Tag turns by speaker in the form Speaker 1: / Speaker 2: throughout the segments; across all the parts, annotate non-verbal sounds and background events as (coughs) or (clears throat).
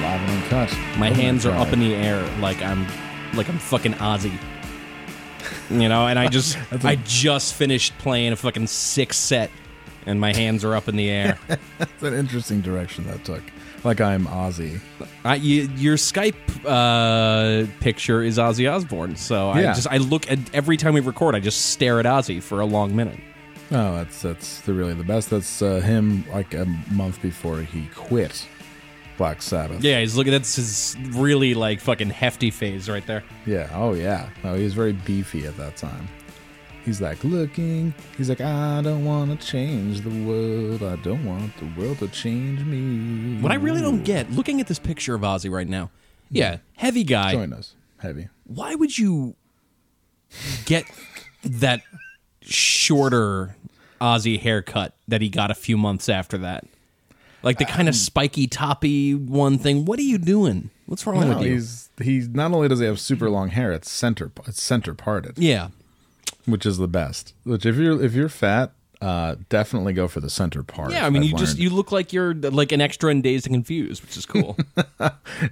Speaker 1: Live and untouched.
Speaker 2: My
Speaker 1: Oh
Speaker 2: hands are
Speaker 1: God.
Speaker 2: up in the air like I'm like I'm fucking Ozzy. You know, and I (laughs) just
Speaker 1: That's a-
Speaker 2: I just finished playing a fucking six set and my hands are up in the (laughs) air.
Speaker 1: It's an interesting direction that took. Like I'm Ozzy.
Speaker 2: I, you, your Skype uh, picture is Ozzy Osbourne, so
Speaker 1: Yeah.
Speaker 2: I just I look at every time we record, I just stare at Ozzy for a long minute.
Speaker 1: No, Oh, that's that's the, really the best. That's uh, him like a month before he quit Black Sabbath.
Speaker 2: Yeah, he's looking. That's his really like fucking hefty phase right there.
Speaker 1: Yeah. Oh yeah. No, he was very beefy at that time. He's like looking. He's like, I don't want to change the world. I don't want the world to change me.
Speaker 2: What I really don't get, looking at this picture of Ozzy right now, yeah, heavy guy,
Speaker 1: Join us, heavy.
Speaker 2: why would you get that shorter Aussie haircut that he got a few months after that? Like the
Speaker 1: Um,
Speaker 2: kind of spiky toppy one thing. What are you doing? What's wrong
Speaker 1: No,
Speaker 2: with you?
Speaker 1: he's he's not only does he have super long hair, it's center it's center parted.
Speaker 2: Yeah.
Speaker 1: which is the best. Which if you're if you're fat, uh, definitely go for the center part.
Speaker 2: Yeah, I mean
Speaker 1: I've
Speaker 2: you just you
Speaker 1: learned.
Speaker 2: look like you're like an extra in Dazed and Confused, which is cool.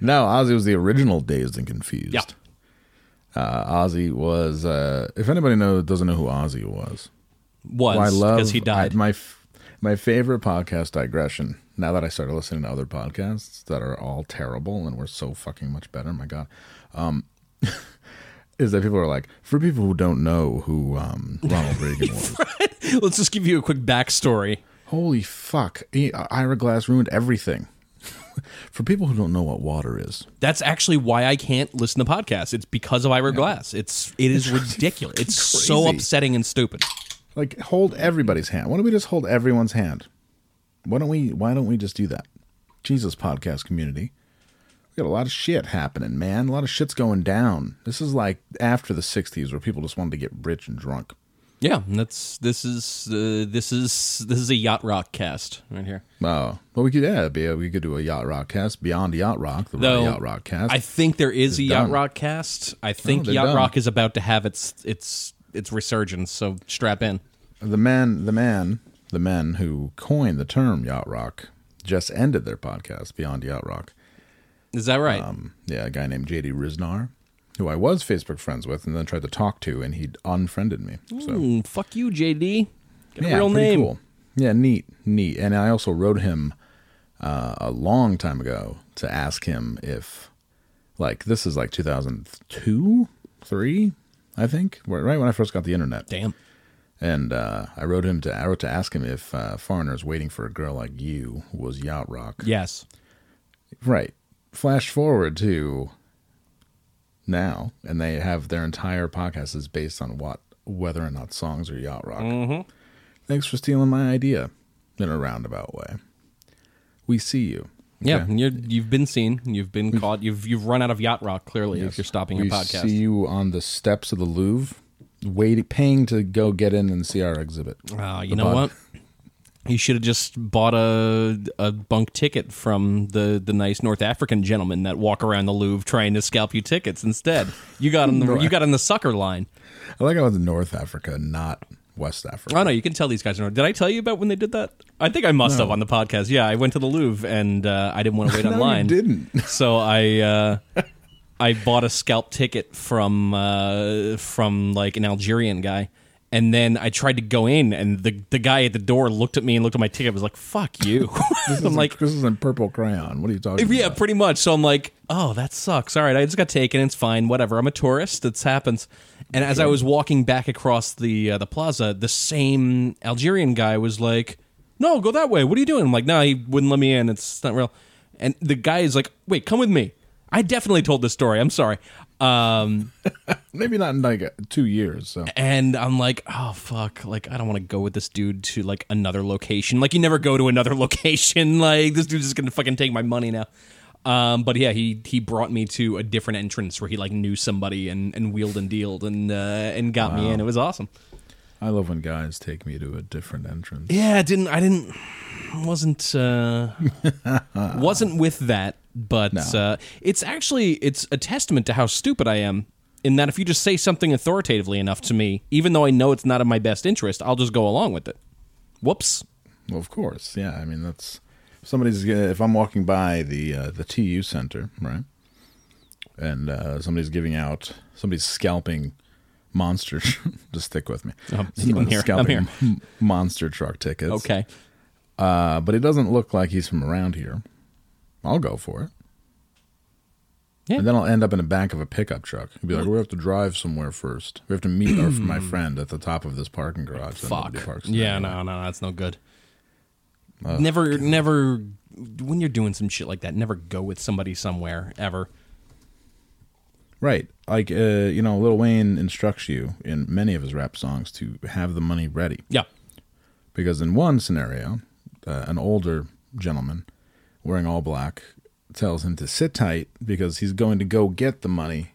Speaker 1: no Ozzy was the original Dazed and Confused.
Speaker 2: Yeah.
Speaker 1: Uh, Ozzy was. Uh, if anybody know doesn't know who Ozzy was, (laughs)
Speaker 2: Was
Speaker 1: Well, I love
Speaker 2: because he died.
Speaker 1: I- my f- my favorite podcast digression. Now that I started listening to other podcasts that are all terrible and we're so fucking much better, my god, um, (laughs) is that people are like, for people who don't know who um,
Speaker 2: (laughs)
Speaker 1: Ronald Reagan was,
Speaker 2: Let's just give you a quick backstory.
Speaker 1: Holy fuck. I- Ira Glass ruined everything. (laughs) For people who don't know what water is,
Speaker 2: That's actually why I can't listen to podcasts. It's because of Ira Glass. It's it is
Speaker 1: (laughs)
Speaker 2: ridiculous. It's so
Speaker 1: crazy.
Speaker 2: upsetting and stupid.
Speaker 1: like hold everybody's hand. Why don't we just hold everyone's hand? Why don't we why don't we just do that? Jesus podcast community. We got a lot of shit happening, man. A lot of shit's going down. This is like after the 60s where people just wanted to get rich and drunk.
Speaker 2: Yeah, and that's this is uh, this is this is a yacht rock cast right here.
Speaker 1: Oh, well, we could yeah, it'd be a- we could do a yacht rock cast beyond yacht rock, the
Speaker 2: Though,
Speaker 1: yacht rock cast.
Speaker 2: I think there is a yacht
Speaker 1: done.
Speaker 2: rock cast. I think
Speaker 1: they're
Speaker 2: yacht
Speaker 1: done.
Speaker 2: rock is about to have its its its resurgence. So strap in.
Speaker 1: the man the man the men who coined the term yacht rock just ended their podcast beyond yacht rock
Speaker 2: Is that right?
Speaker 1: yeah a guy named jd riznar who i was facebook friends with and then tried to talk to and he unfriended me so
Speaker 2: Mm, fuck you, JD. Get
Speaker 1: yeah
Speaker 2: a real
Speaker 1: pretty
Speaker 2: name.
Speaker 1: cool yeah neat neat and i also wrote him uh, a long time ago to ask him if like this is like 2002 3 i think right when i first got the internet
Speaker 2: Damn.
Speaker 1: and uh, I wrote him to I wrote to ask him if uh, "Foreigners Waiting for a Girl Like You" was yacht rock.
Speaker 2: Yes.
Speaker 1: Right. Flash forward to now, and they have their entire podcast is based on what whether or not songs are yacht rock.
Speaker 2: Mm-hmm.
Speaker 1: Thanks for stealing my idea in a roundabout way. We see you.
Speaker 2: Yeah,
Speaker 1: Okay?
Speaker 2: You're, you've been seen. You've been caught. You've you've run out of yacht rock. Clearly, if you're stopping
Speaker 1: we
Speaker 2: your podcast.
Speaker 1: see you on the steps of the Louvre, waiting, paying to go get in and see our exhibit.
Speaker 2: Ah, you
Speaker 1: The
Speaker 2: know
Speaker 1: pod-
Speaker 2: what? You should have just bought a a bunk ticket from the the nice North African gentlemen that walk around the Louvre trying to scalp you tickets. Instead, you got on the you got on the sucker line.
Speaker 1: I like how it's North Africa, not West Africa.
Speaker 2: Oh no, you can tell these guys are. Did I tell you about when they did that? I think I must have on the podcast. Yeah, I went to the Louvre and uh, I didn't want to
Speaker 1: (laughs)
Speaker 2: wait
Speaker 1: No, you
Speaker 2: online.
Speaker 1: didn't.
Speaker 2: So I uh, I bought a scalp ticket from uh, from like an Algerian guy, and then I tried to go in, and the the guy at the door looked at me and looked at my ticket. was like, "Fuck you!" (laughs)
Speaker 1: This
Speaker 2: I'm
Speaker 1: is-
Speaker 2: like,
Speaker 1: this is in purple crayon. What are you talking
Speaker 2: yeah,
Speaker 1: about?
Speaker 2: pretty much. So I'm like, oh, that sucks. All right, I just got taken. It's fine. Whatever. I'm a tourist. It happens. And as I was walking back across the uh, the plaza, the same Algerian guy was like, "No, go that way. What are you doing?" I'm like, "No, he wouldn't let me in. It's not real." And the guy is like, "Wait, come with me." I definitely told this story. I'm sorry. Um,
Speaker 1: Maybe not in like uh, two years. So
Speaker 2: and I'm like, oh fuck, like I don't want to go with this dude to like another location. Like you never go to another (laughs) location. Like this dude's just gonna fucking take my money now. Um, but yeah, he he brought me to a different entrance where he like knew somebody and and wheeled and dealed and uh, and got me in. It was awesome.
Speaker 1: I love when guys take me to a different entrance.
Speaker 2: Yeah, I didn't I didn't wasn't
Speaker 1: (laughs)
Speaker 2: uh wasn't with that, but uh it's actually it's a testament to how stupid I am in that if you just say something authoritatively enough to me, even though I know it's not in my best interest, I'll just go along with it. Whoops.
Speaker 1: Well, of course. Yeah. I mean, that's if somebody's gonna, if I'm walking by the uh, the TU center, right? And uh, somebody's giving out, somebody's scalping monster. (laughs) just stick with me.
Speaker 2: Oh, I'm here. I'm
Speaker 1: Scalping
Speaker 2: here.
Speaker 1: m- Monster truck tickets.
Speaker 2: Okay.
Speaker 1: Uh, but he doesn't look like he's from around here. I'll go for it.
Speaker 2: Yeah.
Speaker 1: And then I'll end up in the back of a pickup truck. He'd be like, we have to drive somewhere first. We have to meet our,
Speaker 2: (clears throat)
Speaker 1: my friend at the top of this parking garage. that
Speaker 2: Fuck.
Speaker 1: nobody parks in
Speaker 2: Yeah,
Speaker 1: anyway." Oh,
Speaker 2: no, no, that's no good. never never when you're doing some shit like that, never go with somebody somewhere ever.
Speaker 1: Right. Like, uh, you know, Lil Wayne instructs you in many of his rap songs to have the money ready.
Speaker 2: Yeah.
Speaker 1: Because in one scenario, uh, an older gentleman wearing all black tells him to sit tight because he's going to go get the money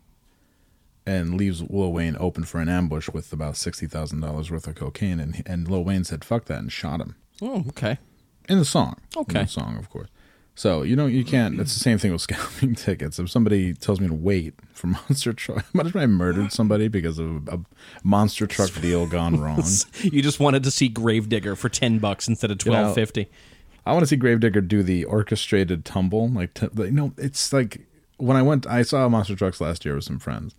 Speaker 1: and leaves Lil Wayne open for an ambush with about $60,000 worth of cocaine. And, and Lil Wayne said, fuck that, and shot him
Speaker 2: Oh, okay.
Speaker 1: in the song.
Speaker 2: Okay.
Speaker 1: in the song, of course. So you know you can't. It's the same thing with (laughs) scalping tickets. If somebody tells me to wait for (laughs) monster truck, imagine if I murdered somebody because of a monster truck deal gone wrong.
Speaker 2: (laughs) You just wanted to see Gravedigger for ten bucks instead of
Speaker 1: know,
Speaker 2: twelve fifty.
Speaker 1: I want to see Gravedigger do the orchestrated tumble. Like, t- like, no, it's like when I went, I saw monster trucks last year with some friends,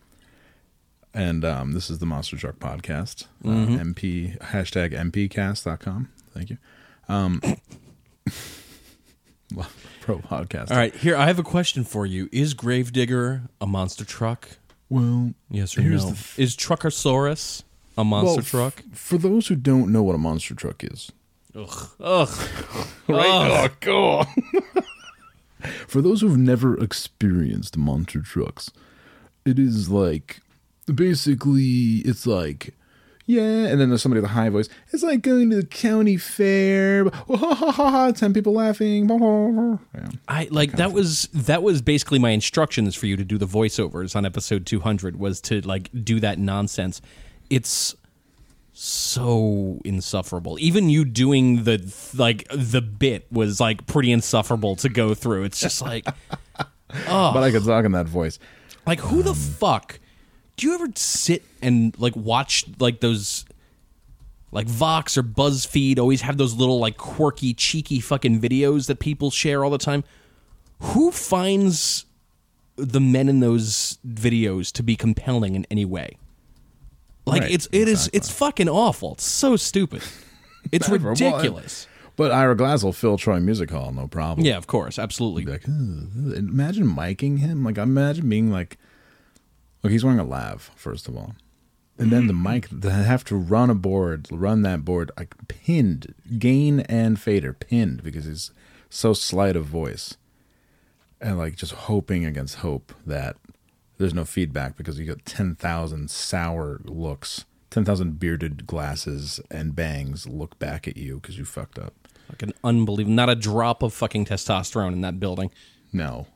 Speaker 1: and um, this is the Monster Truck Podcast,
Speaker 2: Mm-hmm.
Speaker 1: uh, MP hashtag MPcast.com. Thank you. (laughs) Um, pro podcast.
Speaker 2: All right, here I have a question for you. Is Gravedigger a monster truck?
Speaker 1: Well,
Speaker 2: Yes or
Speaker 1: here's
Speaker 2: no?
Speaker 1: the th-
Speaker 2: is Truckosaurus a monster
Speaker 1: well,
Speaker 2: truck?
Speaker 1: f- for those who don't know what a monster truck is,
Speaker 2: Ugh. Ugh.
Speaker 1: right? Oh, God. (laughs) for those who've never experienced monster trucks, it is like basically it's like. Yeah, and then there's somebody with a high voice. It's like going to the county fair. (laughs) Ten people laughing. (laughs) Yeah.
Speaker 2: I like that was that was basically my instructions for you to do the voiceovers on episode 200 was to like do that nonsense. It's so insufferable. Even you doing the like the bit was like pretty insufferable to go through. It's
Speaker 1: (laughs)
Speaker 2: just like
Speaker 1: But I could talk in that voice.
Speaker 2: Like who the fuck? Do you ever sit and like watch like those like Vox or BuzzFeed always have those little like quirky cheeky fucking videos that people share all the time? Who finds the men in those videos to be compelling in any way? Like
Speaker 1: Right,
Speaker 2: it's it is it's fucking awful. It's so stupid. It's
Speaker 1: Never. Well,
Speaker 2: ridiculous.
Speaker 1: But Ira Glass will fill Troy Music Hall, no problem.
Speaker 2: yeah, of course, absolutely.
Speaker 1: be like, "Ugh." imagine miking him. Like, imagine being like, look, he's wearing a lav, first of all. And then the mic, they have to run a board, run that board, like pinned, gain and fader, pinned, because he's so slight of voice. And like just hoping against hope that there's no feedback because you got 10,000 sour looks, 10,000 bearded glasses and bangs look back at you because you fucked up.
Speaker 2: Like an unbelievable, not a drop of fucking testosterone in that building.
Speaker 1: No,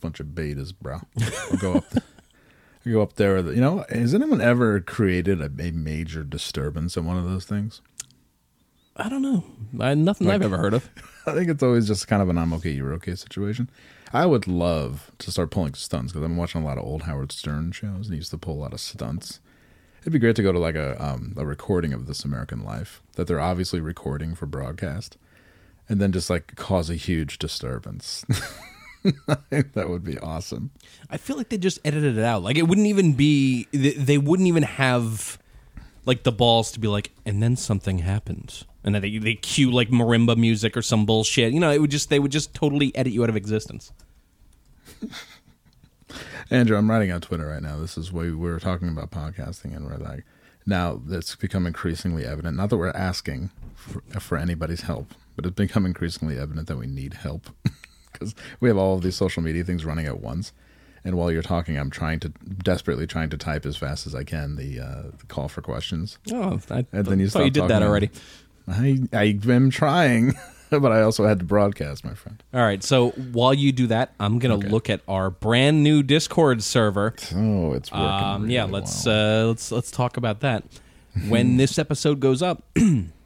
Speaker 1: bunch of betas, bro. I'll go up. I'll (laughs) go up there. With, you know, has anyone ever created a, a major disturbance in one of those things?
Speaker 2: I don't know. I, nothing I've ever heard of.
Speaker 1: I think it's always just kind of an I'm okay, you're okay situation. I would love to start pulling stunts because I'm watching a lot of old Howard Stern shows and he used to pull a lot of stunts. It'd be great to go to like a um, a recording of This American Life that they're obviously recording for broadcast, and then just like cause a huge disturbance. (laughs) that would be awesome.
Speaker 2: (laughs) I feel like they just edited it out. Like it wouldn't even be. th- They wouldn't even have like the balls to be like, and then something happened, and then they they cue like marimba music or some bullshit. You know, it would just they would just totally edit you out of existence.
Speaker 1: Andrew, I'm writing on Twitter right now. This is why we were talking about podcasting, and we're like, now that's become increasingly evident. Not that we're asking for, for anybody's help, but it's become increasingly evident that we need help (laughs) because we have all of these social media things running at once. And while you're talking, I'm trying to desperately trying to type as fast as I can the, uh, the call for questions.
Speaker 2: Oh, I
Speaker 1: And then you
Speaker 2: thought you
Speaker 1: stopped
Speaker 2: did that
Speaker 1: talking.
Speaker 2: already.
Speaker 1: I I am trying, (laughs) but I also had to broadcast, my friend.
Speaker 2: All right, so while you do that, I'm gonna look at our brand new Discord (laughs) server.
Speaker 1: Oh, it's working.
Speaker 2: Um, yeah,
Speaker 1: really
Speaker 2: let's
Speaker 1: well.
Speaker 2: uh, let's let's talk about that.
Speaker 1: (laughs)
Speaker 2: when this episode goes up,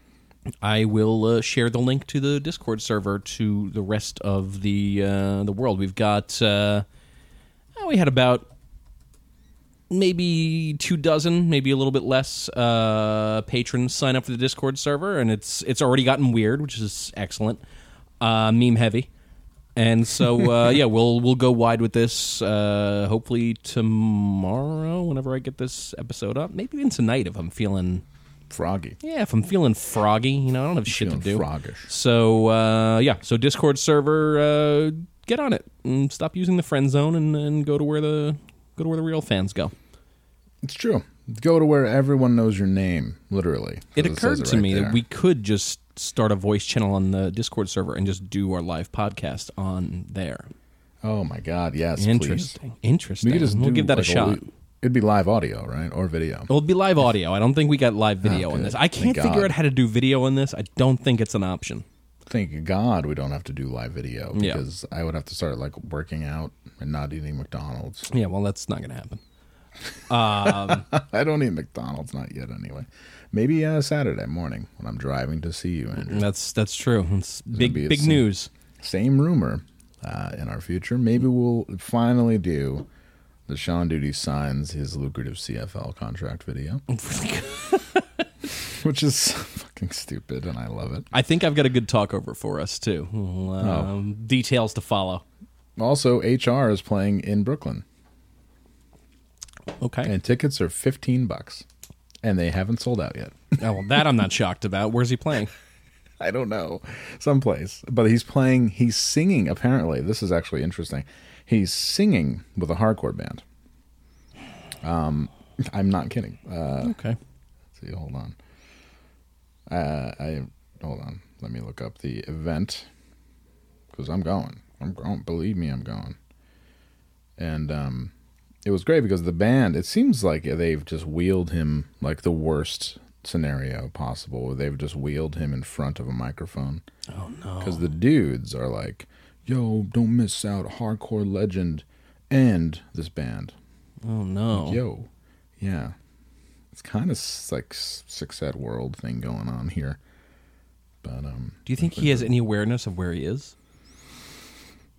Speaker 2: (clears throat) I will uh, share the link to the Discord server to the rest of the uh, the world. We've got uh, oh, we had about maybe two dozen, maybe a little bit less uh, patrons sign up for the Discord server, and it's it's already gotten weird, which is excellent, uh, meme heavy, and
Speaker 1: (laughs)
Speaker 2: so uh, yeah, we'll we'll go wide with this. Uh, hopefully tomorrow, whenever I get this episode up, maybe even tonight if I'm feeling
Speaker 1: froggy.
Speaker 2: yeah, if I'm feeling froggy, you know, I don't have shit to
Speaker 1: Feeling
Speaker 2: do.
Speaker 1: froggish.
Speaker 2: So uh, yeah, so Discord server, uh, get on it. And stop using the friend zone and, and go to where the go to where the real fans go.
Speaker 1: It's true. Go to where everyone knows your name, literally.
Speaker 2: It
Speaker 1: 'cause
Speaker 2: occurred
Speaker 1: says it
Speaker 2: to
Speaker 1: right
Speaker 2: me
Speaker 1: there.
Speaker 2: that we could just start a voice channel on the Discord server and just do our live podcast on there.
Speaker 1: Oh my God! Yes, please.
Speaker 2: Interesting. Interesting.
Speaker 1: We
Speaker 2: We
Speaker 1: could just
Speaker 2: will
Speaker 1: do,
Speaker 2: give that
Speaker 1: like,
Speaker 2: a shot. Oh.
Speaker 1: li- It'd be live audio, right, or video?
Speaker 2: It'll be live audio. I don't think we got live video on
Speaker 1: Oh, good.
Speaker 2: this. I
Speaker 1: Thank
Speaker 2: can't figure
Speaker 1: God.
Speaker 2: out how to do video on this. I don't think it's an option.
Speaker 1: Thank God we don't have to do live video
Speaker 2: Yeah.
Speaker 1: because I would have to start like working out and not eating McDonald's. (laughs)
Speaker 2: Yeah, well, that's not going to happen.
Speaker 1: I don't eat McDonald's not yet, anyway. Maybe uh, Saturday morning when I'm driving to see you, Andrew.
Speaker 2: Mm, That's that's true. It's big
Speaker 1: be a
Speaker 2: big
Speaker 1: sin.
Speaker 2: news.
Speaker 1: Same rumor uh, in our future. Maybe we'll finally do the Sean Duty signs his lucrative CFL contract video, which is fucking stupid, and I love it.
Speaker 2: I think I've got a good talkover for us too.
Speaker 1: Oh.
Speaker 2: Well, Um, Details to follow.
Speaker 1: Also, HR is playing in Brooklyn,
Speaker 2: Okay.
Speaker 1: and tickets are fifteen bucks, and they haven't sold out yet. (laughs)
Speaker 2: Oh, well, that I'm not shocked about. Where's he playing?
Speaker 1: I don't know, someplace. But he's playing. He's singing. Apparently, this is actually interesting. He's singing with a hardcore band. Um, I'm not kidding. Uh,
Speaker 2: okay.
Speaker 1: see, hold on. Uh, I hold on. Let me look up the event because I'm going. I'm going. Believe me, I'm going. And um, it was great because the band. It seems like they've just wheeled him like the worst scenario possible. Where they've just wheeled him in front of a microphone. Oh no! Because the dudes are like, "Yo, don't miss out, hardcore legend, and this band."
Speaker 2: Oh no.
Speaker 1: yo yeah it's kind of like s- six ed world thing going on here but um
Speaker 2: Do you think he has any awareness of where he is?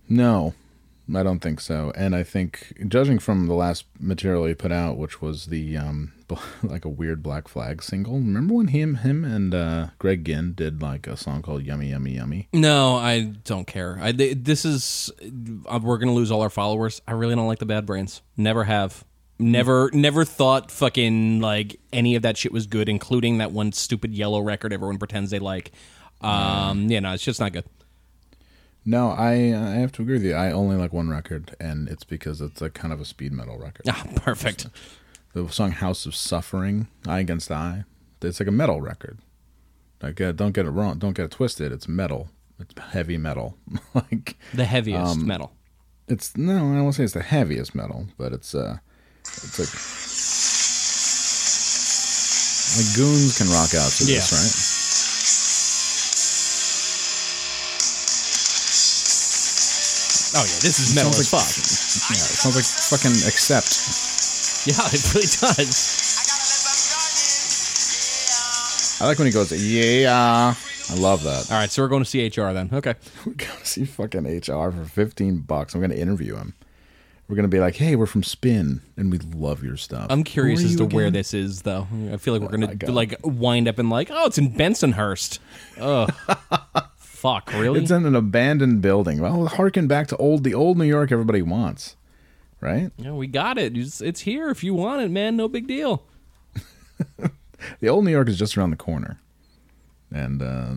Speaker 1: no i don't think so and i think judging from the last material he put out which was the um (laughs) bl- like a weird black flag single remember when him him and uh greg ginn did like a song called yummy yummy yummy
Speaker 2: No, I don't care. I th- this is uh, we're gonna lose all our followers. I really don't like the bad brains. Never have. Never, never thought fucking like any of that shit was good, including that one stupid yellow record everyone pretends they like. Um, yeah, no, it's just not good.
Speaker 1: no i i have to agree with you i only like one record and it's because it's a kind of a speed metal record
Speaker 2: Ah, (laughs) perfect.
Speaker 1: the song House of Suffering, Eye Against Eye. It's like a metal record. Like, uh, don't get it wrong. Don't get it twisted. It's metal. It's heavy metal. (laughs) like,
Speaker 2: The heaviest metal.
Speaker 1: it's no, I don't want to say it's the heaviest metal, but it's uh, it's like like goons can rock out to
Speaker 2: Yeah.
Speaker 1: this, right?
Speaker 2: Oh yeah, this is metal as
Speaker 1: Sounds
Speaker 2: fuck. (laughs)
Speaker 1: like- Yeah, it sounds like fucking accept.
Speaker 2: Yeah, it really does.
Speaker 3: I gotta
Speaker 1: I like
Speaker 3: let them done in. Yeah.
Speaker 1: when he goes, yeah. I love that.
Speaker 2: All right, so we're going to CHR then. Okay.
Speaker 1: We're going to see fucking HR for 15 bucks. I'm going to interview him. We're going to be like, hey, we're from Spin and we love your stuff.
Speaker 2: I'm curious
Speaker 1: Who are
Speaker 2: as
Speaker 1: you
Speaker 2: to where
Speaker 1: again? Oh
Speaker 2: this is, though. I feel like we're
Speaker 1: my
Speaker 2: going
Speaker 1: God.
Speaker 2: to like wind up in like, oh, it's in Bensonhurst. Oh,
Speaker 1: (laughs)
Speaker 2: fuck, really?
Speaker 1: It's in an abandoned building. Well, harken back to old the old New York everybody wants, right?
Speaker 2: yeah, we got it. It's, it's here if you want it, man. No big deal.
Speaker 1: The old New York is just around the corner, and uh,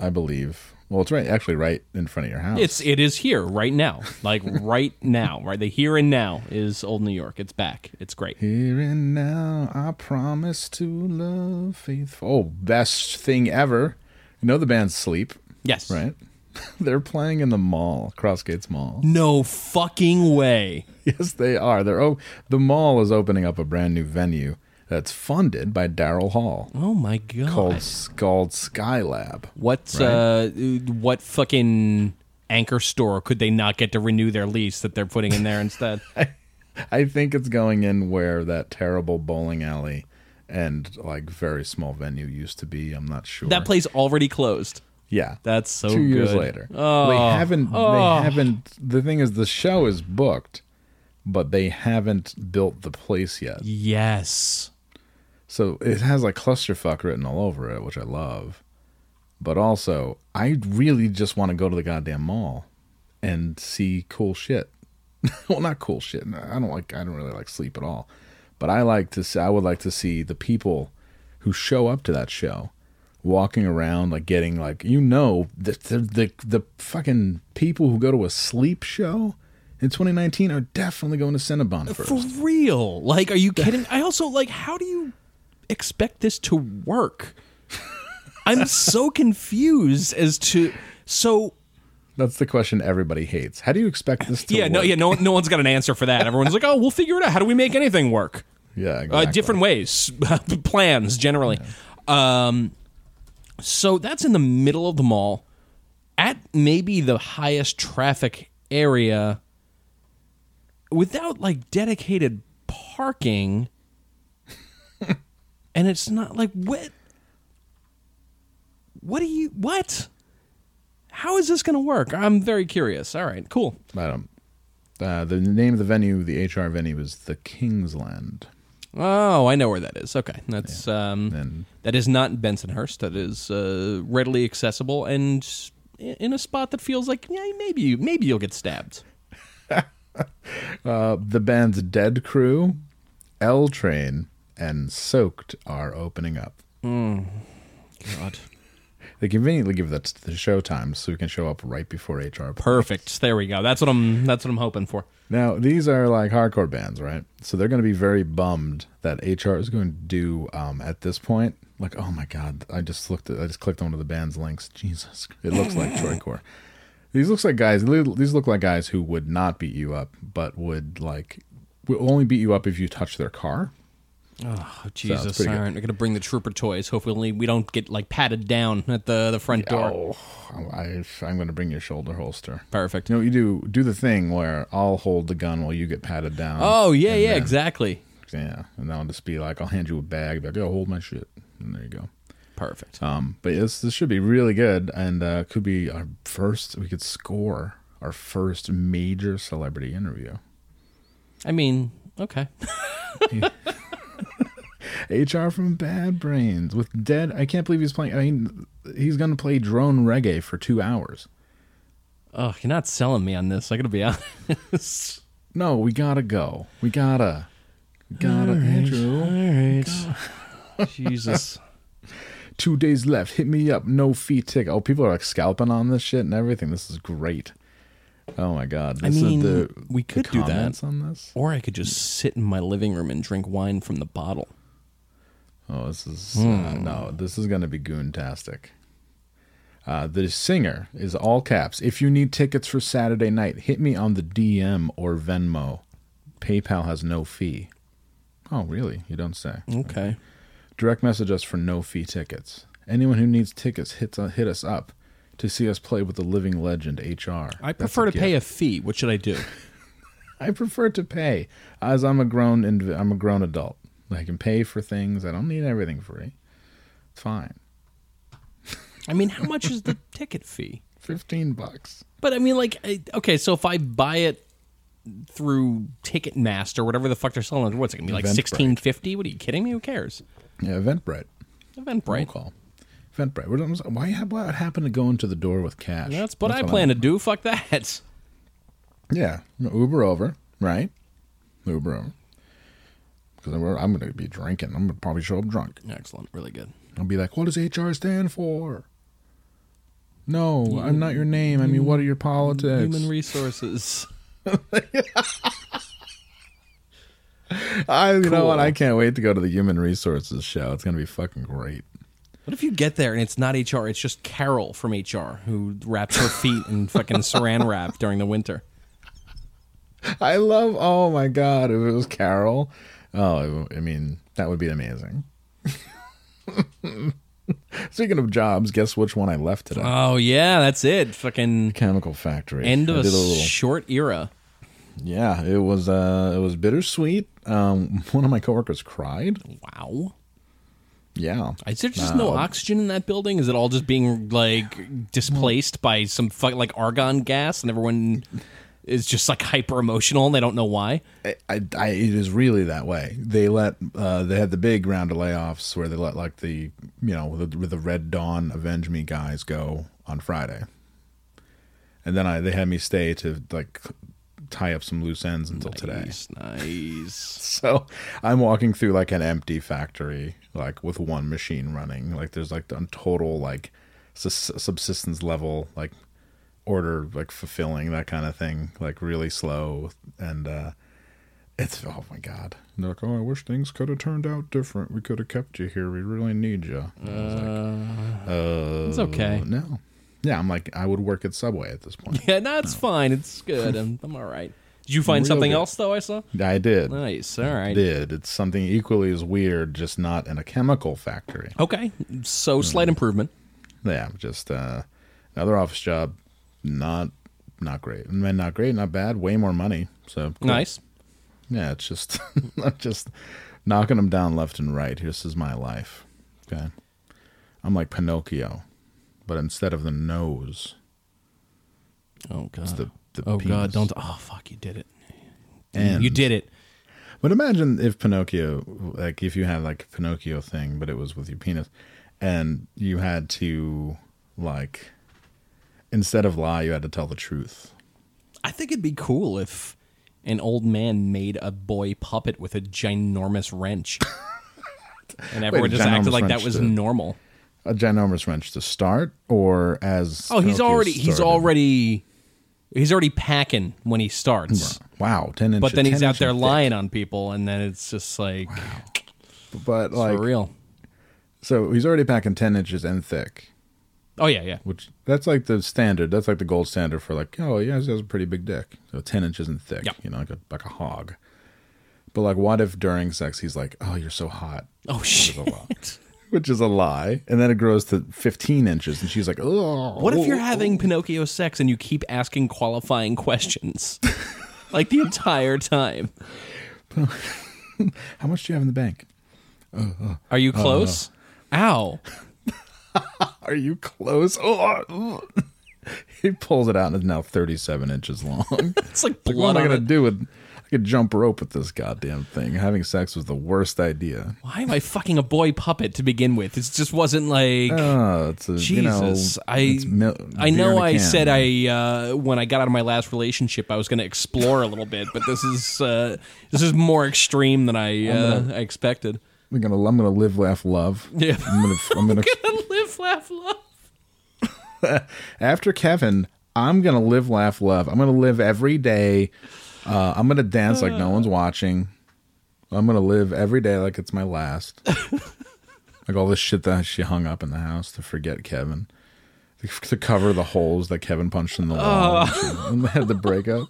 Speaker 1: I believe. Well, it's right, actually, right in front of your house.
Speaker 2: It's it is here right now, like right (laughs) now, right. The here and now is old New York. It's back. It's great.
Speaker 1: here and now. I promise to love faithful. Oh, best thing ever! You know the band Sleep,
Speaker 2: Yes.
Speaker 1: right? (laughs) They're playing in the mall, Crossgates Mall.
Speaker 2: No fucking way.
Speaker 1: Yes, they are. They're oh, the mall is opening up a brand new venue that's funded by Daryl Hall.
Speaker 2: Oh my god.
Speaker 1: called called Skylab.
Speaker 2: What uh, what fucking anchor store could they not get to renew their lease that they're putting in there
Speaker 1: (laughs)
Speaker 2: instead?
Speaker 1: I think it's going in where that terrible bowling alley and like very small venue used to be. I'm not sure.
Speaker 2: that place already closed.
Speaker 1: yeah,
Speaker 2: That's so
Speaker 1: two years
Speaker 2: good.
Speaker 1: later.
Speaker 2: Oh.
Speaker 1: they haven't. They haven't. The thing is, the show is booked, but they haven't built the place yet.
Speaker 2: Yes.
Speaker 1: So it has like clusterfuck written all over it, which I love. But also, I really just want to go to the goddamn mall and see cool shit. (laughs) well, not cool shit. No, I don't like. I don't really like sleep at all. But I like to. See, I would like to see the people who show up to that show walking around like getting like you know the the the, the fucking people who go to a sleep show in 2019 are definitely going to Cinnabon first.
Speaker 2: For real. Like are you kidding? I also like how do you expect this to work? I'm so confused as to so
Speaker 1: That's the question everybody hates. How do you expect this to
Speaker 2: yeah,
Speaker 1: work?
Speaker 2: no yeah, no no one's got an answer for that. Everyone's like, "Oh, we'll figure it out. How do we make anything work?"
Speaker 1: Yeah,
Speaker 2: uh,
Speaker 1: exactly.
Speaker 2: different ways, (laughs) plans generally. Um, so that's in the middle of the mall, at maybe the highest traffic area, without like dedicated parking, and it's not like what. What do you what? How is this going to work? I'm very curious. All right, cool.
Speaker 1: I don't- uh, the name of the venue, the HR venue, is the Kingsland.
Speaker 2: Oh, I know where that is. Okay, that's um,
Speaker 1: And-
Speaker 2: that is not Bensonhurst. That is uh, readily accessible and i- in a spot that feels like yeah, maybe maybe you'll get stabbed.
Speaker 1: Uh, the band's Dead Crew, L Train, and Soaked are opening up.
Speaker 2: Hmm. God,
Speaker 1: (laughs) They conveniently give the, the show times so we can show up right before HR.
Speaker 2: perfect. There we go. That's what I'm. That's what I'm hoping for.
Speaker 1: Now, these are like hardcore bands, right? So they're going to be very bummed that HR is going to do um, at this point. Like, oh my God, I just looked at, I just clicked on one of the band's links. Jesus, it looks like Troycore. These looks like guys, these look like guys who would not beat you up, but would like, would only beat you up if you touch their car.
Speaker 2: Oh Jesus,
Speaker 1: pretty good.
Speaker 2: Siren, we're gonna bring the trooper toys. Hopefully, we don't get like patted down at the the front door.
Speaker 1: Oh, I, I'm going to bring your shoulder holster.
Speaker 2: Perfect.
Speaker 1: You know what you do? Do the thing where I'll hold the gun while you get patted down.
Speaker 2: Oh yeah,
Speaker 1: uh,
Speaker 2: yeah, exactly.
Speaker 1: Yeah, and that'll just be like, I'll hand you a bag, be like, yo, hold my shit, and there you go.
Speaker 2: Perfect.
Speaker 1: Um, but this this should be really good, and uh, could be our first. We could score our first major celebrity interview.
Speaker 2: I mean, okay.
Speaker 1: HR from Bad Brains with Dead. I can't believe he's playing. I mean, he's gonna play drone reggae for two hours.
Speaker 2: Oh, you're not selling me on this. I gotta be (laughs) honest.
Speaker 1: No, we gotta go. We gotta. We gotta. Andrew. (laughs)
Speaker 2: right. Jesus.
Speaker 1: two days left. Hit me up. No fee ticket. Oh, people are like scalping on this shit and everything. This is great. Oh my god. This
Speaker 2: mean,
Speaker 1: is the,
Speaker 2: we
Speaker 1: the
Speaker 2: could do that.
Speaker 1: comments on this.
Speaker 2: Or I could just sit in my living room and drink wine from the bottle.
Speaker 1: Oh, this is uh, no. This is gonna be goontastic. Uh, the singer is all caps. If you need tickets for Saturday night, hit me on the DM or Venmo. PayPal has no fee. Oh, really? You don't say.
Speaker 2: Okay.
Speaker 1: Direct message us for no fee tickets. Anyone who needs tickets hits, uh, hit us up to see us play with the living legend HR.
Speaker 2: I prefer to pay a fee. What should I do?
Speaker 1: I prefer to pay as I'm a grown inv- I'm a grown adult. I can pay for things. I don't need everything free. It's fine.
Speaker 2: I mean, how much is (laughs) the ticket fee?
Speaker 1: 15 bucks.
Speaker 2: But I mean, like, I, okay, so if I buy it through Ticketmaster or whatever the fuck they're selling, what's it gonna be like
Speaker 1: Eventbrite.
Speaker 2: sixteen fifty? What are you kidding me? Who cares?
Speaker 1: Yeah, Eventbrite. Phone
Speaker 2: Eventbrite.
Speaker 1: call. Eventbrite. What, I'm- why what happened to going to the door with cash?
Speaker 2: That's what I
Speaker 1: I'm-
Speaker 2: plan to do. Fuck that.
Speaker 1: Yeah, Uber over, right? Uber over. Because I'm going to be drinking. I'm going to probably show up drunk.
Speaker 2: (laughs) Excellent. Really good.
Speaker 1: I'll be like, what does HR stand for? No, I'm not your name. I mean, what are your politics?
Speaker 2: Human resources.
Speaker 1: (laughs) I, you know what?
Speaker 2: Cool.
Speaker 1: I can't wait to go to the human resources show. It's going to be fucking great.
Speaker 2: What if you get there and it's not HR? It's just Carol from HR who wraps her feet in (laughs) fucking saran wrap during the winter.
Speaker 1: I love. Oh my god! If it was Carol, oh, I mean that would be amazing. (laughs) Speaking of jobs, guess which one I left today?
Speaker 2: Oh yeah, that's it. Fucking
Speaker 1: Chemical factory.
Speaker 2: end of
Speaker 1: I
Speaker 2: a
Speaker 1: did a little-
Speaker 2: short era.
Speaker 1: yeah, it was. Uh, it was bittersweet. Um, (laughs) one of my coworkers cried.
Speaker 2: Wow.
Speaker 1: Yeah,
Speaker 2: Is there just
Speaker 1: Um,
Speaker 2: no oxygen in that building? Is it all just being like displaced by some fuck like argon gas, and everyone is just like hyper emotional and they don't know why?
Speaker 1: I, I, I, it is really that way. They let uh, they had the big round of layoffs where they let like the you know with the, with the Red Dawn Avenge Me guys go on Friday, and then I they had me stay to like tie up some loose ends until today.
Speaker 2: Nice, nice.
Speaker 1: (laughs) So I'm walking through like an empty factory, like with one machine running. Like there's like a total like sus- subsistence level like order like fulfilling that kind of thing, like really slow and uh it's oh my god. They're like, oh, I wish things could have turned out different. We could have kept you here. We really need you. I was like,
Speaker 2: It's okay.
Speaker 1: oh, no. Yeah, I'm like, I would work at Subway at this point.
Speaker 2: (laughs) Yeah, no, it's fine. It's good. I'm, I'm all right. Did you find
Speaker 1: Real
Speaker 2: something
Speaker 1: good.
Speaker 2: else though? I saw.
Speaker 1: I did.
Speaker 2: Nice. All right.
Speaker 1: Did it's something equally as weird, just not in a chemical factory.
Speaker 2: Okay.
Speaker 1: Hmm.
Speaker 2: So slight improvement.
Speaker 1: yeah, just uh, another office job. Not not great. I mean, not great, not bad. Way more money. So cool.
Speaker 2: Nice.
Speaker 1: Yeah, it's just (laughs) I'm just knocking them down left and right. This is my life. Okay, I'm like Pinocchio, but instead of the nose,
Speaker 2: Oh god.
Speaker 1: the- the
Speaker 2: oh
Speaker 1: penis.
Speaker 2: god. Don't. Oh fuck. You did it.
Speaker 1: and
Speaker 2: You did it.
Speaker 1: But imagine if Pinocchio, like if you had like a Pinocchio thing, but it was with your penis, and you had to like instead of lie, you had to tell the truth.
Speaker 2: I think it'd be cool if an old man made a boy puppet with a
Speaker 1: (laughs)
Speaker 2: ginormous wrench. and everyone just acted
Speaker 1: ginormous
Speaker 2: like that
Speaker 1: wrench
Speaker 2: was
Speaker 1: to-
Speaker 2: normal.
Speaker 1: a ginormous wrench to start or as
Speaker 2: Oh, he's
Speaker 1: Pinocchio
Speaker 2: already he's
Speaker 1: started?
Speaker 2: already he's already packing when he starts.
Speaker 1: wow 10 inches
Speaker 2: But then he's out there lying on people and then it's just like
Speaker 1: but like
Speaker 2: for real.
Speaker 1: so he's already packing 10 inches and thick
Speaker 2: Oh yeah, yeah.
Speaker 1: which that's like the standard that's like the gold standard for like oh yeah he has a pretty big dick so 10 inches and thick
Speaker 2: Yeah.
Speaker 1: you know like a like a hog but like what if during sex he's like oh you're so hot
Speaker 2: Oh shit.
Speaker 1: which is a lie and then it grows to 15 inches and she's like oh
Speaker 2: (laughs) What if you're having Pinocchio sex and you keep asking
Speaker 1: (laughs)
Speaker 2: qualifying questions? like the entire time.
Speaker 1: how much do you have in the bank
Speaker 2: Are you close?
Speaker 1: (laughs)
Speaker 2: Ow.
Speaker 1: Are you close? Oh, oh. (laughs) he pulls it out and it's now 37 inches long.
Speaker 2: (laughs) It's like
Speaker 1: like,
Speaker 2: blood
Speaker 1: what am I
Speaker 2: on
Speaker 1: going to
Speaker 2: it.
Speaker 1: do with I could jump rope with this goddamn thing. Having sex was the worst idea.
Speaker 2: Why am I fucking a boy puppet to begin with? It just wasn't like
Speaker 1: Oh, it's a, you know,
Speaker 2: Jesus. I
Speaker 1: it's mil- beer
Speaker 2: I
Speaker 1: in
Speaker 2: know
Speaker 1: a
Speaker 2: I
Speaker 1: can.
Speaker 2: said I uh, when I got out of my last relationship I was going to explore a little bit, but this is uh, this is more extreme than I uh, I expected.
Speaker 1: I'm going to I'm going to live laugh love.
Speaker 2: Yeah.
Speaker 1: I'm
Speaker 2: (laughs)
Speaker 1: going to I'm going to
Speaker 2: Live, laugh, love.
Speaker 1: after Kevin, I'm gonna live, laugh, love. I'm gonna live every day. Uh, I'm gonna dance like no one's watching. I'm gonna live every day like it's my last.
Speaker 2: (laughs)
Speaker 1: like all this shit that she hung up in the house to forget Kevin, to, to cover the holes that Kevin punched in the wall
Speaker 2: Oh.
Speaker 1: when (laughs) they had the breakup.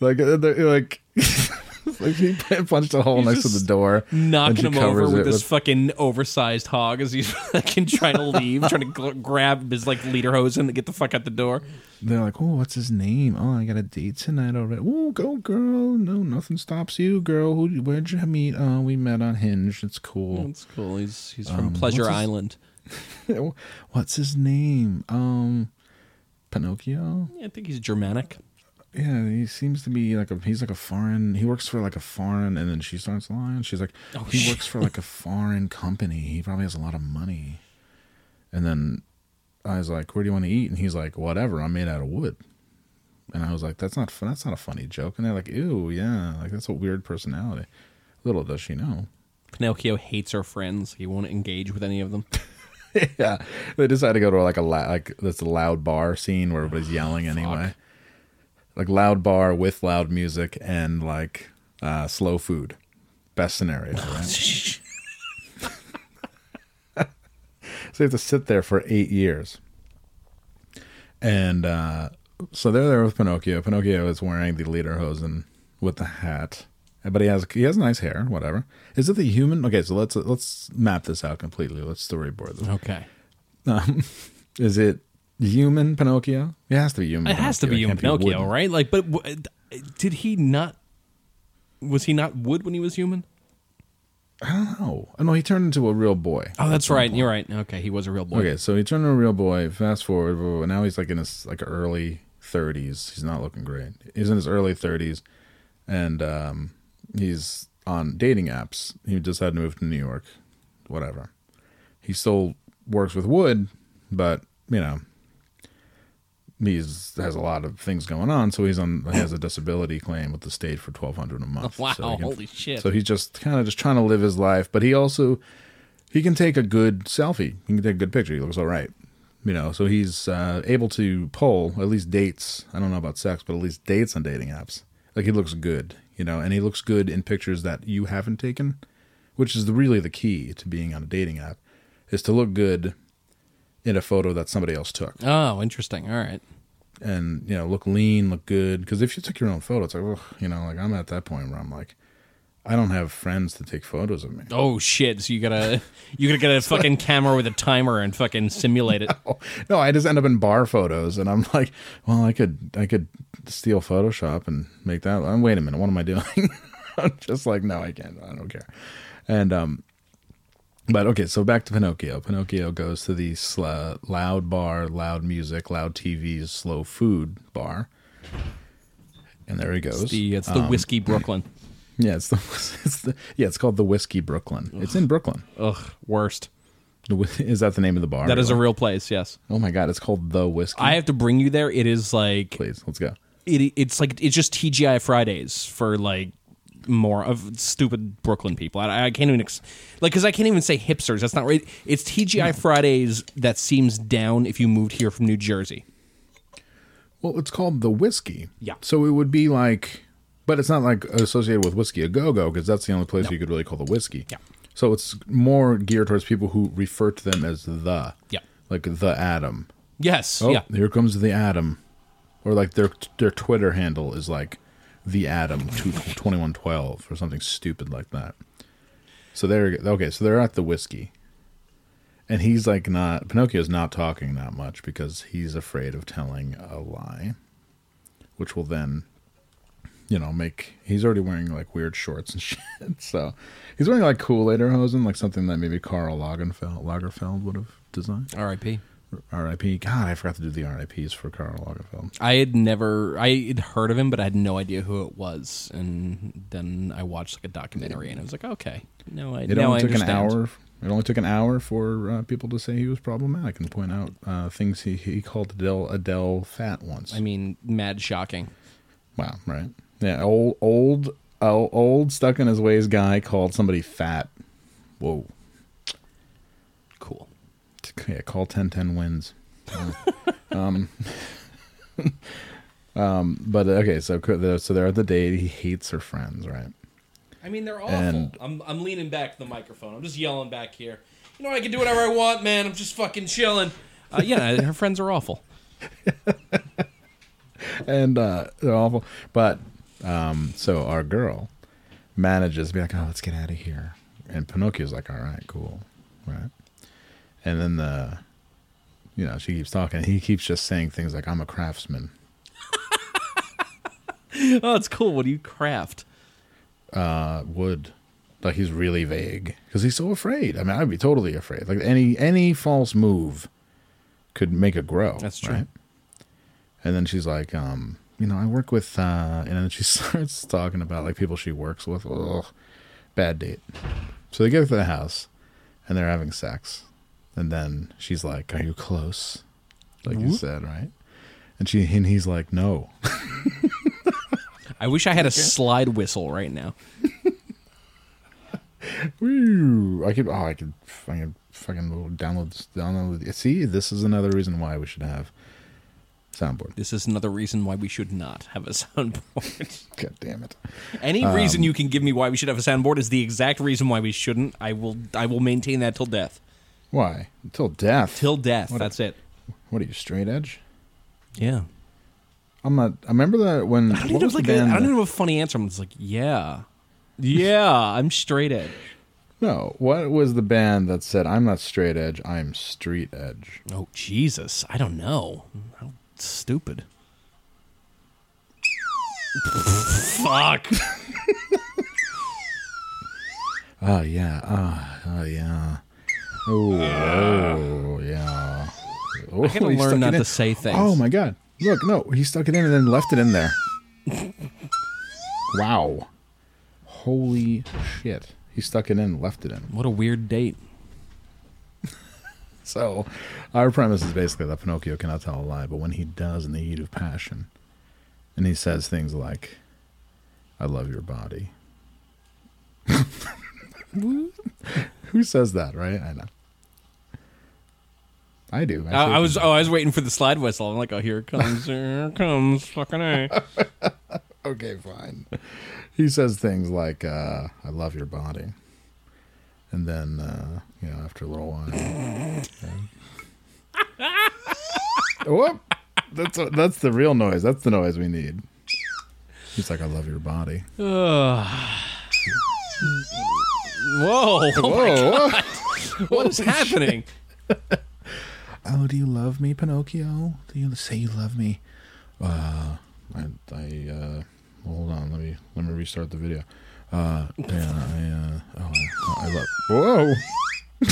Speaker 1: Like, uh, they're- like, (laughs) like he punched a hole next to
Speaker 2: just
Speaker 1: the door, and
Speaker 2: Knocking
Speaker 1: she
Speaker 2: him over
Speaker 1: covers
Speaker 2: with
Speaker 1: it
Speaker 2: this fucking oversized hog as he's (laughs) fucking trying
Speaker 1: (laughs)
Speaker 2: to leave, trying to gl- grab his like leader hose and get the fuck out the door.
Speaker 1: they're like, oh, what's his name? Oh, I got a date tonight already. Oh, go girl. No, nothing stops you, girl. Who? Where'd you meet? Oh, we met on Hinge. It's cool.
Speaker 2: That's cool. He's he's from Pleasure
Speaker 1: Um, what's his-
Speaker 2: Island.
Speaker 1: (laughs) What's his name? Um, Pinocchio.
Speaker 2: I think he's Germanic.
Speaker 1: Yeah, he seems to be like a he's like a foreign. He works for like a foreign, and then she starts lying. She's like,
Speaker 2: Oh,
Speaker 1: he
Speaker 2: shit.
Speaker 1: works for like a foreign company. He probably has a lot of money. And then I was like, where do you want to eat? And he's like, whatever. I'm made out of wood. And I was like, that's not fun. That's not a funny joke. And they're like, ew, yeah, like that's a weird personality. Little does she know.
Speaker 2: Pinocchio hates her friends. He won't engage with any of them.
Speaker 1: (laughs) yeah, they decide to go to like a la- like this loud bar scene where everybody's yelling anyway. Like loud bar with loud music and like uh, slow food. Best scenario, right? (laughs) So you have to sit there for eight years. And uh, so they're there with Pinocchio. Pinocchio is wearing the lederhosen with the hat, but he has he has nice hair. Whatever. Is it the human? Okay, so let's let's map this out completely. Let's storyboard this.
Speaker 2: (laughs) okay.
Speaker 1: Um, (laughs) is it human Pinocchio? It has to be human.
Speaker 2: It has to be
Speaker 1: Pinocchio.
Speaker 2: in
Speaker 1: It can't be
Speaker 2: Pinocchio,
Speaker 1: wooden.
Speaker 2: right? Like, but w- did he not? Was he not wood when he was human?
Speaker 1: No, oh, no, he turned into a real boy.
Speaker 2: Oh, that's right. You're right. Okay, he was a real boy.
Speaker 1: Okay, so he turned into a real boy. Fast forward, blah, blah, blah. now he's like in his like early thirties. He's not looking great. He's in his early thirties, and um, he's on dating apps. He just had to move to New York. Whatever. He still works with wood, but you know, he's has a lot of things going on. So he's on. He has a disability claim with the state for twelve
Speaker 2: (laughs)
Speaker 1: hundred a month.
Speaker 2: Wow,
Speaker 1: So he
Speaker 2: holy shit.
Speaker 1: So he's just kind of just trying to live his life, but he also he can take a good selfie. He can take a good picture. He looks all right. You know, so he's uh, able to poll at least dates. I don't know about sex, but at least dates on dating apps. Like he looks good, you know, and he looks good in pictures that you haven't taken, which is the, really the key to being on a dating app, is to look good in a photo that somebody else took,
Speaker 2: Oh, interesting. All right.
Speaker 1: and you know, look lean, look good. Because if you took your own photo, it's like, ugh, you know, like I'm at that point where I'm like, I don't have friends to take photos of me.
Speaker 2: Oh shit! So you gotta (laughs) you gotta get a fucking camera with a timer and
Speaker 1: (laughs)
Speaker 2: fucking simulate it.
Speaker 1: No, I just end up in bar photos, and I'm like, well, I could, I could steal Photoshop and make that. um, Wait a minute, what am I doing? (laughs) I'm just like, no, I can't. I don't care. And um, but okay, so back to Pinocchio. Pinocchio goes to the sl- loud bar, loud music, loud TVs, slow food bar, and there he goes.
Speaker 2: The it's the whiskey Brooklyn.
Speaker 1: yeah, it's the, (laughs) it's the yeah, it's called the Whiskey Brooklyn. It's in Brooklyn.
Speaker 2: Ugh, worst.
Speaker 1: The Whi- Is that the name of the bar?
Speaker 2: That is a real place. Yes,
Speaker 1: Oh my god, it's called the Whiskey.
Speaker 2: I have to bring you there. It is like
Speaker 1: Please, let's go.
Speaker 2: it, it's like it's just TGI Fridays for like more of stupid Brooklyn people. I, I can't even ex- like because I can't even say hipsters. That's not right. It's TGI Fridays that seems down if you moved here from New Jersey.
Speaker 1: Well, it's called the whiskey.
Speaker 2: Yeah.
Speaker 1: So it would be like, but it's not like associated with whiskey a go go because that's the only place you could really call the whiskey.
Speaker 2: Yeah.
Speaker 1: So it's more geared towards people who refer to them as the.
Speaker 2: Yeah.
Speaker 1: Like the atom.
Speaker 2: Yes.
Speaker 1: Oh,
Speaker 2: yeah.
Speaker 1: here comes the atom, or like their their Twitter handle is like the atom twenty one twelve or something stupid like that. So they're okay. So they're at the whiskey, and he's like not Pinocchio's not talking that much because he's afraid of telling a lie, which will then, you know, make he's already wearing like weird shorts and (laughs) shit. So he's wearing like cool later hosen, like something that maybe Carl Lagerfeld Lagerfeld would have designed.
Speaker 2: R.I.P.
Speaker 1: R.I.P. God, I forgot to do the R.I.P.s for Karl Lagerfeld.
Speaker 2: I had never I had heard of him, but I had no idea who it was. And then I watched like a documentary, and I was like, okay, no, I
Speaker 1: It
Speaker 2: now I
Speaker 1: only took an
Speaker 2: understand.
Speaker 1: hour. It only took an hour for uh, people to say he was problematic and point out uh, things he, he called Adele Adele fat once.
Speaker 2: I mean, mad shocking.
Speaker 1: wow, right? Yeah, old old oh, old stuck in his ways guy called somebody fat. Whoa.
Speaker 2: Cool.
Speaker 1: Yeah, call ten ten wins. (laughs) um, um, but okay, so so they're at the date. He hates her friends, right?
Speaker 2: I mean, they're awful.
Speaker 1: And-
Speaker 2: I'm, I'm leaning back to the microphone. I'm just yelling back here. You know, I can do whatever I want, man. I'm just fucking chilling. Uh, yeah, her friends
Speaker 1: (laughs)
Speaker 2: are awful.
Speaker 1: and uh, they're awful. But um, so our girl manages to be like, "Oh, let's get out of here," and Pinocchio's like, "All right, cool, right?" And then the, you know, she keeps talking. He keeps just saying things like, "I'm a craftsman."
Speaker 2: Oh, it's cool. What do you craft?
Speaker 1: Uh, wood. Like he's really vague because he's so afraid. I mean, I'd be totally afraid. Like any any false move could make a grow.
Speaker 2: That's true.
Speaker 1: And then she's like, um, you know, I work with, uh, and then she (laughs) starts talking about like people she works with. Ugh, bad date. So they get to the house, and they're having sex, and then she's like, "Are you close?" Like you said, right? And she and he's like, "No."
Speaker 2: I wish I had a slide whistle right now.
Speaker 1: Woo. I could. Oh, I could. I could fucking download. this- Download. this. See, this is another reason why we should have soundboard.
Speaker 2: This is another reason why we should not have a (laughs) soundboard.
Speaker 1: God damn it.
Speaker 2: Any
Speaker 1: Um,
Speaker 2: reason you can give me why we should have a soundboard is the exact reason why we shouldn't. I will I will maintain that till death.
Speaker 1: Why? Until death.
Speaker 2: Till death.
Speaker 1: What-
Speaker 2: that's it.
Speaker 1: What are you straight edge?
Speaker 2: Yeah.
Speaker 1: I'm not. I remember that when.
Speaker 2: I
Speaker 1: I
Speaker 2: don't,
Speaker 1: what
Speaker 2: even
Speaker 1: was
Speaker 2: have, like
Speaker 1: the
Speaker 2: a,
Speaker 1: band?
Speaker 2: I don't even have a funny answer. I'm just like, yeah. Yeah, I'm straight edge.
Speaker 1: no. What was the band that said, "I'm not straight edge. I'm street edge"?
Speaker 2: Oh Jesus. I don't know. How stupid. Fuck.
Speaker 1: Oh yeah. Ah. Oh, yeah. Oh, oh yeah. Oh,
Speaker 2: gotta
Speaker 1: he
Speaker 2: learn
Speaker 1: stuck it
Speaker 2: not
Speaker 1: in.
Speaker 2: to say things.
Speaker 1: Oh my god! Look, no, he stuck it in and then left it in there. wow! Holy shit! He stuck it in, and left it in.
Speaker 2: What a weird date.
Speaker 1: So, our premise is basically that Pinocchio cannot tell a lie, but when he does in the heat of passion, and he says things like, "I love your body." (laughs) Who says that, right? I know. I do. I,
Speaker 2: I, I
Speaker 1: say
Speaker 2: was
Speaker 1: things
Speaker 2: oh, I was waiting for the slide whistle. I'm like, oh, here it comes, here it comes, fucking a.
Speaker 1: okay, fine. (laughs) He says things like, uh, I love your body. And then, uh, you know, after a little while. whoop! That's, that's the real noise. That's the noise we need. He's like, I love your body.
Speaker 2: (laughs) Whoa, Oh,
Speaker 1: Whoa! whoa.
Speaker 2: what is happening?
Speaker 1: Oh, do you love me, Pinocchio? Do you say you love me? Uh, I, I, uh, well, hold on. Let me, let me restart the video. Uh, yeah, I, uh, oh, I, I love. Whoa!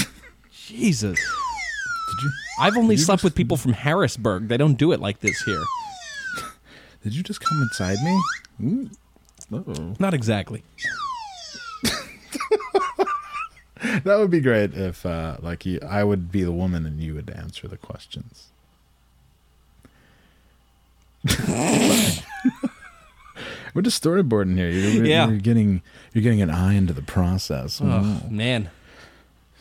Speaker 2: Jesus,
Speaker 1: Did you?
Speaker 2: I've only
Speaker 1: You
Speaker 2: slept
Speaker 1: just-
Speaker 2: with people from Harrisburg. They don't do it like this here.
Speaker 1: Did you just come inside me?
Speaker 2: Mm.
Speaker 1: Ooh. Uh-oh.
Speaker 2: Not exactly.
Speaker 1: (laughs) That would be great if, uh, like, you, I would be the woman and you would answer the
Speaker 2: (laughs)
Speaker 1: questions. We're just storyboarding here. You're,
Speaker 2: Yeah.
Speaker 1: you're getting you're getting an eye into the process.
Speaker 2: Oh man,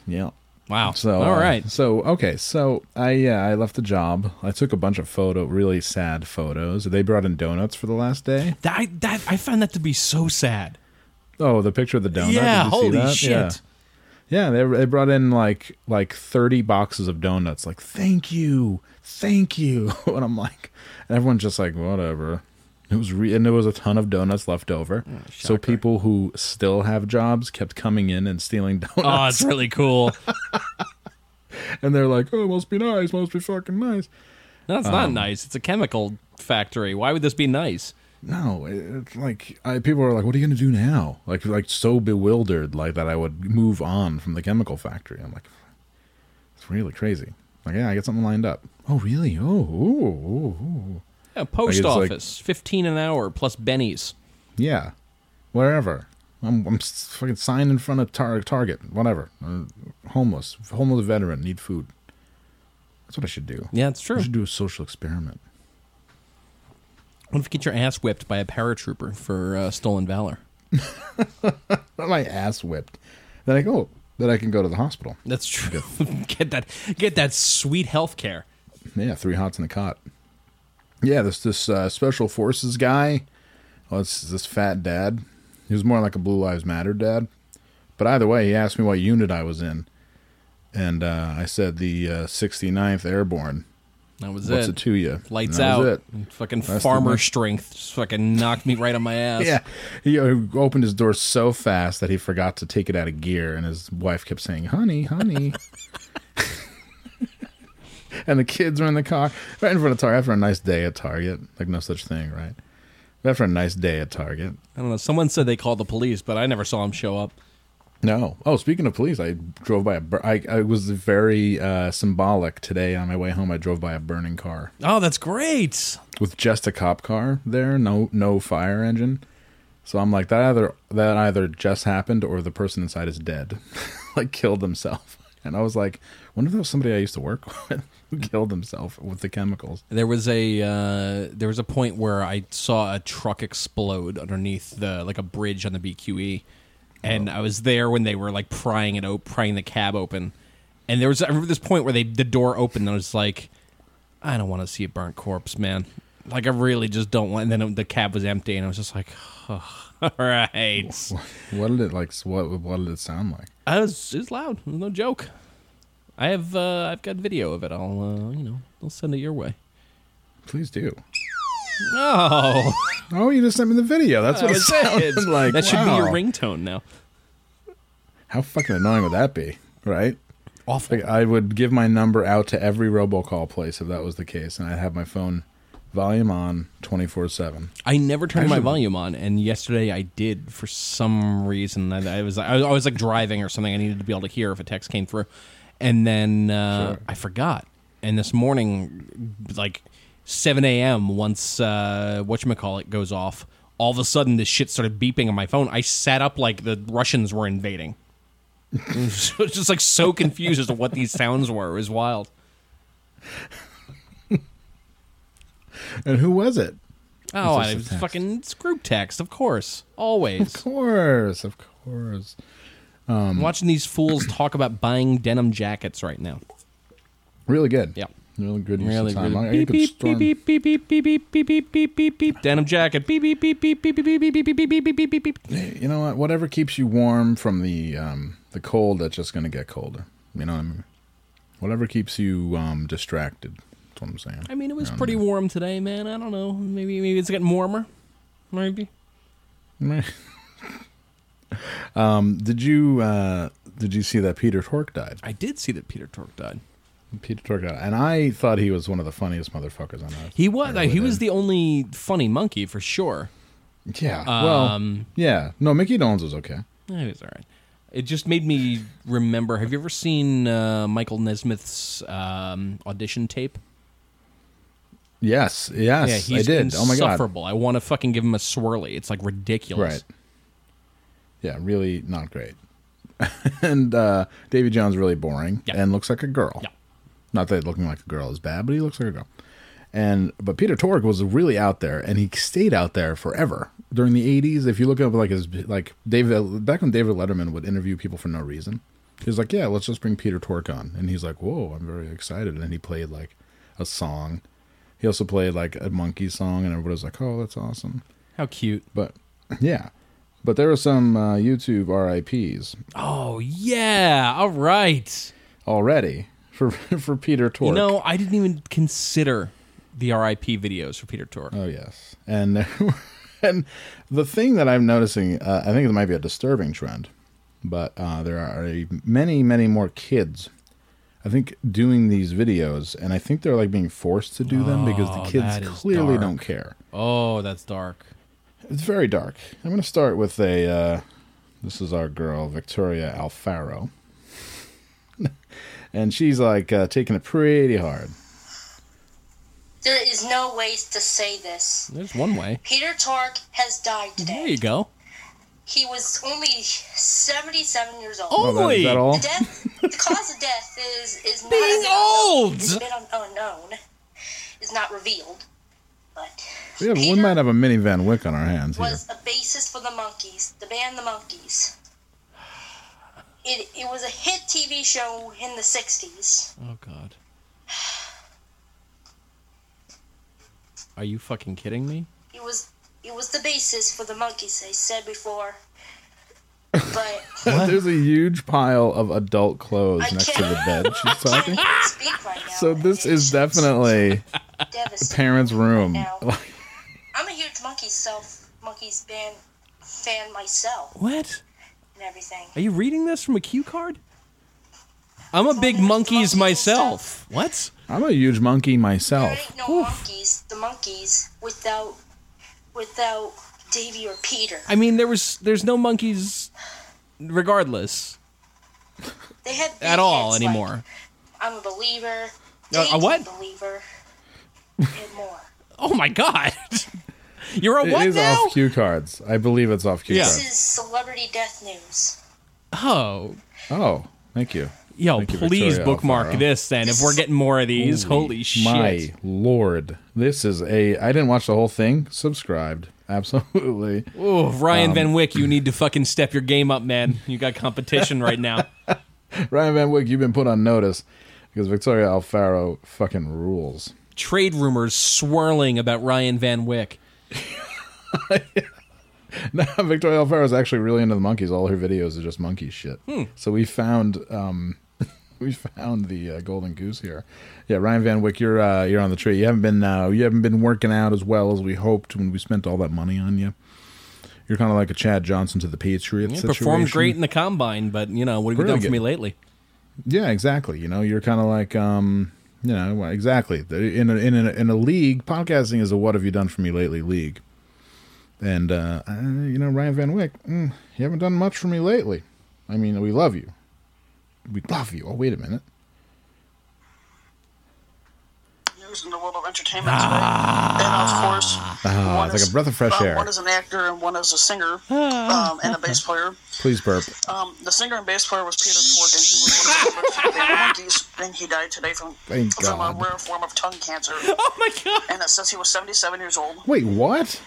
Speaker 1: Yeah.
Speaker 2: wow.
Speaker 1: So
Speaker 2: all
Speaker 1: uh,
Speaker 2: right,
Speaker 1: So okay. So I yeah I left the job. I took a bunch of photo really sad photos. They brought in donuts for the last day.
Speaker 2: that, I- that I found that to be so sad.
Speaker 1: Oh, the picture of the donut. Did
Speaker 2: yeah,
Speaker 1: you see
Speaker 2: holy
Speaker 1: that?
Speaker 2: shit.
Speaker 1: Yeah. Yeah, they they brought in like like thirty boxes of donuts. Like, thank you, thank you. (laughs) And I'm like, and everyone's just like, whatever. It was re- and there was a ton of donuts left over. so people who still have jobs kept coming in and stealing (laughs)
Speaker 2: Oh,
Speaker 1: donuts.
Speaker 2: it's really cool.
Speaker 1: and they're like, oh, it must be nice, must be fucking nice.
Speaker 2: No, it's
Speaker 1: Um,
Speaker 2: not nice. It's a chemical factory. Why would this be nice?
Speaker 1: No, it- it's like I, people are like, what are you gonna do now? Like like so bewildered like that I would move on from the chemical factory. I'm like, it's really crazy. Like, yeah, I got something lined up. Oh, really? Oh, ooh, ooh, ooh.
Speaker 2: Yeah, post
Speaker 1: it's like-
Speaker 2: office, fifteen an hour plus bennies.
Speaker 1: Yeah, wherever. I'm, I'm s- fucking signed in front of tar- Target, whatever. Uh, homeless, homeless veteran, need food. That's what I should do.
Speaker 2: Yeah, it's true.
Speaker 1: I should do a social experiment.
Speaker 2: What if you get your ass whipped by a paratrooper for uh, stolen valor?
Speaker 1: Not my ass whipped. Then I go. Then I can go to the hospital.
Speaker 2: That's true. (laughs) get that get that sweet health care.
Speaker 1: Yeah, three hots in a cot. Yeah, this this uh, special forces guy. Well, it's this fat dad. He was more like a Blue Lives Matter dad. But either way, he asked me what unit I was in, and uh, I said the uh, 69th Airborne.
Speaker 2: That was
Speaker 1: What's
Speaker 2: it.
Speaker 1: it to you?
Speaker 2: Lights
Speaker 1: That
Speaker 2: out.
Speaker 1: was
Speaker 2: Fucking
Speaker 1: That's the
Speaker 2: farmer
Speaker 1: one.
Speaker 2: strength just fucking knocked me right
Speaker 1: (laughs)
Speaker 2: on my ass.
Speaker 1: Yeah, he uh, opened his door so fast that he forgot to take it out of gear, and his wife kept saying, "Honey, honey." and the kids were in the car right in front of Target after a nice day at Target. Like no such thing, right? After a nice day at Target,
Speaker 2: I don't know. Someone said they called the police, but I never saw him show up.
Speaker 1: No. Oh, speaking of police, I drove by a. Bur- I, I was very uh, symbolic today on my way home. I drove by a burning car
Speaker 2: Oh, that's great.
Speaker 1: with just a cop car there, no no fire engine. So I'm like that either that either just happened or the person inside is dead, (laughs) like killed himself. (laughs) And I was like, wonder if that was somebody I used to work (laughs) with who killed himself with the chemicals.
Speaker 2: There was a uh, there was a point where I saw a truck explode underneath the like a bridge on the BQE, and I was there when they were like prying it out, prying the cab open, and there was I remember this point where they the door opened and I was like, I don't want to see a burnt corpse, man. Like I really just don't want. And then the cab was empty, and I was just like, (laughs) all right.
Speaker 1: What did it like? What what did it sound like?
Speaker 2: I was it's loud. It was no joke. I have uh, I've got video of it. I'll uh, you know I'll send it your way.
Speaker 1: Please do.
Speaker 2: Oh,
Speaker 1: Oh, you just sent me the video. That's what it sounded like.
Speaker 2: that should
Speaker 1: Wow.
Speaker 2: be your ringtone now.
Speaker 1: How fucking annoying would that be, right?
Speaker 2: Awful.
Speaker 1: Like, I would give my number out to every robocall place if that was the case, and I'd have my phone volume on twenty four seven.
Speaker 2: I never turned my
Speaker 1: Actually-
Speaker 2: volume on, and yesterday I did for some reason. I, I was I was always like driving or something. I needed to be able to hear if a text came through, and then uh,
Speaker 1: Sure.
Speaker 2: I forgot. And this morning, like seven a.m., once uh, whatchamacallit goes off, all of a sudden this shit started beeping on my phone. I sat up like the Russians were invading. (laughs) I was just like so confused as to what these sounds were. It was wild.
Speaker 1: And who was it?
Speaker 2: Oh,
Speaker 1: It's just
Speaker 2: I
Speaker 1: a
Speaker 2: was
Speaker 1: text.
Speaker 2: fucking it's group text, of course,
Speaker 1: (laughs)
Speaker 2: always.
Speaker 1: Of course, of course. Um,
Speaker 2: I'm watching these fools talk about buying denim jackets right now.
Speaker 1: Really good.
Speaker 2: Yep.
Speaker 1: Really good use
Speaker 2: Really,
Speaker 1: of time. I- I
Speaker 2: really.
Speaker 1: could
Speaker 2: Beep,
Speaker 1: storm-
Speaker 2: beep, beep, beep, beep, beep, beep, beep, beep, beep, beep, beep. Denim jacket. Beep, beep, beep, beep, beep, beep, beep, beep, beep, beep, beep, beep, beep, beep.
Speaker 1: Hey, You know what? Whatever keeps you warm from the um, the cold, that's just going to get colder. You know what I mean? Whatever keeps you um, distracted. That's what I'm saying.
Speaker 2: I mean, it was pretty warm today, man. I don't know. Maybe, maybe it's getting warmer. Maybe.
Speaker 1: (laughs) um, did you uh, did you see that Peter Tork died?
Speaker 2: I did see that Peter Tork died.
Speaker 1: Peter Tork died, and I thought he was one of the funniest motherfuckers on earth.
Speaker 2: He was. uh,
Speaker 1: Or
Speaker 2: He was
Speaker 1: within-
Speaker 2: the only funny monkey for sure.
Speaker 1: yeah. Well,
Speaker 2: Um,
Speaker 1: yeah. No, Mickey Dolenz was okay.
Speaker 2: Eh, It was all right. It just made me remember. Have you ever seen uh, Michael Nesmith's um, audition tape?
Speaker 1: Yes, yes, I did. Oh my god,
Speaker 2: insufferable. I want to fucking give him a swirly. It's like ridiculous.
Speaker 1: right? Yeah, really not great. (laughs) and uh, Davy Jones really boring
Speaker 2: Yeah.
Speaker 1: and looks like a girl.
Speaker 2: Yeah.
Speaker 1: Not that looking like a girl is bad, but he looks like a girl. And but Peter Tork was really out there, and he stayed out there forever during the '80s. If you look up like his like David back when David Letterman would interview people for no reason, he was like, "Yeah, let's just bring Peter Tork on," and he's like, "Whoa, I'm very excited." And he played like a song. He also played like a monkey song, and everybody was like, "Oh, that's awesome."
Speaker 2: How cute.
Speaker 1: But yeah, but there were some uh, YouTube RIPS
Speaker 2: Oh yeah. All right.
Speaker 1: already for (laughs) for Peter Tork.
Speaker 2: You know, I didn't even consider the RIP videos for Peter Tork.
Speaker 1: Oh yes, and (laughs) there were- and the thing that I'm noticing, uh, I think it might be a disturbing trend, but uh, there are a- many, many more kids. I think doing these videos, and I think they're like being forced to do them because
Speaker 2: Oh,
Speaker 1: the
Speaker 2: that
Speaker 1: kids
Speaker 2: is
Speaker 1: clearly
Speaker 2: dark.
Speaker 1: don't care.
Speaker 2: Oh, that's dark.
Speaker 1: It's very dark. I'm going to start with a. Uh, this is our girl Victoria Alfaro, (laughs) and she's like uh, taking it pretty hard.
Speaker 3: There is no ways to say this.
Speaker 2: There's one way.
Speaker 3: Peter Tork has died today.
Speaker 2: There you go.
Speaker 3: He was only 77 years old.
Speaker 2: Oh,
Speaker 1: Oh, that, is that
Speaker 2: Holy-
Speaker 1: all?
Speaker 3: The death, the cause of death is is not
Speaker 2: Being
Speaker 3: unknown.
Speaker 2: old!
Speaker 3: It's been un- unknown. It's not revealed. But
Speaker 1: We, have, we
Speaker 3: Peter
Speaker 1: might have a minivan wick on our hands here.
Speaker 3: was a basis for the Monkees, the band The Monkees. It it was a hit TV show in the 60s.
Speaker 2: Oh god. Are you fucking kidding me?
Speaker 3: It was it was the basis for the Monkees. I said before. But
Speaker 2: (laughs)
Speaker 1: (laughs) There's a huge pile of adult clothes
Speaker 3: (laughs) I
Speaker 1: next to the
Speaker 3: can't-
Speaker 1: bed she's talking.
Speaker 3: can't even speak right now.
Speaker 1: So this is definitely
Speaker 3: devastating.
Speaker 1: parents' room.
Speaker 2: (laughs)
Speaker 3: Now, I'm a huge monkey self monkeys fan fan myself
Speaker 2: What?
Speaker 3: and everything.
Speaker 2: Are you reading this from a cue card? I'm a big monkeys myself. What?
Speaker 1: I'm a huge monkey
Speaker 2: Oh.
Speaker 3: There
Speaker 1: myself.
Speaker 3: ain't no monkeys, the monkeys without without Davy or Peter.
Speaker 2: I mean, there was there's no monkeys regardless
Speaker 3: They had big
Speaker 2: at all
Speaker 3: hits like,
Speaker 2: anymore.
Speaker 3: I'm a believer.
Speaker 2: Uh, a
Speaker 3: Dave's
Speaker 2: what? (laughs)
Speaker 3: Believer. and more.
Speaker 2: oh my god, (laughs) you're a
Speaker 1: It is
Speaker 2: what now?
Speaker 1: off cue cards. I believe it's off cue
Speaker 2: Yeah.
Speaker 3: This
Speaker 1: cards.
Speaker 3: is celebrity death news.
Speaker 2: Oh,
Speaker 1: Oh, thank you.
Speaker 2: yo,
Speaker 1: Thank you,
Speaker 2: please
Speaker 1: Victoria
Speaker 2: bookmark
Speaker 1: Alfaro.
Speaker 2: this then. If we're getting more of these, holy, shit!
Speaker 1: My lord, this is a. I didn't watch the whole thing. Subscribed, (laughs) absolutely.
Speaker 2: Oh,
Speaker 1: um,
Speaker 2: Ryan Van Wick, you need to fucking step your game up, man. You got competition right
Speaker 1: (laughs)
Speaker 2: now.
Speaker 1: Ryan Van Wick, you've been put on notice because Victoria Alfaro fucking rules. (laughs)
Speaker 2: Trade rumors swirling about Ryan Van Wick.
Speaker 1: No, Victoria Alfaro is actually really into the monkeys. All her videos are just monkey shit.
Speaker 2: Hmm.
Speaker 1: So we found um, (laughs) we found the uh, golden goose here. Yeah, Ryan Van Wick, you're uh, you're on the tree. You haven't been uh, you haven't been working out as well as we hoped when we spent all that money on you. You're kind of like a Chad Johnson to the Patriots.
Speaker 2: Yeah,
Speaker 1: situation.
Speaker 2: performed great in the combine, but you know what have you
Speaker 1: Really
Speaker 2: done for
Speaker 1: good.
Speaker 2: me lately?
Speaker 1: Yeah, exactly. You know, you're kind of like, um, you know, well, exactly. The- In a, in a, in a league, podcasting is a "What have you done for me lately?" league. And uh, uh, you know, Ryan Van Wick, mm, you haven't done much for me lately. I mean, we love you. We love you. Oh, wait a minute.
Speaker 4: news in the world of entertainment today. And of course,
Speaker 1: Ah,
Speaker 4: one
Speaker 1: it's like
Speaker 4: is-
Speaker 1: a breath of fresh
Speaker 4: uh,
Speaker 1: air. Ah.
Speaker 4: One is an actor and one is
Speaker 1: (sighs)
Speaker 4: a singer um, and a bass player.
Speaker 1: Please burp.
Speaker 4: Um, the singer and bass player was Peter Tork, and he was one of the
Speaker 1: (laughs)
Speaker 4: first baby monkeys, and he died today from,
Speaker 1: Thank
Speaker 4: from a
Speaker 1: God.
Speaker 4: rare form of tongue cancer.
Speaker 2: (laughs) Oh my god!
Speaker 4: And it says he was 77 years old.
Speaker 1: Wait, what?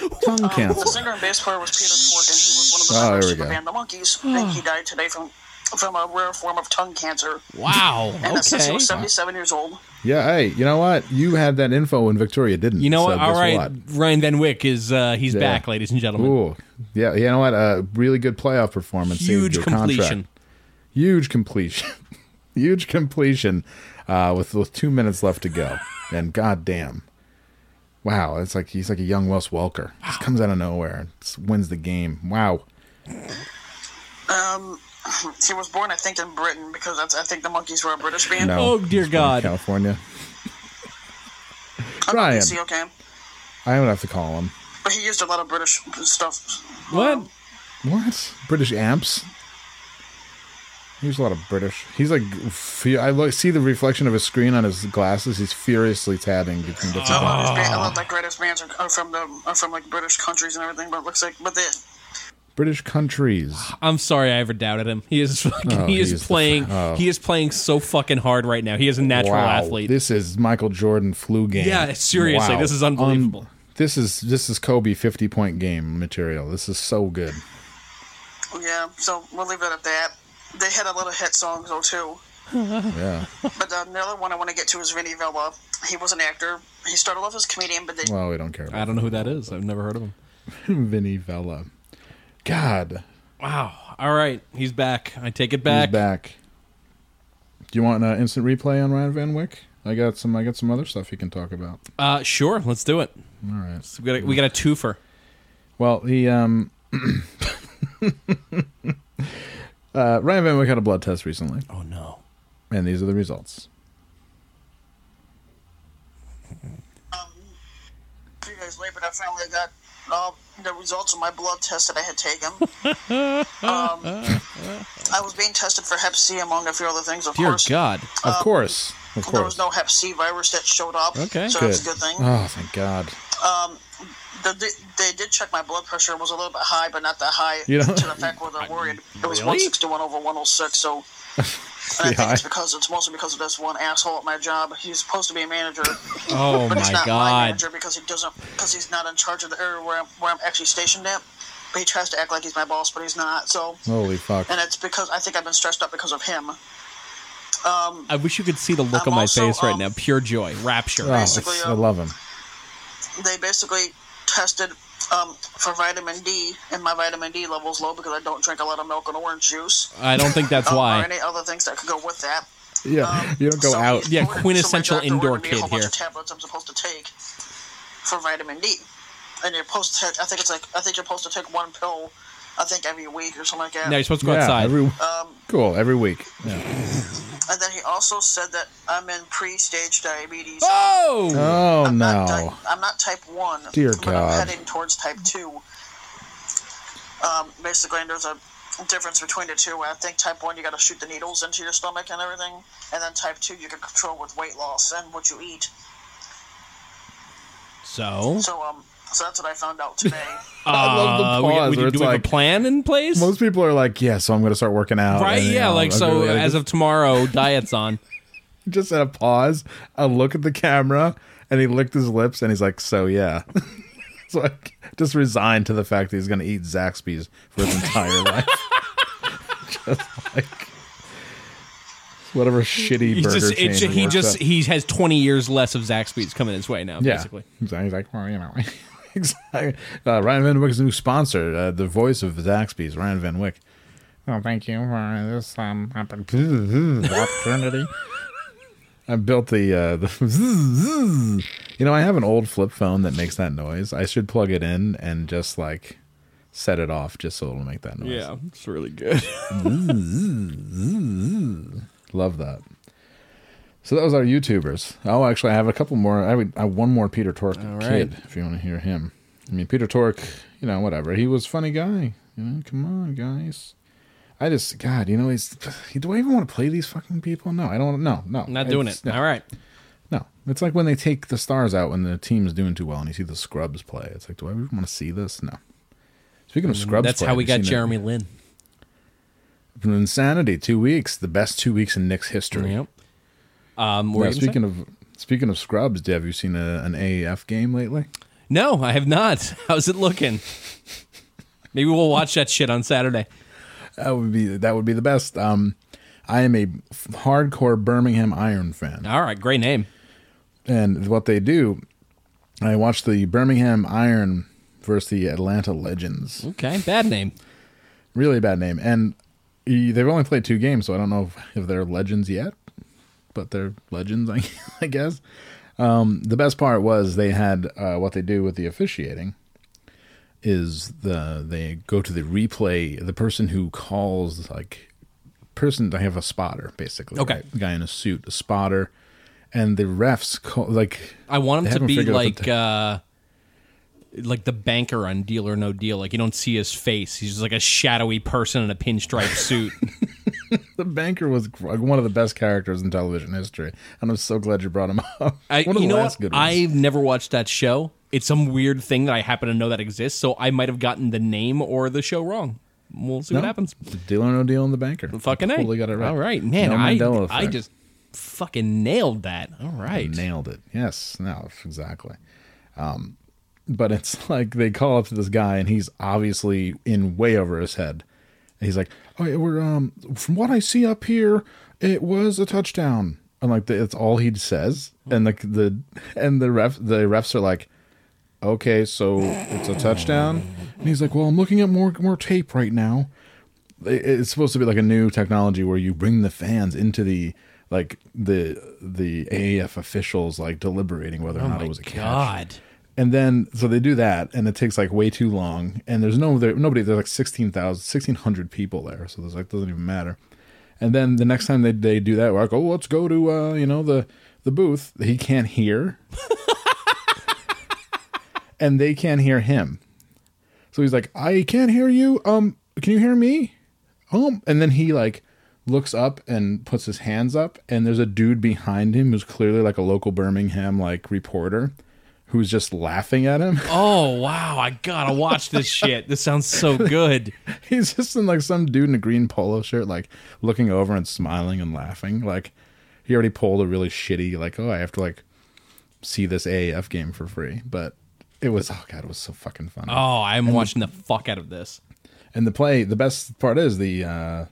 Speaker 2: (laughs)
Speaker 1: Tongue
Speaker 4: The
Speaker 1: cancer.
Speaker 4: singer and bass player was Peter Tork, and he was one of the
Speaker 1: Oh,
Speaker 4: members
Speaker 1: there we
Speaker 4: of the
Speaker 1: go.
Speaker 4: band The Monkeys, and he died today from from a rare form of tongue cancer. (laughs)
Speaker 2: Wow.
Speaker 4: And it says he
Speaker 2: Okay.
Speaker 4: was 77 years old.
Speaker 1: Yeah. Hey, you know what? You had that info when Victoria didn't.
Speaker 2: You know
Speaker 1: so
Speaker 2: what? All
Speaker 1: guess
Speaker 2: right,
Speaker 1: what?
Speaker 2: Ryan Van Wick is uh, he's
Speaker 1: Yeah.
Speaker 2: back, ladies and gentlemen.
Speaker 1: Ooh, yeah. You know what? A really good playoff performance. saved
Speaker 2: Huge
Speaker 1: your contract.
Speaker 2: completion.
Speaker 1: huge completion, (laughs) huge completion, uh, with with two minutes left to go. and goddamn, wow, it's like he's like a young Wes Welker. Just comes out of nowhere and s- wins the game. Wow.
Speaker 4: He was born, I think, in Britain because that's, I think the monkeys were a British band.
Speaker 1: No,
Speaker 2: Oh, dear
Speaker 1: he's from
Speaker 2: God.
Speaker 1: California.
Speaker 4: (laughs) I'm
Speaker 1: Ryan.
Speaker 4: See, okay.
Speaker 1: I would have to call him.
Speaker 4: But he used a lot of British stuff.
Speaker 2: What?
Speaker 1: What? British amps? He's a lot of British. He's like, fe- I look, see the reflection of his screen on his glasses. He's furiously tabbing between bits
Speaker 4: A
Speaker 1: of
Speaker 4: lot of, his, ba- a lot of the greatest bands are, are from the are from like British countries and everything. But it looks like, but they,
Speaker 1: British countries.
Speaker 2: I'm sorry, I ever doubted him. He is fucking,
Speaker 1: Oh,
Speaker 2: he is
Speaker 1: he is the-
Speaker 2: playing
Speaker 1: oh.
Speaker 2: he is playing so fucking hard right now. He is a natural
Speaker 1: Wow,
Speaker 2: athlete.
Speaker 1: This is Michael Jordan flu game.
Speaker 2: Yeah, seriously, this is unbelievable.
Speaker 1: Un- this is this is Kobe fifty point game material. This is so good.
Speaker 4: yeah. So we'll leave it at that. They had a lot of hit songs though too.
Speaker 1: Yeah.
Speaker 4: But the, the other one I want to get to is Vinny Vella. He was an actor. He started off as a comedian, but they
Speaker 1: Well, we don't care about
Speaker 2: I don't know who that is. I've never heard of him.
Speaker 1: (laughs) Vinny Vella. God,
Speaker 2: Wow. All right, he's back. I take it
Speaker 1: back.
Speaker 2: back.
Speaker 1: he's back. Do you want an instant replay on Ryan Van Wick? I got some. I got some other stuff you can talk about.
Speaker 2: Uh, sure, let's do it.
Speaker 1: All right.
Speaker 2: So we got a, we got a twofer.
Speaker 1: Well, he um. (coughs) uh, Ryan Van Wick had a blood test recently,
Speaker 2: Oh no.
Speaker 1: and these are the results.
Speaker 4: few days later, I finally got all the results of my blood test that I had taken. um, I was being tested for Hep C, among a few other things, of
Speaker 2: Dear
Speaker 4: course.
Speaker 2: God.
Speaker 4: Uh,
Speaker 1: Of course, of course.
Speaker 4: There was no Hep C virus that showed up.
Speaker 2: Okay.
Speaker 4: so that's a good thing.
Speaker 1: Oh, thank God.
Speaker 4: The, the, they did check my blood pressure. It was a little bit high, but not that high
Speaker 1: You know-
Speaker 4: to the fact where they're worried. It was
Speaker 2: Really?
Speaker 4: 161 over 106, so. And I think
Speaker 1: high.
Speaker 4: it's because it's mostly because of this one asshole at my job. He's supposed to be a manager,
Speaker 2: Oh
Speaker 4: but he's
Speaker 2: my
Speaker 4: not my
Speaker 2: God.
Speaker 4: manager because he doesn't because he's not in charge of the area where I'm, where I'm actually stationed at. But he tries to act like he's my boss, but he's not. So,
Speaker 1: Holy fuck.
Speaker 4: and it's because I think I've been stressed out because of him.
Speaker 2: I wish you could see the look
Speaker 4: I'm
Speaker 2: on my
Speaker 4: also,
Speaker 2: face right
Speaker 4: um,
Speaker 2: now. Pure joy, rapture.
Speaker 1: Oh,
Speaker 4: Basically,
Speaker 1: it's-
Speaker 4: um,
Speaker 1: I love him.
Speaker 4: they basically tested um, for vitamin D, and my vitamin D level's low because I don't drink a lot of milk and orange juice.
Speaker 2: I don't
Speaker 1: (laughs)
Speaker 2: think that's
Speaker 4: um, Or
Speaker 2: why.
Speaker 4: any other things that could go with that.
Speaker 1: Yeah, you don't go
Speaker 4: So
Speaker 1: out.
Speaker 4: he
Speaker 2: Yeah,
Speaker 4: ordered- so my
Speaker 2: quintessential
Speaker 4: doctor
Speaker 2: indoor
Speaker 4: ordered me a whole
Speaker 2: kid
Speaker 4: bunch
Speaker 2: here.
Speaker 4: of Tablets I'm supposed to take for vitamin D, and you're supposed to. Take, I think it's like I think you're supposed to take one pill. I think every week or something like that.
Speaker 2: Now you're supposed to go
Speaker 1: Yeah,
Speaker 2: outside.
Speaker 1: every, cool. Every week. Um, Yeah.
Speaker 4: and then he also said that I'm in pre-stage diabetes.
Speaker 2: oh!
Speaker 1: Oh
Speaker 4: I'm
Speaker 1: no.
Speaker 4: Not type, I'm not type one.
Speaker 1: Dear
Speaker 4: but
Speaker 1: God.
Speaker 4: I'm heading towards type two. Um, basically, and there's a difference between the two. I think type one, you got to shoot the needles into your stomach and everything, and then type two, you can control with weight loss and what you eat.
Speaker 2: So,
Speaker 4: So um, so that's what I found out today.
Speaker 1: I love the
Speaker 2: uh,
Speaker 1: pause
Speaker 2: we, we,
Speaker 1: where
Speaker 2: do
Speaker 1: it's
Speaker 2: we have
Speaker 1: like-
Speaker 2: a plan in place?
Speaker 1: Most people are like, yeah, so I'm going to start working out.
Speaker 2: right?
Speaker 1: and, you
Speaker 2: Yeah.
Speaker 1: know,
Speaker 2: Like
Speaker 1: I'm
Speaker 2: so,
Speaker 1: gonna- I
Speaker 2: as
Speaker 1: just,
Speaker 2: of tomorrow, diet's on.
Speaker 1: (laughs) just at a pause, I look at the camera, and he licked his lips, and he's like, so yeah. (laughs) it's like just resigned to the fact that he's going to eat Zaxby's for his entire
Speaker 2: (laughs)
Speaker 1: life. (laughs) just like whatever shitty
Speaker 2: He's
Speaker 1: burger
Speaker 2: just,
Speaker 1: chain
Speaker 2: it's, he
Speaker 1: works
Speaker 2: just
Speaker 1: at.
Speaker 2: he has twenty years less of Zaxby's coming his way now.
Speaker 1: Yeah,
Speaker 2: Basically,
Speaker 1: Exactly. He's like, well, you know, (laughs) exactly. Uh, Ryan Van Wick's new sponsor, uh, the voice of Zaxby's, Ryan Van Wick. Oh, thank you for this um, (laughs) opportunity. I built the uh, the zzzz. (laughs) you know I have an old flip phone that makes that noise. I should plug it in and just like set it off just so it'll make that noise.
Speaker 2: it's really good.
Speaker 1: Love that. So that was our YouTubers. Oh, actually, I have a couple more. I, would, I have one more Peter Tork kid if you want to hear him. I mean, Peter Tork, you know, whatever. He was a funny guy. You know, come on, guys. I just, God, you know, he's. (sighs) Do I even want to play these fucking people? No, I don't. No, no,
Speaker 2: Not doing
Speaker 1: It's-
Speaker 2: it.
Speaker 1: No,
Speaker 2: All right.
Speaker 1: no. It's like when they take the stars out when the team's doing too well, and you see the scrubs play. It's like, do I even want to see this? No. Speaking of scrubs,
Speaker 2: Mm, That's
Speaker 1: play,
Speaker 2: how
Speaker 1: have
Speaker 2: we
Speaker 1: you
Speaker 2: got
Speaker 1: seen that-
Speaker 2: Jeremy Lin.
Speaker 1: from Insanity. Two weeks, the best two weeks in Nick's history.
Speaker 2: Yep. Um,
Speaker 1: Yeah,
Speaker 2: we're
Speaker 1: speaking of speaking of scrubs, have you seen a, an AAF game lately?
Speaker 2: no, I have not. (laughs) How's
Speaker 1: (laughs)
Speaker 2: it looking? Maybe we'll watch that shit on Saturday.
Speaker 1: That would be that would be the best. Um, I am a f- hardcore Birmingham Iron fan,
Speaker 2: All right, great name.
Speaker 1: and what they do, I watched the Birmingham Iron versus the Atlanta Legends.
Speaker 2: Okay, bad name.
Speaker 1: Really bad name, and e- they've only played two games, so I don't know if, if they're legends yet, but they're legends, (laughs) I, I guess. Um, the best part was they had uh, what they do with the officiating. is the they go to the replay the person who calls like person they have a spotter basically
Speaker 2: Okay.
Speaker 1: right? guy in a suit a spotter and the refs call like
Speaker 2: I want
Speaker 1: They
Speaker 2: him to
Speaker 1: haven't
Speaker 2: be
Speaker 1: figured out the
Speaker 2: like uh, like the banker on Deal or No Deal. Like you don't see his face. He's just like a shadowy person in a
Speaker 1: (laughs)
Speaker 2: pinstripe suit.
Speaker 1: the banker was gr- one of the best characters in television history and i'm so glad you brought him (laughs) up
Speaker 2: I,
Speaker 1: one of
Speaker 2: you
Speaker 1: the
Speaker 2: know
Speaker 1: last
Speaker 2: what?
Speaker 1: good ones
Speaker 2: I've never watched that show. It's some weird thing that I happen to know that exists, so I might have gotten the name or the show wrong. We'll see
Speaker 1: No.
Speaker 2: what happens.
Speaker 1: deal or no deal and the banker
Speaker 2: Fucking A.
Speaker 1: totally got it right
Speaker 2: All right, man.
Speaker 1: No Mandela
Speaker 2: I, I
Speaker 1: effect.
Speaker 2: just fucking nailed that. All right.
Speaker 1: Nailed it. Yes. No, exactly. Um, but it's (laughs) like they call up to this guy and he's obviously in way over his head. And he's like, Oh yeah, we're um from what I see up here, it was a touchdown. And like that's all he says. And like the and the ref the refs are like, Okay, so it's a touchdown? And he's like, Well, I'm looking at more more tape right now it- it's supposed to be like a new technology where you bring the fans into the like the the AAF officials like deliberating whether or not it was a catch.
Speaker 2: God.
Speaker 1: And then so they do that and it takes like way too long and there's no there nobody there's like 16,000 1600 people there so there's like doesn't even matter. And then the next time they they do that we're like oh let's go to uh you know the the booth he can't hear. (laughs) and they can't hear him. So he's like, I can't hear you. Um, can you hear me? Um, and then he like looks up and puts his hands up, and there's a dude behind him who's clearly like a local Birmingham like reporter who's just laughing at him.
Speaker 2: Oh wow! I gotta watch this shit. This sounds so good.
Speaker 1: (laughs) He's just in like some dude in a green polo shirt, like looking over and smiling and laughing. Like he already pulled a really shitty, like, oh, I have to like see this AAF game for free. But it was oh god, it was so fucking funny.
Speaker 2: Oh, I'm watching the fuck out of this.
Speaker 1: And the play, the best part is the uh,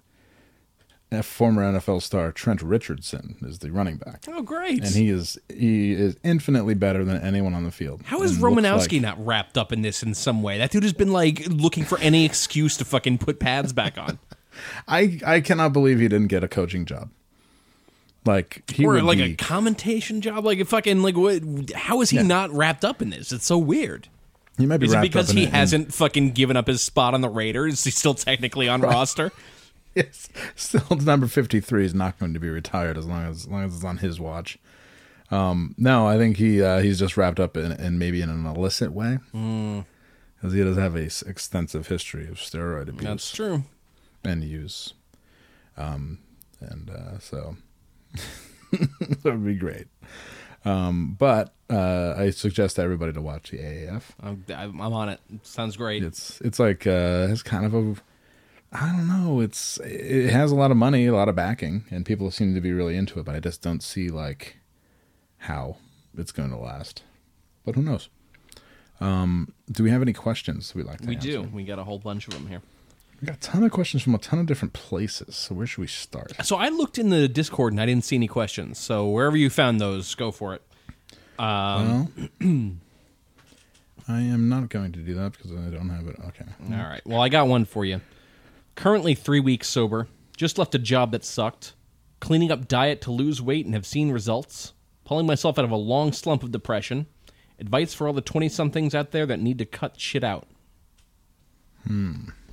Speaker 1: F- former NFL star Trent Richardson is the running back,
Speaker 2: Oh great!
Speaker 1: and he is he is infinitely better than anyone on the field.
Speaker 2: How is
Speaker 1: And looks
Speaker 2: Romanowski
Speaker 1: like-
Speaker 2: not wrapped up in this in some way? That dude has been like looking for any excuse to fucking put pads back on.
Speaker 1: I I cannot believe he didn't get a coaching job. Like (laughs) he
Speaker 2: or
Speaker 1: would
Speaker 2: like
Speaker 1: be,
Speaker 2: a commentation job, like a fucking like what? How is he
Speaker 1: Yeah.
Speaker 2: not wrapped up in this? It's so weird.
Speaker 1: he might be
Speaker 2: Is it
Speaker 1: wrapped up
Speaker 2: because
Speaker 1: in
Speaker 2: he
Speaker 1: it and-
Speaker 2: hasn't fucking given up his spot on the Raiders? Is he still technically
Speaker 1: (laughs)
Speaker 2: on roster?
Speaker 1: (laughs) yes, still number fifty three is not going to be retired as long as, as long as it's on his watch. Um, no, I think he uh, he's just wrapped up in, in maybe in an illicit
Speaker 2: Hmm.
Speaker 1: way because he does have a s- extensive history of steroid abuse.
Speaker 2: That's true.
Speaker 1: and use. Um, and uh, so (laughs) that would be great. Um, but uh, I suggest everybody to watch the AAF.
Speaker 2: I'm, I'm I'm on it. Sounds great.
Speaker 1: It's it's like uh, it's kind of a I don't know. It's it has a lot of money, a lot of backing, and people seem to be really into it. But I just don't see like how it's going to last. But who knows? Um, do we have any questions we'd like to
Speaker 2: we
Speaker 1: answer?
Speaker 2: do. We got a whole bunch of them here.
Speaker 1: We got a ton of questions from a ton of different places. So where should we start?
Speaker 2: So I looked in the Discord and I didn't see any questions. So wherever you found those, go for it.
Speaker 1: I am not going to do that because I don't have it. Okay.
Speaker 2: All right. Well, I got one for you. Currently three weeks sober. Just left a job that sucked. Cleaning up diet to lose weight and have seen results. Pulling myself out of a long slump of depression. Advice for all the 20 somethings out there that need to cut shit out.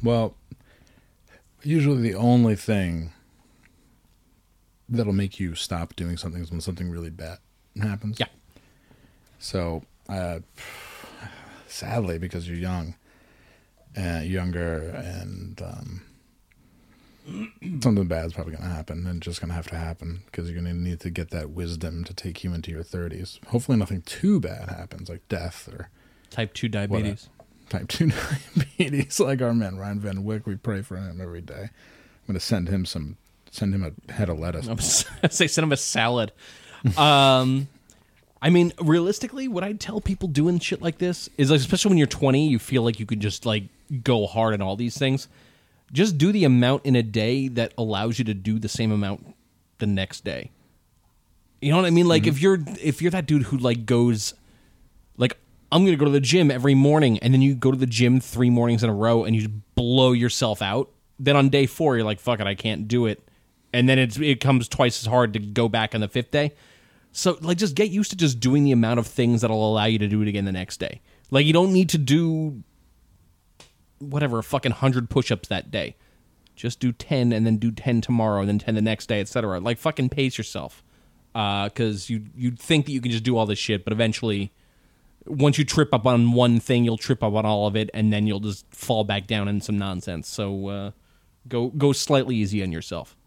Speaker 1: Well, usually the only thing that'll make you stop doing something is when something really bad happens.
Speaker 2: Yeah.
Speaker 1: So, uh, sadly, because you're young, uh, younger, and um, something bad's probably going to happen, and it's just going to have to happen because you're going to need to get that wisdom to take you into your 30s. Hopefully, nothing too bad happens, like death or
Speaker 2: Type 2 diabetes.
Speaker 1: type 2 (laughs) diabetes like our man ryan van wick we pray for him every day i'm going to send him some send him a head of
Speaker 2: (laughs)
Speaker 1: lettuce
Speaker 2: Say send him a salad. Um, I mean, realistically, what I tell people doing shit like this is, like, especially when you're 20, you feel like you can just like go hard on all these things. Just do the amount in a day that allows you to do the same amount the next day. You know what I mean? Like if you're if you're that dude who like goes like I'm gonna go to the gym every morning, and then you go to the gym three mornings in a row, and you just blow yourself out. Then on day four, you're like, "Fuck it, I can't do it," and then it's it comes twice as hard to go back on the fifth day. So like, just get used to just doing the amount of things that'll allow you to do it again the next day. Like you don't need to do whatever fucking hundred push-ups that day. Just do ten, and then do ten tomorrow, and then ten the next day, etc. Like fucking pace yourself, because you you think that you can just do all this shit, but eventually once you trip up on one thing, you'll trip up on all of it, and then you'll just fall back down in some nonsense. So uh, go go slightly easy on yourself.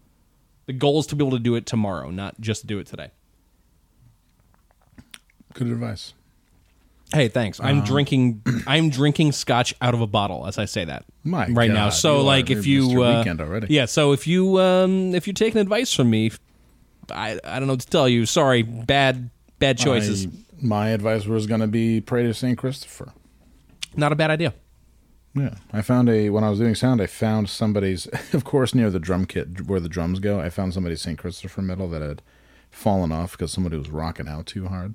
Speaker 2: The goal is to be able to do it tomorrow, not just do it today.
Speaker 1: good advice
Speaker 2: Hey, thanks. I'm
Speaker 1: Um,
Speaker 2: drinking. I'm drinking scotch out of a bottle as I say that
Speaker 1: My
Speaker 2: right now.
Speaker 1: God,
Speaker 2: So
Speaker 1: you
Speaker 2: like,
Speaker 1: are
Speaker 2: if
Speaker 1: Mr.
Speaker 2: you uh,
Speaker 1: Weekend already.
Speaker 2: yeah. So if you um, if you're taking advice from me, I I don't know what to tell you. Sorry, bad bad choices.
Speaker 1: I- my advice was going to be pray to saint christopher
Speaker 2: Not a bad idea.
Speaker 1: yeah i found a when i was doing sound i found somebody's (laughs) of course near the drum kit where the drums go i found somebody's saint christopher medal that had fallen off because somebody was rocking out too hard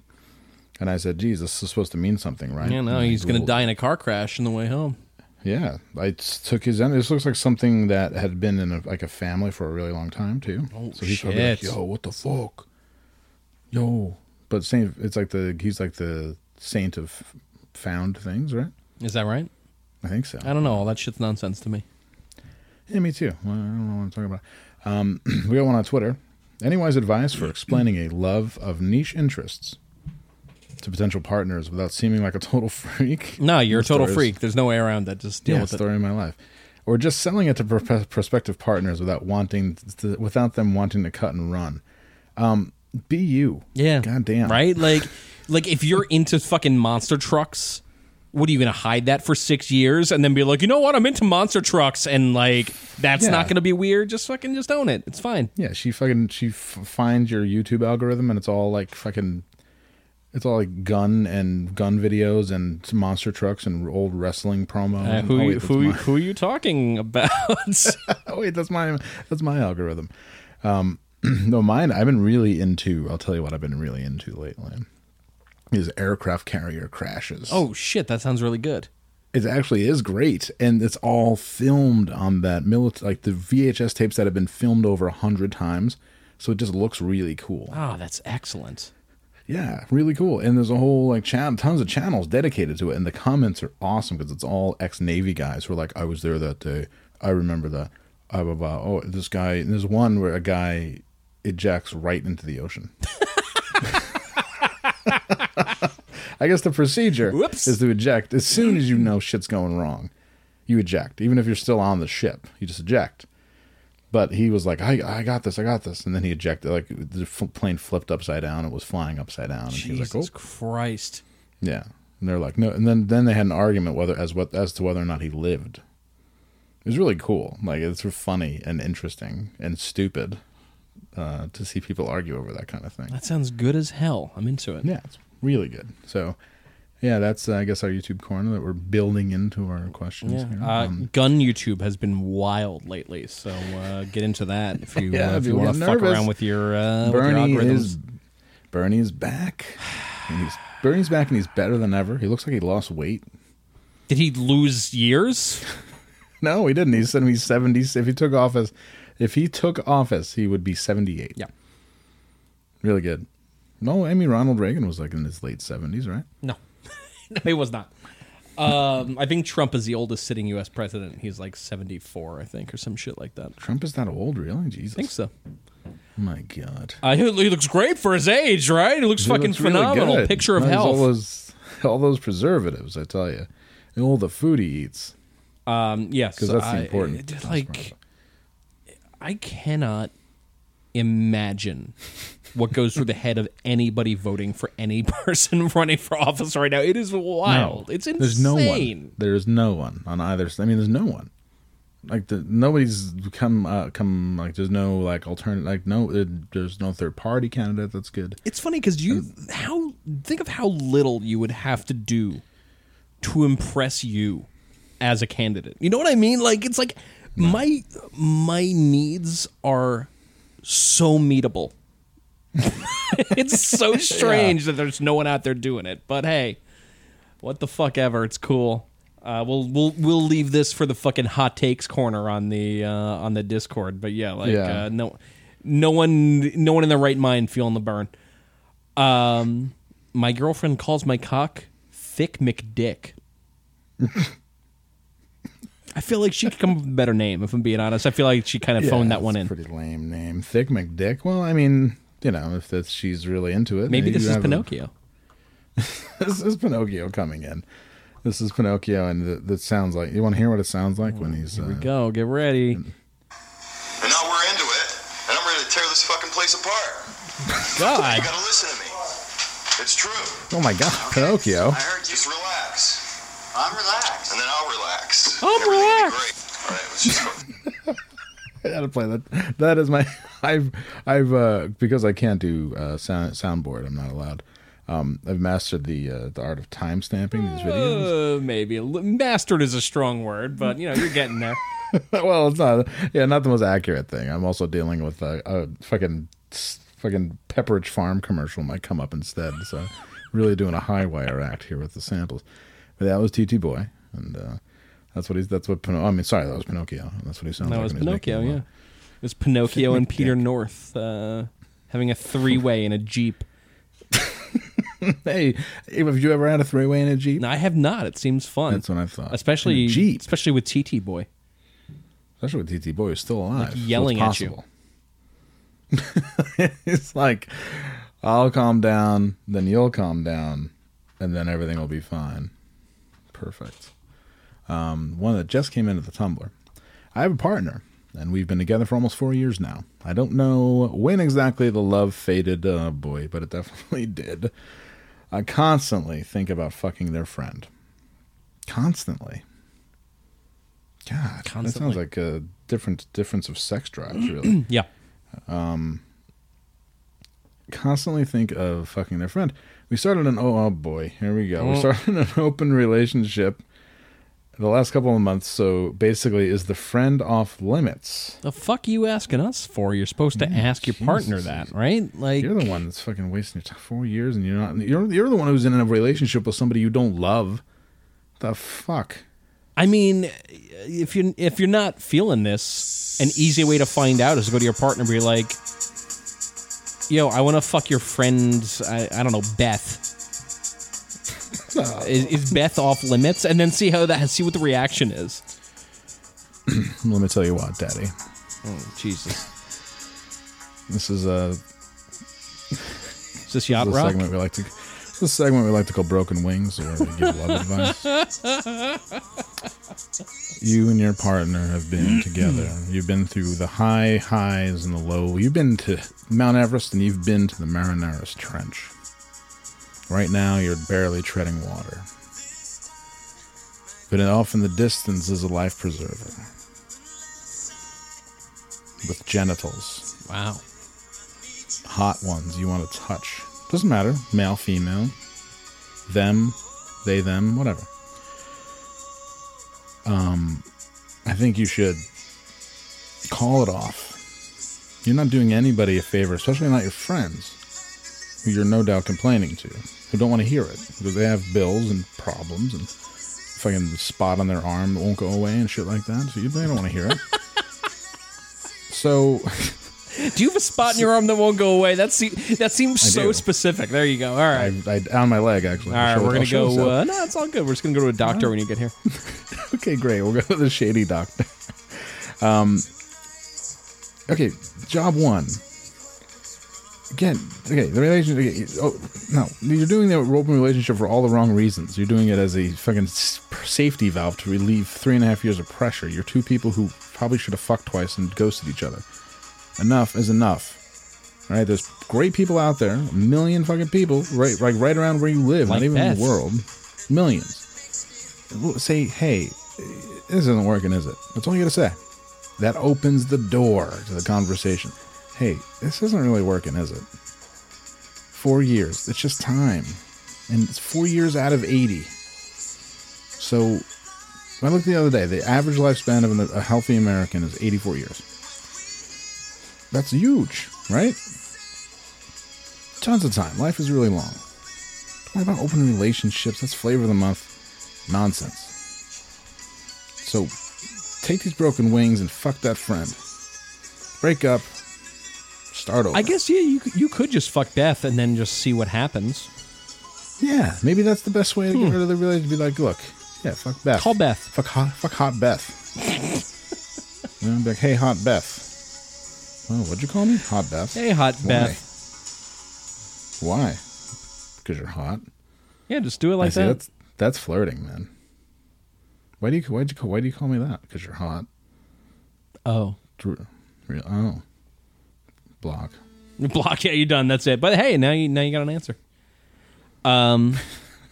Speaker 1: and i said geez this is supposed to mean something right
Speaker 2: You know,
Speaker 1: And I
Speaker 2: he's gonna
Speaker 1: Googled
Speaker 2: die in a car crash on the way home.
Speaker 1: Yeah, I s- took his end. This looks like something that had been in a, like a family for a really long time too. Oh so he's probably like,
Speaker 2: shit.
Speaker 1: Yo, what the fuck? Yo, but Saint, it's like the he's like the saint of found things, right?
Speaker 2: Is that right?
Speaker 1: I think so.
Speaker 2: I don't know. All that shit's nonsense to me.
Speaker 1: Yeah, me too. Well, I don't know what I'm talking about. Um, (clears throat) we got one on Twitter. Any wise advice for explaining a love of niche interests to potential partners without seeming like a total (laughs) freak?
Speaker 2: No, you're a total
Speaker 1: Stories.
Speaker 2: freak. There's no way around that. Just deal
Speaker 1: yeah,
Speaker 2: with it.
Speaker 1: story of my life, or just selling it to pro- prospective partners without wanting to, without them wanting to cut and run. Um, be you.
Speaker 2: Yeah.
Speaker 1: Goddamn.
Speaker 2: Right?
Speaker 1: (laughs)
Speaker 2: Like, like if you're into fucking monster trucks, what are you going to hide that for six years and then be like, you know what? I'm into monster trucks, and like that's
Speaker 1: Yeah.
Speaker 2: not going to be weird. Just fucking just own it. It's fine.
Speaker 1: Yeah. She fucking she f- finds your YouTube algorithm and it's all like fucking. It's all like gun and gun videos and monster trucks and old wrestling promo.
Speaker 2: Uh,
Speaker 1: and-
Speaker 2: who
Speaker 1: oh,
Speaker 2: you
Speaker 1: wait, that's
Speaker 2: who
Speaker 1: mine.
Speaker 2: who are you talking about?
Speaker 1: (laughs) oh wait, that's my that's my algorithm. Um, (clears throat) no, mine. I've been really into. I'll tell you what I've been really into lately. Is aircraft carrier crashes.
Speaker 2: oh shit, that sounds really good.
Speaker 1: it actually is great and it's all filmed on that milit- like the vhs tapes that have been filmed over a hundred times so it just looks really cool
Speaker 2: Ah, that's excellent.
Speaker 1: yeah really cool and there's a whole like chan- tons of channels dedicated to it and the comments are awesome because it's all ex-navy guys who are like i was there that day i remember that I blah, blah. oh this guy and there's one where a guy ejects right into the ocean (laughs) I guess the procedure
Speaker 2: Whoops.
Speaker 1: is to eject as soon as you know shit's going wrong. You eject, even if you're still on the ship. You just eject, But he was like, I, I got this, I got this. And then he ejected, like, the f- plane flipped upside down. It was flying upside down. And he was
Speaker 2: Jesus
Speaker 1: like, oh,
Speaker 2: Christ.
Speaker 1: yeah. And they're like, no. And then, then they had an argument whether as what as to whether or not he lived. It was really cool. Like it's funny and interesting and stupid uh, to see people argue over that kind of thing.
Speaker 2: That sounds good as hell. I'm into it.
Speaker 1: Yeah, it's really good. So, yeah, that's uh, I guess our YouTube corner that we're building into our questions. here.
Speaker 2: Uh, gun YouTube has been wild lately, so uh, get into that if you
Speaker 1: (laughs) Yeah,
Speaker 2: uh, if
Speaker 1: if
Speaker 2: you
Speaker 1: you
Speaker 2: want to
Speaker 1: get
Speaker 2: fuck
Speaker 1: nervous.
Speaker 2: around with your, uh, with your
Speaker 1: Bernie
Speaker 2: algorithms.
Speaker 1: is Bernie is back. (sighs) And he's Bernie's back and he's better than ever. He looks like he lost weight.
Speaker 2: Did he lose years?
Speaker 1: No, he didn't. He said he's seventy. If he took office, if he took office, he would be seventy-eight.
Speaker 2: Yeah.
Speaker 1: really good. No, I mean Ronald Reagan was like in his late seventies, right?
Speaker 2: No, (laughs) no, he was not. Um, I think Trump is the oldest sitting U.S. president. He's like 74, I think, or some shit like that. I
Speaker 1: Trump is that old, really? Jesus, Oh
Speaker 2: think so.
Speaker 1: my God,
Speaker 2: Uh, he, he looks great for his age, right? He looks
Speaker 1: He
Speaker 2: fucking
Speaker 1: looks really
Speaker 2: phenomenal.
Speaker 1: good.
Speaker 2: Picture of
Speaker 1: That is
Speaker 2: health.
Speaker 1: All those, (laughs) all those preservatives, I tell you, and all the food he eats.
Speaker 2: Um, yes,
Speaker 1: 'Cause that's the
Speaker 2: I-
Speaker 1: important-
Speaker 2: it-
Speaker 1: that's the important
Speaker 2: like, I cannot imagine what goes through the head of anybody voting for any (laughs) person running for office right now. It is wild. It's insane.
Speaker 1: There's no one. There's no one on either. s- I mean, there's no one. Like the, nobody's come uh, come like there's no like alternate like no uh, there's no third party candidate that's good.
Speaker 2: It's funny because you how think of how little you would have to do to impress you as a candidate. You know what I mean? Like it's like my my needs are so meetable. (laughs) it's so strange that there's no one out there doing it. But hey, what the fuck ever. It's cool. Uh, we'll we'll we'll leave this for the fucking hot takes corner on the uh, on the Discord. But yeah, like
Speaker 1: Yeah.
Speaker 2: Uh, no no one no one in their right mind feeling the burn. Um, my girlfriend calls my cock thick
Speaker 1: (laughs)
Speaker 2: McDick. I feel like she could come up with a better name. If I'm being honest, I feel like she kind of phoned that
Speaker 1: that's
Speaker 2: one
Speaker 1: a
Speaker 2: in.
Speaker 1: Pretty lame name, Thick McDick. Well, I mean, you know, if that's, she's really into it,
Speaker 2: Maybe
Speaker 1: you
Speaker 2: this is
Speaker 1: have a-
Speaker 2: Pinocchio.
Speaker 1: (laughs) this is Pinocchio coming in. This is Pinocchio, and th- that sounds like you want to hear what it sounds like when he's uh,
Speaker 2: Go get ready.
Speaker 1: Mm.
Speaker 5: And now we're into it, and I'm ready to tear this fucking place apart. You
Speaker 2: God,
Speaker 1: (laughs)
Speaker 5: gotta listen to me. It's true.
Speaker 1: oh my god,
Speaker 2: Oh.
Speaker 1: Pinocchio.
Speaker 5: I heard you. Just relax. I'm relaxed. And then I'll relax.
Speaker 2: I'm
Speaker 5: Everything will be
Speaker 2: relaxed.
Speaker 5: great. All right, let's just go.
Speaker 1: (laughs) I gotta play that. That is my. (laughs) I've I've uh, because I can't do uh, sound soundboard. I'm not allowed. Um, I've mastered the uh, the art of time stamping these videos.
Speaker 2: uh, maybe L- mastered is a strong word, but you know you're
Speaker 1: (laughs)
Speaker 2: getting there.
Speaker 1: well, it's not. Yeah, not the most accurate thing. I'm also dealing with a, a fucking fucking Pepperidge Farm commercial might come up instead. So, really doing a high wire act here with the samples. But that was TT Boy, and uh, that's what he's. That's what. Pino- I mean, sorry, that was Pinocchio. That's what he sounds
Speaker 2: That
Speaker 1: like.
Speaker 2: was
Speaker 1: when he's making
Speaker 2: Pinocchio.
Speaker 1: the
Speaker 2: Yeah,
Speaker 1: law.
Speaker 2: it was Pinocchio and Peter North uh, having a three way in a jeep.
Speaker 1: Hey, have you ever had a three way in a jeep?
Speaker 2: No, I have not. It seems fun.
Speaker 1: That's what I thought.
Speaker 2: Especially
Speaker 1: In a Jeep.
Speaker 2: especially with TT boy.
Speaker 1: Especially with TT Boy, who's still alive. so it's
Speaker 2: yelling at you.
Speaker 1: possible. (laughs) it's like, I'll calm down, then you'll calm down, and then everything will be fine. Perfect. Um, one that just came into the Tumblr. I have a partner, and we've been together for almost four years now. I don't know when exactly the love faded, uh, boy, but it definitely (laughs) did. I constantly think about fucking their friend. Constantly. God, that sounds
Speaker 2: Constantly.
Speaker 1: like a different difference of sex drives, really (clears throat)
Speaker 2: Yeah.
Speaker 1: constantly think of fucking their friend. We started an oh, oh boy, here we go. We started (laughs) an open relationship the last couple of months. So basically, is the friend off limits?
Speaker 2: The fuck you asking us for? You're supposed to ask your partner
Speaker 1: Mm, Jesus.
Speaker 2: that, right? Like
Speaker 1: You're the one that's fucking wasting your time. Four years, and you're not. You're you're the one who's in a relationship with somebody you don't love. The fuck.
Speaker 2: I mean, if you if you're not feeling this, an easy way to find out is to go to your partner and be like, "Yo, I want to fuck your friend's I, I don't know
Speaker 1: (laughs)
Speaker 2: Beth. Is, is Beth off limits?" And then see how that see what the reaction is.
Speaker 1: Let me tell you what, Daddy. Oh,
Speaker 2: Jesus,
Speaker 1: This is a,
Speaker 2: is this
Speaker 1: this
Speaker 2: yacht
Speaker 1: is a
Speaker 2: rock?
Speaker 1: segment we like
Speaker 2: (laughs)
Speaker 1: to. This is a segment we like to call "Broken Wings," or we give love advice. you and your partner have
Speaker 2: (clears throat)
Speaker 1: been together. You've been through the high highs and the low. You've been to Mount Everest and you've been to the Marianas Trench. Right now, you're barely treading water. But off in the distance is a life preserver with genitals,
Speaker 2: Wow.
Speaker 1: hot ones you want to touch. Doesn't matter, male, female, them, they, them, whatever. Um, I think you should call it off. You're not doing anybody a favor, especially not your friends, who you're no doubt complaining to, who don't want to hear it because they have bills and problems and fucking spot on their arm that won't go away and shit like that. So you, they don't want to hear it. so
Speaker 2: Do you have a spot in your arm that won't go away? That se- that seems
Speaker 1: I
Speaker 2: so
Speaker 1: do.
Speaker 2: specific. There you go. All right.
Speaker 1: I, I down my leg actually.
Speaker 2: All right,
Speaker 1: I'll show-
Speaker 2: we're gonna
Speaker 1: I'll show this
Speaker 2: go.
Speaker 1: out.
Speaker 2: Uh, no, it's all good. We're just gonna go to a doctor when you get here.
Speaker 1: okay, great. We'll go to the shady doctor. Um, okay, job one. Again, okay, the relationship. Okay, oh no, you're doing the open relationship for all the wrong reasons. You're doing it as a fucking s- safety valve to relieve three and a half years of pressure. You're two people who probably should have fucked twice and ghosted each other. Enough is enough. Right, there's great people out there, a million fucking people, right, like right around where you live,
Speaker 2: Like
Speaker 1: not even in
Speaker 2: Beth.
Speaker 1: the world, millions well, say, hey, this isn't working, is it? That's all you gotta say. That opens the door to the conversation. Hey, this isn't really working, is it? Four years. It's just time. And it's four years out of 80. So, I looked the other day, the average lifespan of an, a healthy American is 84 years. That's huge, right? Tons of time. Life is really long. Don't worry about open relationships. That's flavor of the month nonsense. So take these broken wings and fuck that friend. Break up. Start over.
Speaker 2: (laughs) I guess yeah, you c- you could just fuck Beth and then just see what happens.
Speaker 1: Yeah, maybe that's the best way to get rid of the relationship. Be like, look, yeah, fuck Beth.
Speaker 2: Hmm. Call Beth.
Speaker 1: Fuck hot. Fuck hot
Speaker 2: (laughs)
Speaker 1: Beth. you know, be like, hey, hot Beth. Oh, what'd you call me? Hot Beth.
Speaker 2: Hey, hot
Speaker 1: Why?
Speaker 2: Beth.
Speaker 1: Why? Because you're hot.
Speaker 2: Yeah, just do it like
Speaker 1: I see,
Speaker 2: that.
Speaker 1: That's that's flirting, man. Why do you why do you call why do you call me that? Because you're hot.
Speaker 2: Oh,
Speaker 1: Drew. Re- Oh. Block.
Speaker 2: (laughs) block. Yeah, you're done. That's it. But hey, now you now you got an answer. (laughs) Um,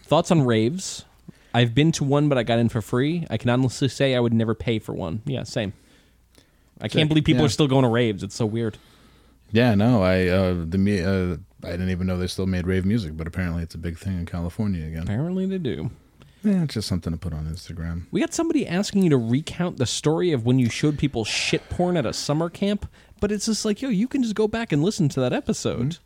Speaker 2: thoughts on raves? I've been to one, but I got in for free. I can honestly say I would never pay for one. Yeah, same. I can't
Speaker 1: Sick.
Speaker 2: believe people
Speaker 1: Yeah.
Speaker 2: are still going to raves. It's so weird.
Speaker 1: Yeah, no, I uh, the me uh, I didn't even know they still made rave music, but apparently it's a big thing in California again.
Speaker 2: Apparently they do.
Speaker 1: Yeah, it's just something to put on Instagram.
Speaker 2: We got somebody asking you to recount the story of when you showed people shit porn at a summer camp, but it's just like, yo, you can just go back and listen to that episode.
Speaker 1: Mm-hmm.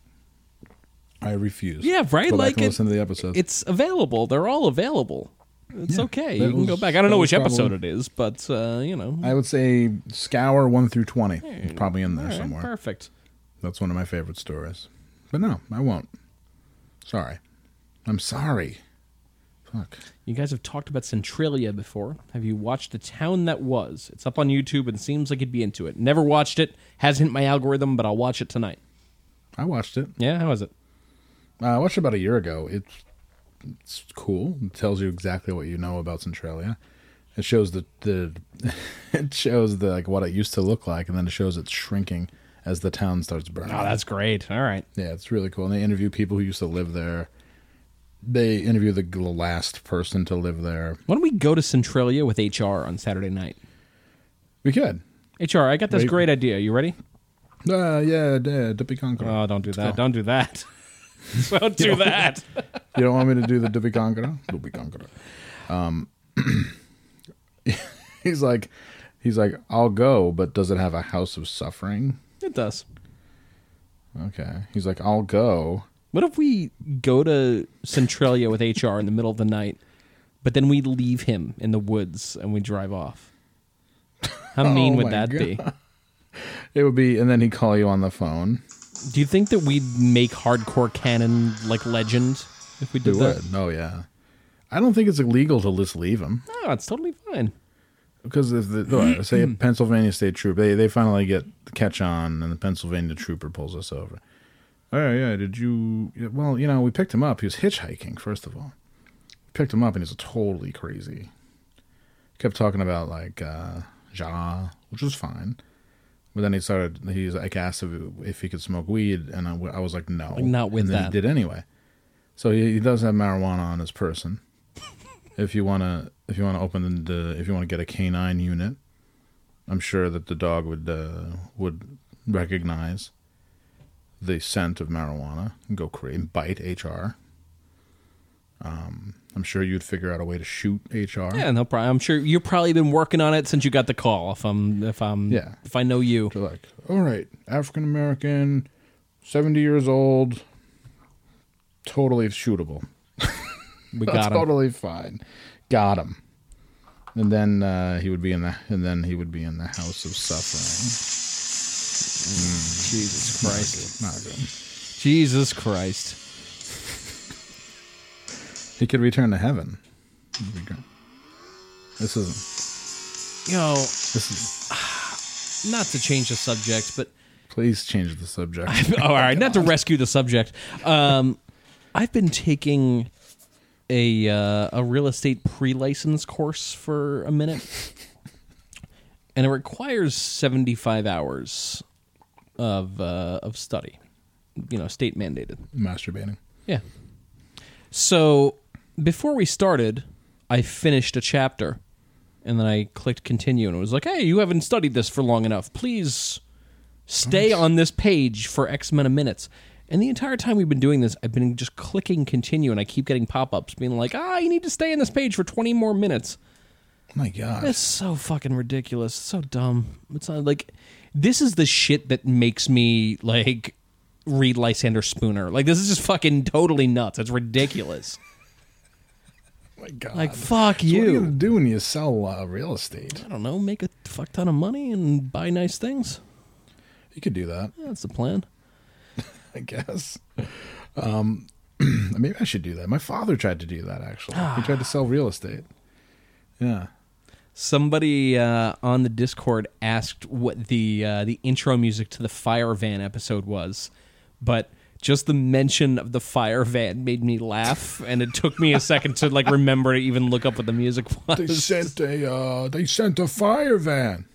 Speaker 1: I refuse.
Speaker 2: Yeah, right.
Speaker 1: Go back
Speaker 2: like
Speaker 1: and
Speaker 2: it-
Speaker 1: listen to the episode.
Speaker 2: It's available. They're all available. It's
Speaker 1: Yeah,
Speaker 2: okay.
Speaker 1: that
Speaker 2: You can go
Speaker 1: was-
Speaker 2: back. I
Speaker 1: that
Speaker 2: don't know
Speaker 1: was
Speaker 2: which episode
Speaker 1: probably-
Speaker 2: it is, but uh, you know,
Speaker 1: I would say scour one through twenty. It's probably in there
Speaker 2: All right,
Speaker 1: somewhere.
Speaker 2: perfect.
Speaker 1: That's one of my favorite stories. But no, I won't. Sorry. I'm sorry. Fuck.
Speaker 2: You guys have talked about Centralia before. Have you watched The Town That Was? It's up on YouTube and seems like you'd be into it. Never watched it. Hasn't hit my algorithm, but I'll watch it tonight.
Speaker 1: I watched it.
Speaker 2: Yeah, how is it?
Speaker 1: Uh, I watched it about a year ago. It's it's cool. It tells you exactly what you know about Centralia. It shows the the (laughs) it shows the like what it used to look like, and then it shows it's shrinking as the town starts burning.
Speaker 2: Oh, that's great. All right.
Speaker 1: yeah, it's really cool. And they interview people who used to live there. They interview the g- last person to live there.
Speaker 2: Why don't we go to Centralia with HR on Saturday night?
Speaker 1: We could.
Speaker 2: HR, I got this
Speaker 1: Wait.
Speaker 2: great idea. You ready?
Speaker 1: Uh, yeah, yeah, Dippy Conqueror.
Speaker 2: Oh, don't do that.
Speaker 1: go.
Speaker 2: Don't do that. (laughs) don't do that.
Speaker 1: You don't want me to do the Dubi Conqueror? Dubi Conqueror. Um, (clears throat) he's like, he's like, I'll go, but does it have a house of suffering?
Speaker 2: (laughs) It does.
Speaker 1: Okay. He's like, I'll go.
Speaker 2: What if we go to Centralia with HR in the middle of the night, but then we leave him in the woods and we drive off? How mean would
Speaker 1: my
Speaker 2: that be?
Speaker 1: It would be, and then he'd call you on the phone.
Speaker 2: Do you think that we'd make hardcore canon like legend if we
Speaker 1: We
Speaker 2: did that?
Speaker 1: would. Oh yeah. I don't think it's illegal to just leave him
Speaker 2: No, it's totally fine.
Speaker 1: because if the well, say a Pennsylvania state trooper, they they finally get catch on, and the Pennsylvania trooper pulls us over. Oh yeah, did you? yeah, Well, you know, we picked him up. He was hitchhiking. First of all, picked him up, and he's totally crazy. kept talking about like uh, Ja, which was fine. But then he started. He's like asked if, if he could smoke weed, and I, w- I was like, no,
Speaker 2: Like, not with
Speaker 1: and then
Speaker 2: that.
Speaker 1: He did anyway. So he, he does have marijuana on his person. (laughs) if you wanna, if you wanna open the, if you wanna get a canine unit, I'm sure that the dog would uh, would recognize the scent of marijuana and go crazy, bite HR. Um, I'm sure you'd figure out a way to shoot HR.
Speaker 2: Yeah, no problem. I'm sure you've probably been working on it since you got the call. If I'm, if I'm,
Speaker 1: Yeah.
Speaker 2: if I know you,
Speaker 1: They're like, all right, African American, 70 years old, totally shootable. (laughs)
Speaker 2: we got him.
Speaker 1: totally fine. Got him. And then uh, he would be in the and then he would be in the house of suffering.
Speaker 2: Mm. Jesus Christ!
Speaker 1: Not good.
Speaker 2: Jesus Christ!
Speaker 1: He could return to heaven. It'd be great. This isn't.
Speaker 2: Yo,
Speaker 1: This is.
Speaker 2: not to change the subject, but
Speaker 1: Please change the subject.
Speaker 2: (laughs) all right, not to rescue the subject. Um, I've been taking a uh, a real estate pre license course for a minute, and it requires seventy five hours of uh, of study. You know, state mandated.
Speaker 1: Masturbating.
Speaker 2: Yeah. So before we started, I finished a chapter and then I clicked continue and it was like, hey, you haven't studied this for long enough. Please stay on this page for X amount of minutes. And the entire time we've been doing this, I've been just clicking continue and I keep getting pop ups being like, ah, you need to stay on this page for 20 more minutes.
Speaker 1: my God.
Speaker 2: It's so fucking ridiculous. It's so dumb. It's not, like this is the shit that makes me like read Lysander Spooner. Like this is just fucking totally nuts. It's ridiculous.
Speaker 1: oh (laughs) my God.
Speaker 2: Like fuck
Speaker 1: So
Speaker 2: you.
Speaker 1: What are you gonna do when you sell uh, real estate?
Speaker 2: I don't know. Make a fuck ton of money and buy nice things.
Speaker 1: You could do that.
Speaker 2: That's the plan.
Speaker 1: I guess. Um, (clears throat) maybe I should do that. My father tried to do that actually. he
Speaker 2: Ah.
Speaker 1: tried to sell real estate. Yeah.
Speaker 2: Somebody uh, on the Discord asked what the uh, the intro music to the Fire Van episode was, but just the mention of the Fire Van made me laugh, and it took me a second to like remember to even look up what the music was.
Speaker 1: They sent a uh, they sent a fire van.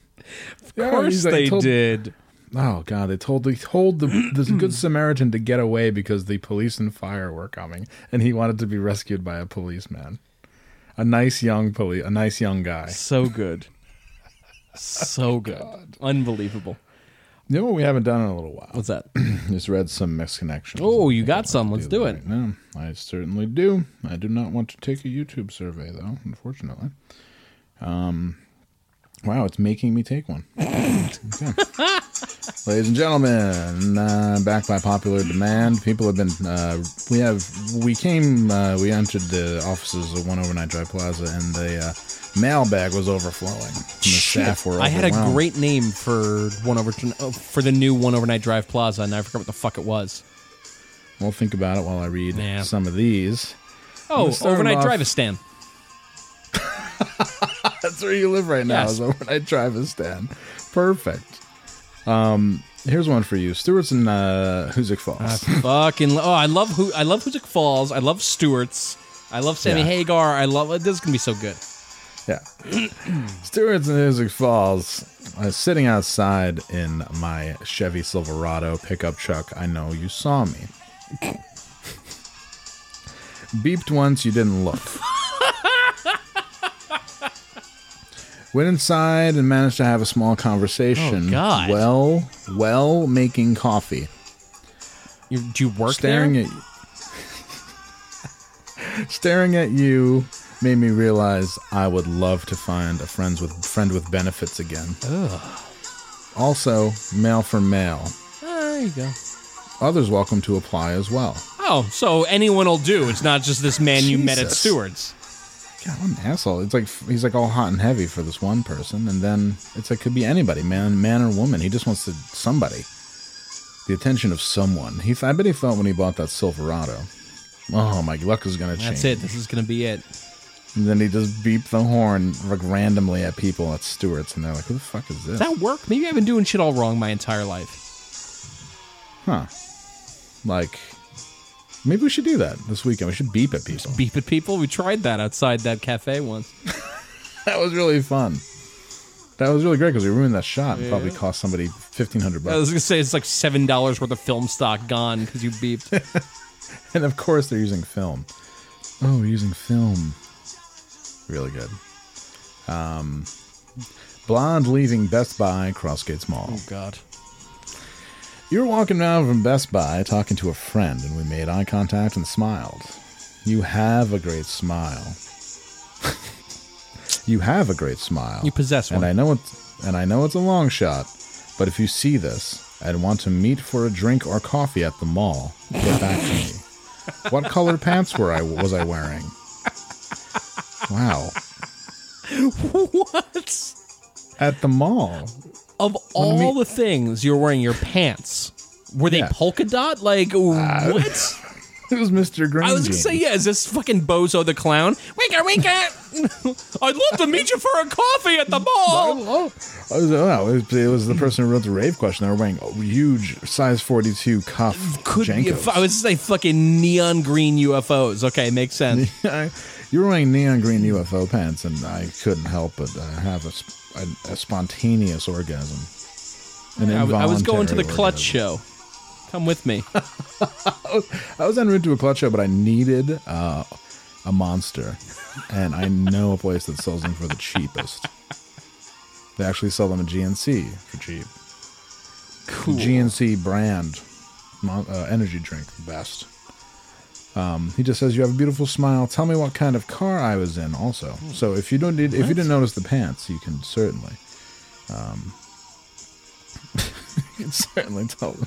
Speaker 2: Of course they did.
Speaker 1: Oh god, they told they told the,
Speaker 2: (clears throat)
Speaker 1: the good Samaritan to get away because the police and fire were coming, and he wanted to be rescued by a policeman, a nice young police, a nice young guy.
Speaker 2: So good.
Speaker 1: Oh,
Speaker 2: So good. Unbelievable.
Speaker 1: You know what we haven't done in a little while? (clears throat)
Speaker 2: What's that?
Speaker 1: Just read some misconnections.
Speaker 2: Oh, you got some. Let's do it.
Speaker 1: Right now. I certainly do. I do not want to take a YouTube survey, though, unfortunately. Um, wow, it's making me take one. (laughs) Okay. Ladies and gentlemen, uh, back by popular demand, people have been. Uh, we have. We came. Uh, we entered the offices of One Overnight Drive Plaza, and the uh, mailbag was overflowing. And the staff were.
Speaker 2: I had a
Speaker 1: overwhelmed.
Speaker 2: great name for one over oh, for the new one overnight drive plaza, and I forgot what the fuck it was.
Speaker 1: We'll think about it while I read
Speaker 2: Yeah.
Speaker 1: some of these.
Speaker 2: Oh,
Speaker 1: start it
Speaker 2: overnight
Speaker 1: off-
Speaker 2: drive is Stan.
Speaker 1: That's where you live right now.
Speaker 2: Yes.
Speaker 1: Is over I drive a stand. Perfect. Um, here's one for you. Stewart's in uh, Hoosick Falls.
Speaker 2: Fucking lo- oh, I love who I love Hoosick Falls. I love Stewart's. I love Sammy
Speaker 1: Yeah.
Speaker 2: Hagar. I love this is gonna be so good.
Speaker 1: yeah. (clears throat) Stewart's in Hoosick Falls. I was sitting outside in my Chevy Silverado pickup truck. I know you saw me. (coughs) Beeped once, you didn't
Speaker 2: (laughs)
Speaker 1: look. Went inside and managed to have a small conversation.
Speaker 2: Oh, God.
Speaker 1: Well, well, making coffee.
Speaker 2: You, do you work
Speaker 1: staring
Speaker 2: there?
Speaker 1: at you. (laughs) staring at you made me realize I would love to find a friends with friend with benefits again. Also, mail for mail.
Speaker 2: there you go.
Speaker 1: Others welcome to apply as well.
Speaker 2: Oh, so anyone will do. It's not just this man you met at
Speaker 1: Jesus.
Speaker 2: Stewart's.
Speaker 1: God, what an asshole! It's like he's like all hot and heavy for this one person, and then it's like could be anybody, man, man or woman. He just wants to somebody, the attention of someone. He, I bet he felt when he bought that Silverado. Oh my luck is gonna change.
Speaker 2: That's it. This is gonna be it.
Speaker 1: And then he just beeped the horn like randomly at people at Stewart's, and they're like, "Who the fuck is this?"
Speaker 2: Does that work? Maybe I've been doing shit all wrong my entire life.
Speaker 1: huh? Like, maybe we should do that this weekend. We should beep at people. (laughs)
Speaker 2: Beep at people. We tried that outside that cafe once.
Speaker 1: that was really fun. That was really great because we ruined that shot and probably cost somebody fifteen hundred
Speaker 2: I was
Speaker 1: bucks.
Speaker 2: gonna say it's like seven dollars worth of film stock gone because you beeped. (laughs)
Speaker 1: (laughs) And of course, they're using film. Oh, we're using film. Really good. Um, blonde leaving Best Buy Crossgates Mall.
Speaker 2: Oh, God.
Speaker 1: You were walking around from Best Buy talking to a friend, and we made eye contact and smiled. You have a great smile. (laughs) you have a great smile.
Speaker 2: You possess one.
Speaker 1: And I know it's and I know it's a long shot, but if you see this and want to meet for a drink or coffee at the mall, get back to me. What color pants were I was I wearing? Wow.
Speaker 2: (laughs) What?
Speaker 1: At the mall.
Speaker 2: Of all the things you're wearing, your pants were they
Speaker 1: Yeah. Uh,
Speaker 2: polka dot? Like what?
Speaker 1: It was Mr. Green.
Speaker 2: I was gonna
Speaker 1: Jeans.
Speaker 2: say, yeah, is this fucking Bozo the Clown? Winker, winker! (laughs) I'd love to meet you for a coffee at the mall.
Speaker 1: Oh, I was, oh, it, was, it was the person who wrote the rave question. They were wearing a huge size 42 cuff
Speaker 2: Could be. A
Speaker 1: Jankos.
Speaker 2: fu-
Speaker 1: (laughs)
Speaker 2: I was gonna say fucking neon green UFOs. Okay, makes sense.
Speaker 1: you were wearing neon green UFO pants, and I couldn't help but uh, have a, sp- a, a spontaneous orgasm. An
Speaker 2: I, w- I was going to the
Speaker 1: involuntary
Speaker 2: clutch
Speaker 1: orgasm.
Speaker 2: show. Come with (laughs) me.
Speaker 1: I was en route to a clutch show, but I needed uh, a monster, and I know a place that sells them for the cheapest. They actually sell them at GNC for cheap.
Speaker 2: Cool.
Speaker 1: The GNC brand mon- uh, energy drink, the best. Um, he just says you have a beautiful smile. Tell me what kind of car I was in. Also, so if you don't need, if you didn't notice the pants, you can certainly, um, (laughs) you can certainly tell.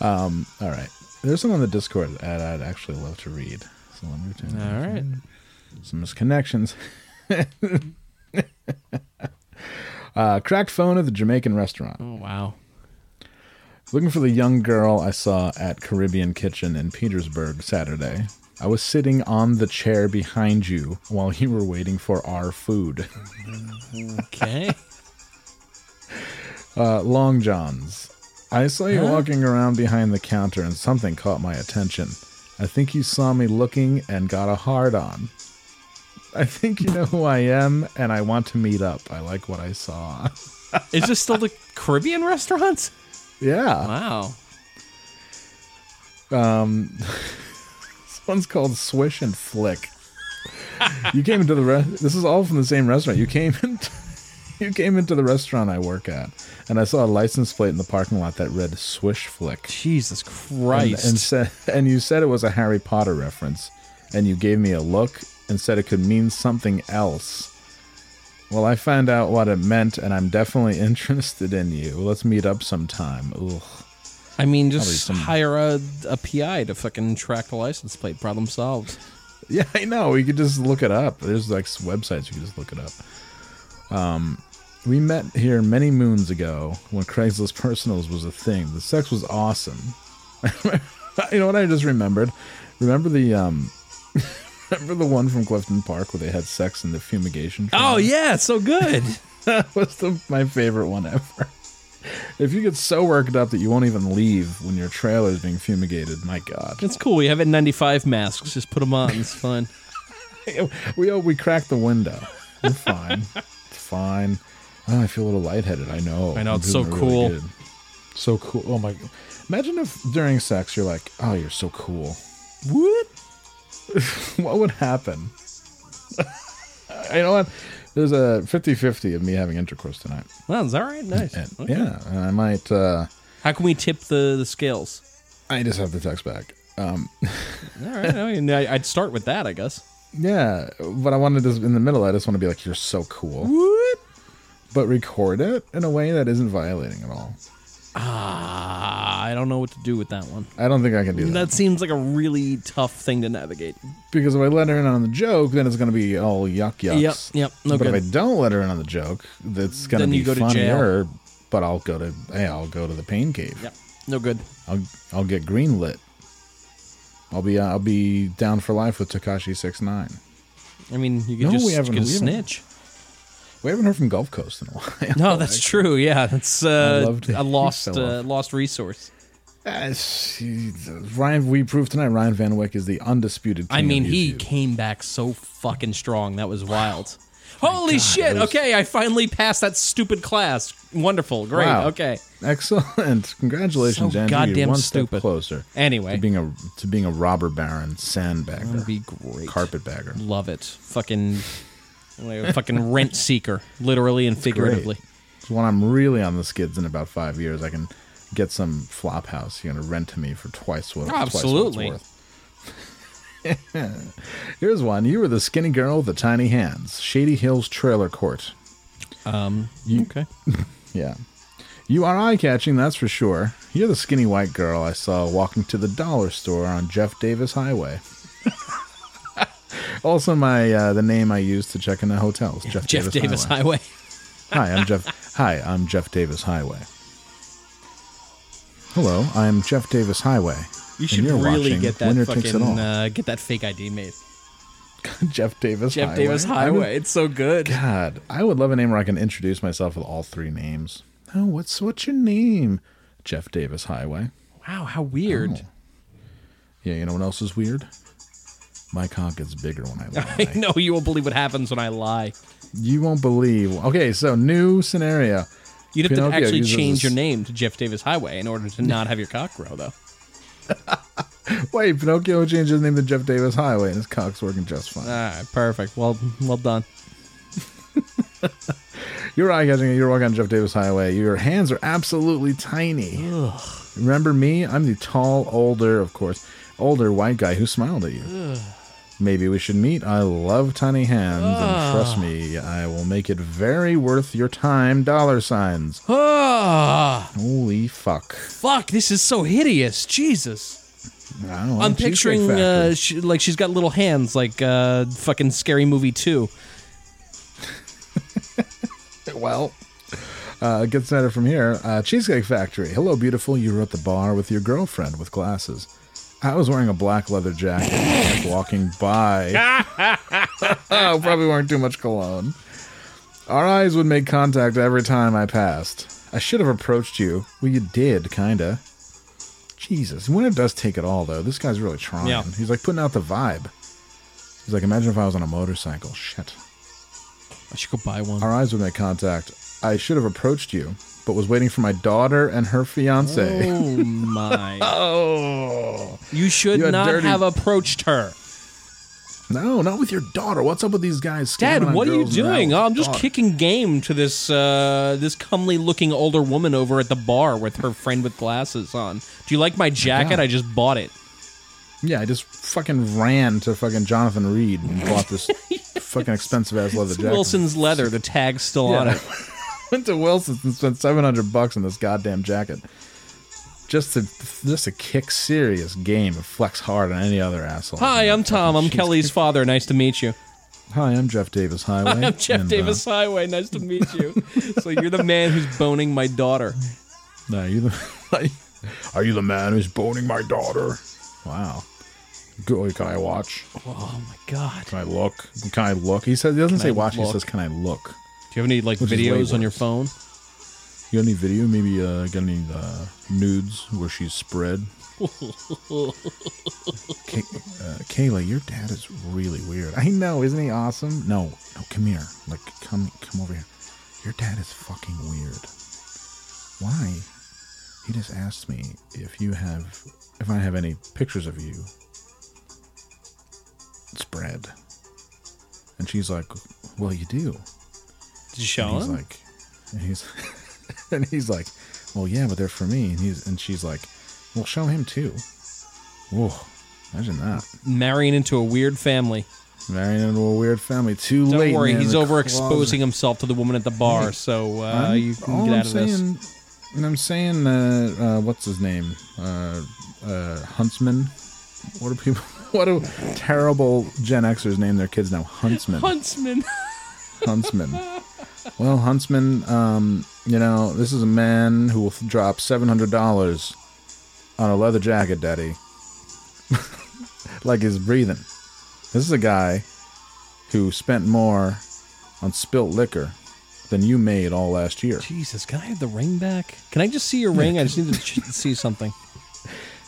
Speaker 1: um, all right. There's some on the Discord that I'd actually love to read. So let me turn
Speaker 2: All right.
Speaker 1: some misconnections. (laughs) uh, cracked phone at the Jamaican restaurant.
Speaker 2: Oh wow.
Speaker 1: Looking for the young girl I saw at Caribbean Kitchen in Petersburg Saturday. I was sitting on the chair behind you while you were waiting for our food. (laughs)
Speaker 2: Okay.
Speaker 1: Uh, Long John's. I saw you walking around behind the counter and something caught my attention. I think you saw me looking and got a hard on. I think you know who I am and I want to meet up. I like what I saw. (laughs)
Speaker 2: Is this still the Caribbean restaurants?
Speaker 1: yeah.
Speaker 2: Wow.
Speaker 1: This one's called Swish and Flick. you came into the re- this is all from the same restaurant. You came into you came into the restaurant I work at, and I saw a license plate in the parking lot that read Swish Flick,
Speaker 2: Jesus
Speaker 1: and,
Speaker 2: Christ.
Speaker 1: and said and you said it was a Harry Potter reference, and you gave me a look and said it could mean something else. Well, I found out what it meant, and I'm definitely (laughs) interested in you. Let's meet up sometime. Ugh.
Speaker 2: I mean, just
Speaker 1: some-
Speaker 2: hire a, a PI to fucking track the license plate. Problem solved.
Speaker 1: (laughs) Yeah, I know. You could just look it up. There's like s- websites you can just look it up. Um, we met here many moons ago when Craigslist personals was a thing. The sex was awesome. (laughs) you know what I just remembered? Remember the um, (laughs) remember the one from Clifton Park where they had sex in the fumigation?
Speaker 2: Oh
Speaker 1: trailer?
Speaker 2: yeah, so good.
Speaker 1: (laughs) that was the, my favorite one ever. (laughs) If you get so worked up that you won't even leave when your trailer is being fumigated, my God.
Speaker 2: (laughs) It's cool. We have N95 masks. Just put them on. (laughs) It's fun.
Speaker 1: (laughs) we oh, we cracked the window. We're fine. It's fine. Oh, I feel a little lightheaded. I know.
Speaker 2: I know,
Speaker 1: I'm
Speaker 2: it's so
Speaker 1: doing
Speaker 2: cool.
Speaker 1: good. So cool. Oh my. Imagine if during sex you're like, "Oh, you're so cool."
Speaker 2: What?
Speaker 1: (laughs) What would happen? (laughs) you know what? There's a 50-50 of me having intercourse tonight.
Speaker 2: Well, it's all right. Nice.
Speaker 1: And, Yeah, and I might. uh
Speaker 2: How can we tip the, the scales?
Speaker 1: I just have the text back. Um,
Speaker 2: All right. I mean, I, I'd start with that, I guess.
Speaker 1: yeah, but I wanted to in the middle. I just want to be like, "You're so cool,"
Speaker 2: What?
Speaker 1: but record it in a way that isn't violating at all.
Speaker 2: Ah, I don't know what to do with that one.
Speaker 1: I don't think I can do that.
Speaker 2: That seems like a really tough thing to navigate.
Speaker 1: Because if I let her in on the joke, then it's going to be all yuck yucks.
Speaker 2: Yep, yep, no
Speaker 1: but if
Speaker 2: good.
Speaker 1: I don't let her in on the joke, that's going to
Speaker 2: Then
Speaker 1: be
Speaker 2: you go to
Speaker 1: funnier. But I'll go to hey, I'll go to the pain cave.
Speaker 2: Yep. No good.
Speaker 1: I'll I'll get greenlit. I'll be I'll be down for life with Takashi Six Nine.
Speaker 2: I mean, you could
Speaker 1: No,
Speaker 2: just
Speaker 1: we haven't-
Speaker 2: you could
Speaker 1: we haven't-
Speaker 2: snitch. Oh,
Speaker 1: We haven't heard from Gulf Coast in a (laughs) while.
Speaker 2: No, that's true. Yeah, that's uh, (laughs)
Speaker 1: loved-
Speaker 2: a lost
Speaker 1: he fell
Speaker 2: uh, lost resource.
Speaker 1: Uh, she- Ryan, we proved tonight Ryan Van Wick is the undisputed. King
Speaker 2: I mean,
Speaker 1: of
Speaker 2: he
Speaker 1: YouTube.
Speaker 2: came back so fucking strong. That was wild. Holy shit.
Speaker 1: was-
Speaker 2: Okay, I finally passed that stupid class. Wonderful. Great.
Speaker 1: Wow.
Speaker 2: Okay.
Speaker 1: Excellent. Congratulations,
Speaker 2: So
Speaker 1: Andrew. You're
Speaker 2: goddamn
Speaker 1: one
Speaker 2: stupid.
Speaker 1: step closer.
Speaker 2: Anyway.
Speaker 1: To being a to being a robber baron, sandbagger.
Speaker 2: That'd be great.
Speaker 1: Carpetbagger.
Speaker 2: Love it. Fucking like
Speaker 1: (laughs)
Speaker 2: a fucking rent seeker, literally and figuratively.
Speaker 1: Great. It's when I'm really on the skids in about five years, I can get some flop house you're gonna rent to me for twice what twice what it's
Speaker 2: Absolutely.
Speaker 1: worth. (laughs) Here's one. You were the skinny girl with the tiny hands. Shady Hills Trailer Court.
Speaker 2: Um, Okay.
Speaker 1: Yeah. You are eye catching, that's for sure. You're the skinny white girl I saw walking to the dollar store on Jeff Davis Highway. (laughs) also, my uh, the name I use to check into hotels, Jeff,
Speaker 2: Jeff Davis,
Speaker 1: Highway. (laughs)
Speaker 2: Highway.
Speaker 1: Hi, I'm Jeff. Hi, I'm Jeff Davis Highway. Hello, I am Jeff Davis Highway.
Speaker 2: You
Speaker 1: and
Speaker 2: should
Speaker 1: you're
Speaker 2: really
Speaker 1: watching
Speaker 2: get that
Speaker 1: Winner Takes It
Speaker 2: fucking
Speaker 1: All.
Speaker 2: uh, get that fake ID made.
Speaker 1: (laughs) Jeff Davis.
Speaker 2: Jeff
Speaker 1: Highway.
Speaker 2: Davis
Speaker 1: I would-
Speaker 2: Highway. it's so good.
Speaker 1: God, I would love a name where I can introduce myself with all three names. Oh, what's what's your name? Jeff Davis Highway. Oh.
Speaker 2: Wow, how weird.
Speaker 1: Yeah, you know what else is weird? My cock gets bigger when I lie.
Speaker 2: (laughs) I (laughs) know you won't believe what happens when I lie.
Speaker 1: You won't believe. Okay, so new scenario.
Speaker 2: You'd have
Speaker 1: Pinocchio
Speaker 2: to actually
Speaker 1: uses
Speaker 2: change
Speaker 1: a
Speaker 2: your
Speaker 1: s-
Speaker 2: name to Jeff Davis Highway in order to not have your cock grow, though.
Speaker 1: Wait, Pinocchio changed his name to Jeff Davis Highway, and his cock's working just fine.
Speaker 2: All right, perfect. Well, well done.
Speaker 1: You're eye catching. You're walking on Jeff Davis Highway. Your hands are absolutely tiny. Remember me? I'm the tall, older, of course, older white guy who smiled at you. Maybe we should meet. I love tiny hands, and trust me, I will make it very worth your time. Dollar signs.
Speaker 2: Ah,
Speaker 1: Holy fuck!
Speaker 2: fuck! This is so hideous. Jesus,
Speaker 1: I don't know,
Speaker 2: I'm
Speaker 1: Cheesecake
Speaker 2: picturing
Speaker 1: Factory.
Speaker 2: uh, she, like she's got little hands, like uh, fucking scary movie two.
Speaker 1: (laughs) well. Uh, get started from here. Uh, Cheesecake Factory. Hello, beautiful. You were at the bar with your girlfriend with glasses. I was wearing a black leather jacket and kept walking by. (laughs) oh, probably wearing too much cologne. Our eyes would make contact every time I passed. I should have approached you. Well, you did, kinda. Jesus. Winter does take it all, though. This guy's really trying.
Speaker 2: Yeah.
Speaker 1: He's like putting out the vibe. He's like, imagine if I was on a motorcycle. Shit.
Speaker 2: I should go buy one.
Speaker 1: Our eyes would make contact. I should have approached you, but was waiting for my daughter and her fiance.
Speaker 2: Oh my!
Speaker 1: (laughs) Oh.
Speaker 2: You should
Speaker 1: You had
Speaker 2: not
Speaker 1: dirty-
Speaker 2: have approached her,
Speaker 1: (laughs) No, not with your daughter. What's up with these guys? scamming
Speaker 2: Dad.
Speaker 1: on
Speaker 2: What are you
Speaker 1: girls and
Speaker 2: doing?
Speaker 1: that
Speaker 2: Oh,
Speaker 1: with
Speaker 2: I'm just
Speaker 1: daughter?
Speaker 2: kicking game to this uh, this comely looking older woman over at the bar with her friend with glasses on. Do you like my jacket?
Speaker 1: God.
Speaker 2: I just bought it.
Speaker 1: Yeah, I just fucking ran to fucking Jonathan Reed and bought
Speaker 2: (laughs)
Speaker 1: this fucking expensive ass leather
Speaker 2: It's
Speaker 1: jacket. (laughs)
Speaker 2: Wilson's leather. The tag's still on
Speaker 1: Yeah.
Speaker 2: it.
Speaker 1: (laughs) Went to Wilson's and spent seven hundred bucks on this goddamn jacket. Just to just to kick serious game and flex hard on any other asshole.
Speaker 2: Hi, I'm Tom.
Speaker 1: (laughs)
Speaker 2: I'm
Speaker 1: Jeez.
Speaker 2: Kelly's father. Nice to meet you.
Speaker 1: Hi, I'm Jeff Davis Highway.
Speaker 2: (laughs) I'm Jeff
Speaker 1: and, uh,
Speaker 2: Davis Highway. Nice to meet you. so you're the man who's boning my daughter.
Speaker 1: Are you the (laughs) Are you the man who's boning my daughter? Wow. Good. Can I watch?
Speaker 2: Oh my god. Do
Speaker 1: Can I look? Can I look? He says he doesn't say
Speaker 2: I
Speaker 1: watch. He
Speaker 2: look?
Speaker 1: says can I look?
Speaker 2: you have any like
Speaker 1: Which is way
Speaker 2: videos on
Speaker 1: worse.
Speaker 2: your phone?
Speaker 1: You got any video? Maybe uh, got any uh, nudes where she's spread? Kay, uh, Kayla, your dad is really weird. I know, isn't he awesome? No, no, come here. Like, come, come over here. Your dad is fucking weird. Why? He just asked me if you have, if I have any pictures of you spread, and she's like, "Well, you do."
Speaker 2: Did you show
Speaker 1: And he's
Speaker 2: him?
Speaker 1: like, and he's, (laughs) and he's like, well, yeah, but they're for me. And he's, and she's like, well, show him too. Whoa, imagine that.
Speaker 2: Marrying into a weird family.
Speaker 1: Marrying into a weird family. Too
Speaker 2: Don't
Speaker 1: late.
Speaker 2: worry,
Speaker 1: man,
Speaker 2: he's
Speaker 1: the
Speaker 2: overexposing
Speaker 1: closet.
Speaker 2: himself to the woman at the bar. So uh,
Speaker 1: I'm-
Speaker 2: you can
Speaker 1: all
Speaker 2: get
Speaker 1: I'm
Speaker 2: out of this.
Speaker 1: saying, And I'm saying, uh, uh, what's his name? Uh, uh, Huntsman. What are people? (laughs) What a terrible Gen Xers name their kids now. Huntsman.
Speaker 2: Huntsman.
Speaker 1: Huntsman. Well, Huntsman, um, you know, this is a man who will drop $700 on a leather jacket, Daddy. (laughs) like he's breathing. This is a guy who spent more on spilt liquor than you made all last year.
Speaker 2: Jesus, can I have the ring back? Can I just see your ring? I just need to ch- see something.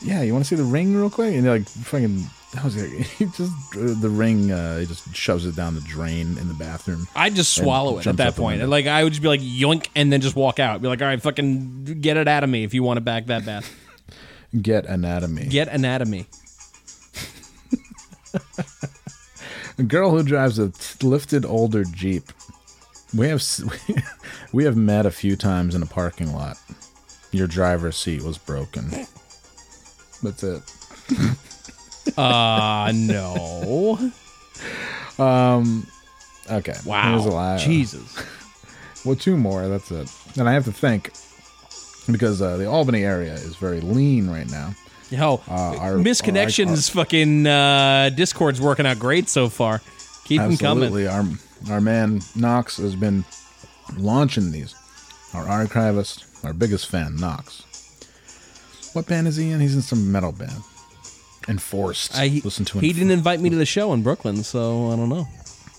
Speaker 1: yeah, you want to see the ring real quick? And they're like, fucking, that was like, (laughs) he just, the ring, uh, he just shoves it down the drain in the bathroom.
Speaker 2: I'd just
Speaker 1: and
Speaker 2: swallow it at
Speaker 1: jumps out
Speaker 2: that
Speaker 1: the
Speaker 2: point.
Speaker 1: window.
Speaker 2: Like I would just be like yoink and then just walk out. Be like, all right, fucking get it out of me if you want to back that bad.
Speaker 1: Get anatomy.
Speaker 2: Get
Speaker 1: (laughs)
Speaker 2: anatomy.
Speaker 1: A girl who drives a lifted older Jeep. We have s- (laughs) we have met a few times in a parking lot. Your driver's seat was broken. That's it. Ah,
Speaker 2: Uh no.
Speaker 1: Um, Okay.
Speaker 2: Wow.
Speaker 1: Here's a lie.
Speaker 2: Jesus.
Speaker 1: Well, two more. That's it. And I have to think because uh, the Albany area is very lean right now.
Speaker 2: Yo,
Speaker 1: Uh, our-
Speaker 2: misconnections fucking uh Discord's working out great so far. Keep them coming.
Speaker 1: Absolutely. Our our man Knox has been launching these. Our archivist, our biggest fan, Knox. What band is he in? He's in some metal band. Enforced.
Speaker 2: I,
Speaker 1: listen to.
Speaker 2: Uh, he
Speaker 1: Enf- (laughs)
Speaker 2: didn't invite me to the show in Brooklyn, so I don't know.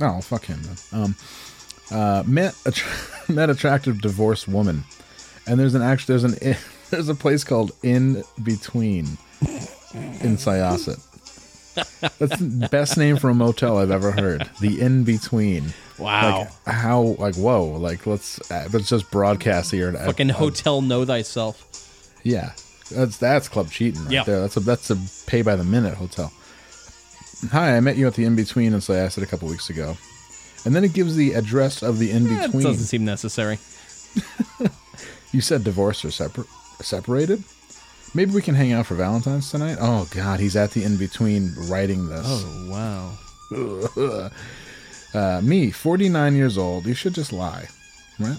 Speaker 1: Oh, fuck him. Then. Um, uh, met att- (laughs) met attractive divorced woman, and there's an actually there's an (laughs) in- there's a place called In Between in Syosset. That's the best name for a motel I've ever heard. The In Between.
Speaker 2: Wow.
Speaker 1: Like how? Like whoa! Like let's uh, let's just broadcast here. and-
Speaker 2: fucking
Speaker 1: uh,
Speaker 2: hotel know thyself.
Speaker 1: yeah, that's that's club cheating right
Speaker 2: Yeah.
Speaker 1: there. That's a that's a pay by the minute hotel. Hi, I met you at the in between in Syosset a couple weeks ago, and then it gives the address of the in
Speaker 2: That
Speaker 1: between.
Speaker 2: doesn't seem necessary.
Speaker 1: you said divorced or separ- separated. Maybe we can hang out for Valentine's tonight. Oh God, he's at the in between writing this.
Speaker 2: Oh wow.
Speaker 1: Uh, me, 49 years old. You should just lie, right?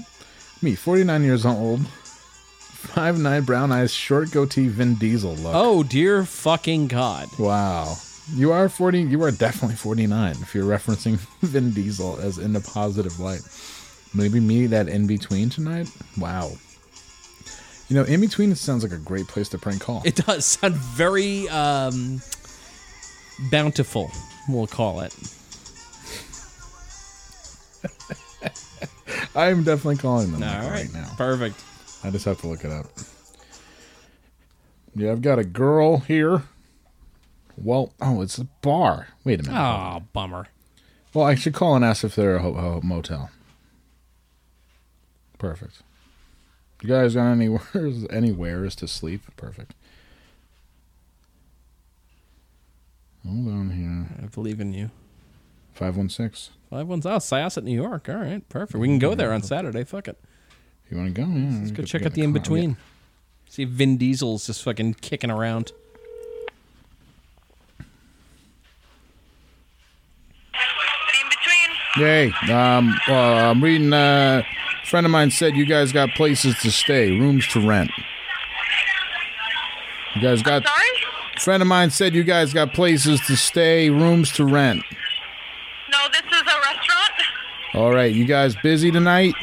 Speaker 1: Me, 49 years old. Five nine, brown eyes, short goatee, Vin Diesel look.
Speaker 2: Oh dear fucking god.
Speaker 1: Wow. You are 40, you are definitely 49 if you're referencing (laughs) Vin Diesel as in a positive light. Maybe me that in between tonight? Wow. You know, in between it sounds like a great place to prank call.
Speaker 2: It
Speaker 1: (laughs)
Speaker 2: does sound very um, bountiful, we'll call it.
Speaker 1: I'm definitely calling them
Speaker 2: All
Speaker 1: like
Speaker 2: right,
Speaker 1: right now.
Speaker 2: Perfect.
Speaker 1: I just have to look it up. Yeah, I've got a girl here. Well, oh, it's a bar. Wait a minute.
Speaker 2: Oh, bummer.
Speaker 1: Well, I should call and ask if they're a ho- ho- motel. Perfect. You guys got (laughs) anywhere anywheres to sleep? Perfect. Hold on here.
Speaker 2: I believe in you.
Speaker 1: Five one six.
Speaker 2: Five one's out. Syosset, New York. All right, perfect. We can go there on Saturday. Fuck it.
Speaker 1: You want to go? Yeah.
Speaker 2: Let's go check out the in
Speaker 1: Yeah.
Speaker 2: between. See if Vin Diesel's just fucking kicking around.
Speaker 6: In between.
Speaker 1: Yay. Um. Well, I'm reading. Uh, a friend of mine said you guys got places to stay, rooms to rent. You guys got.
Speaker 6: Sorry?
Speaker 1: Friend of mine said you guys got places to stay, rooms to rent.
Speaker 6: No, this is a restaurant.
Speaker 1: All right, you guys busy tonight?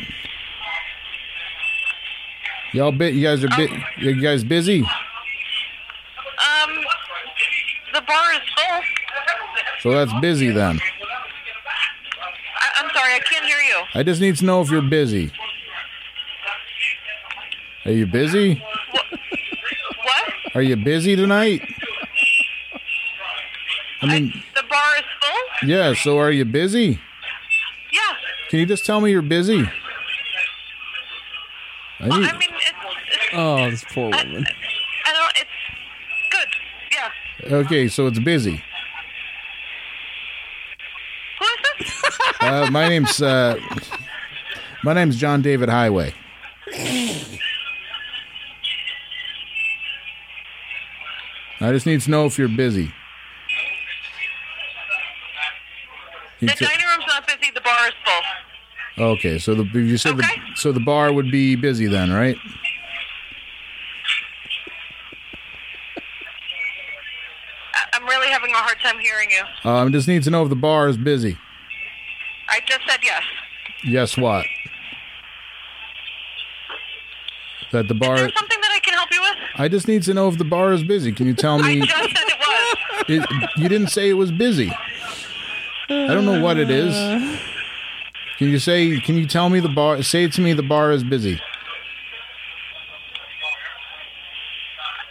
Speaker 1: Y'all bit you guys are bit
Speaker 6: Oh.
Speaker 1: you guys busy?
Speaker 6: Um, the bar is full.
Speaker 1: So that's busy then.
Speaker 6: I, I'm sorry, I can't hear you.
Speaker 1: I just need to know if you're busy. Are you busy?
Speaker 6: What?
Speaker 1: Are you busy tonight? I mean,
Speaker 6: The bar is full?
Speaker 1: yeah, so are you busy?
Speaker 6: Yeah.
Speaker 1: Can you just tell me you're busy? I
Speaker 6: Well,
Speaker 1: need,
Speaker 6: I mean, it's, it's
Speaker 2: Oh, this poor woman.
Speaker 6: I don't. It's good. Yeah.
Speaker 1: okay, so it's busy.
Speaker 6: Who is this?
Speaker 1: Uh, my name's uh, my name's John David Highway. I just need to know if you're busy. You
Speaker 6: The
Speaker 1: said-
Speaker 6: dining room's not busy. The bar is full.
Speaker 1: okay, so the you said
Speaker 6: Okay.
Speaker 1: the, so the bar would be busy then, right?
Speaker 6: I, I'm really having a hard time hearing you.
Speaker 1: Um, just need to know if the bar is busy.
Speaker 6: I just said yes.
Speaker 1: Yes, what? That the
Speaker 6: Is
Speaker 1: bar.
Speaker 6: there something that I can help you with?
Speaker 1: I just need to know if the bar is busy. Can you
Speaker 7: (laughs)
Speaker 1: tell
Speaker 6: I
Speaker 1: me?
Speaker 6: just said it was.
Speaker 1: (laughs) It, you didn't say it was busy. I don't know what it is. Can you say? Can you tell me the bar? Say to me the bar is busy.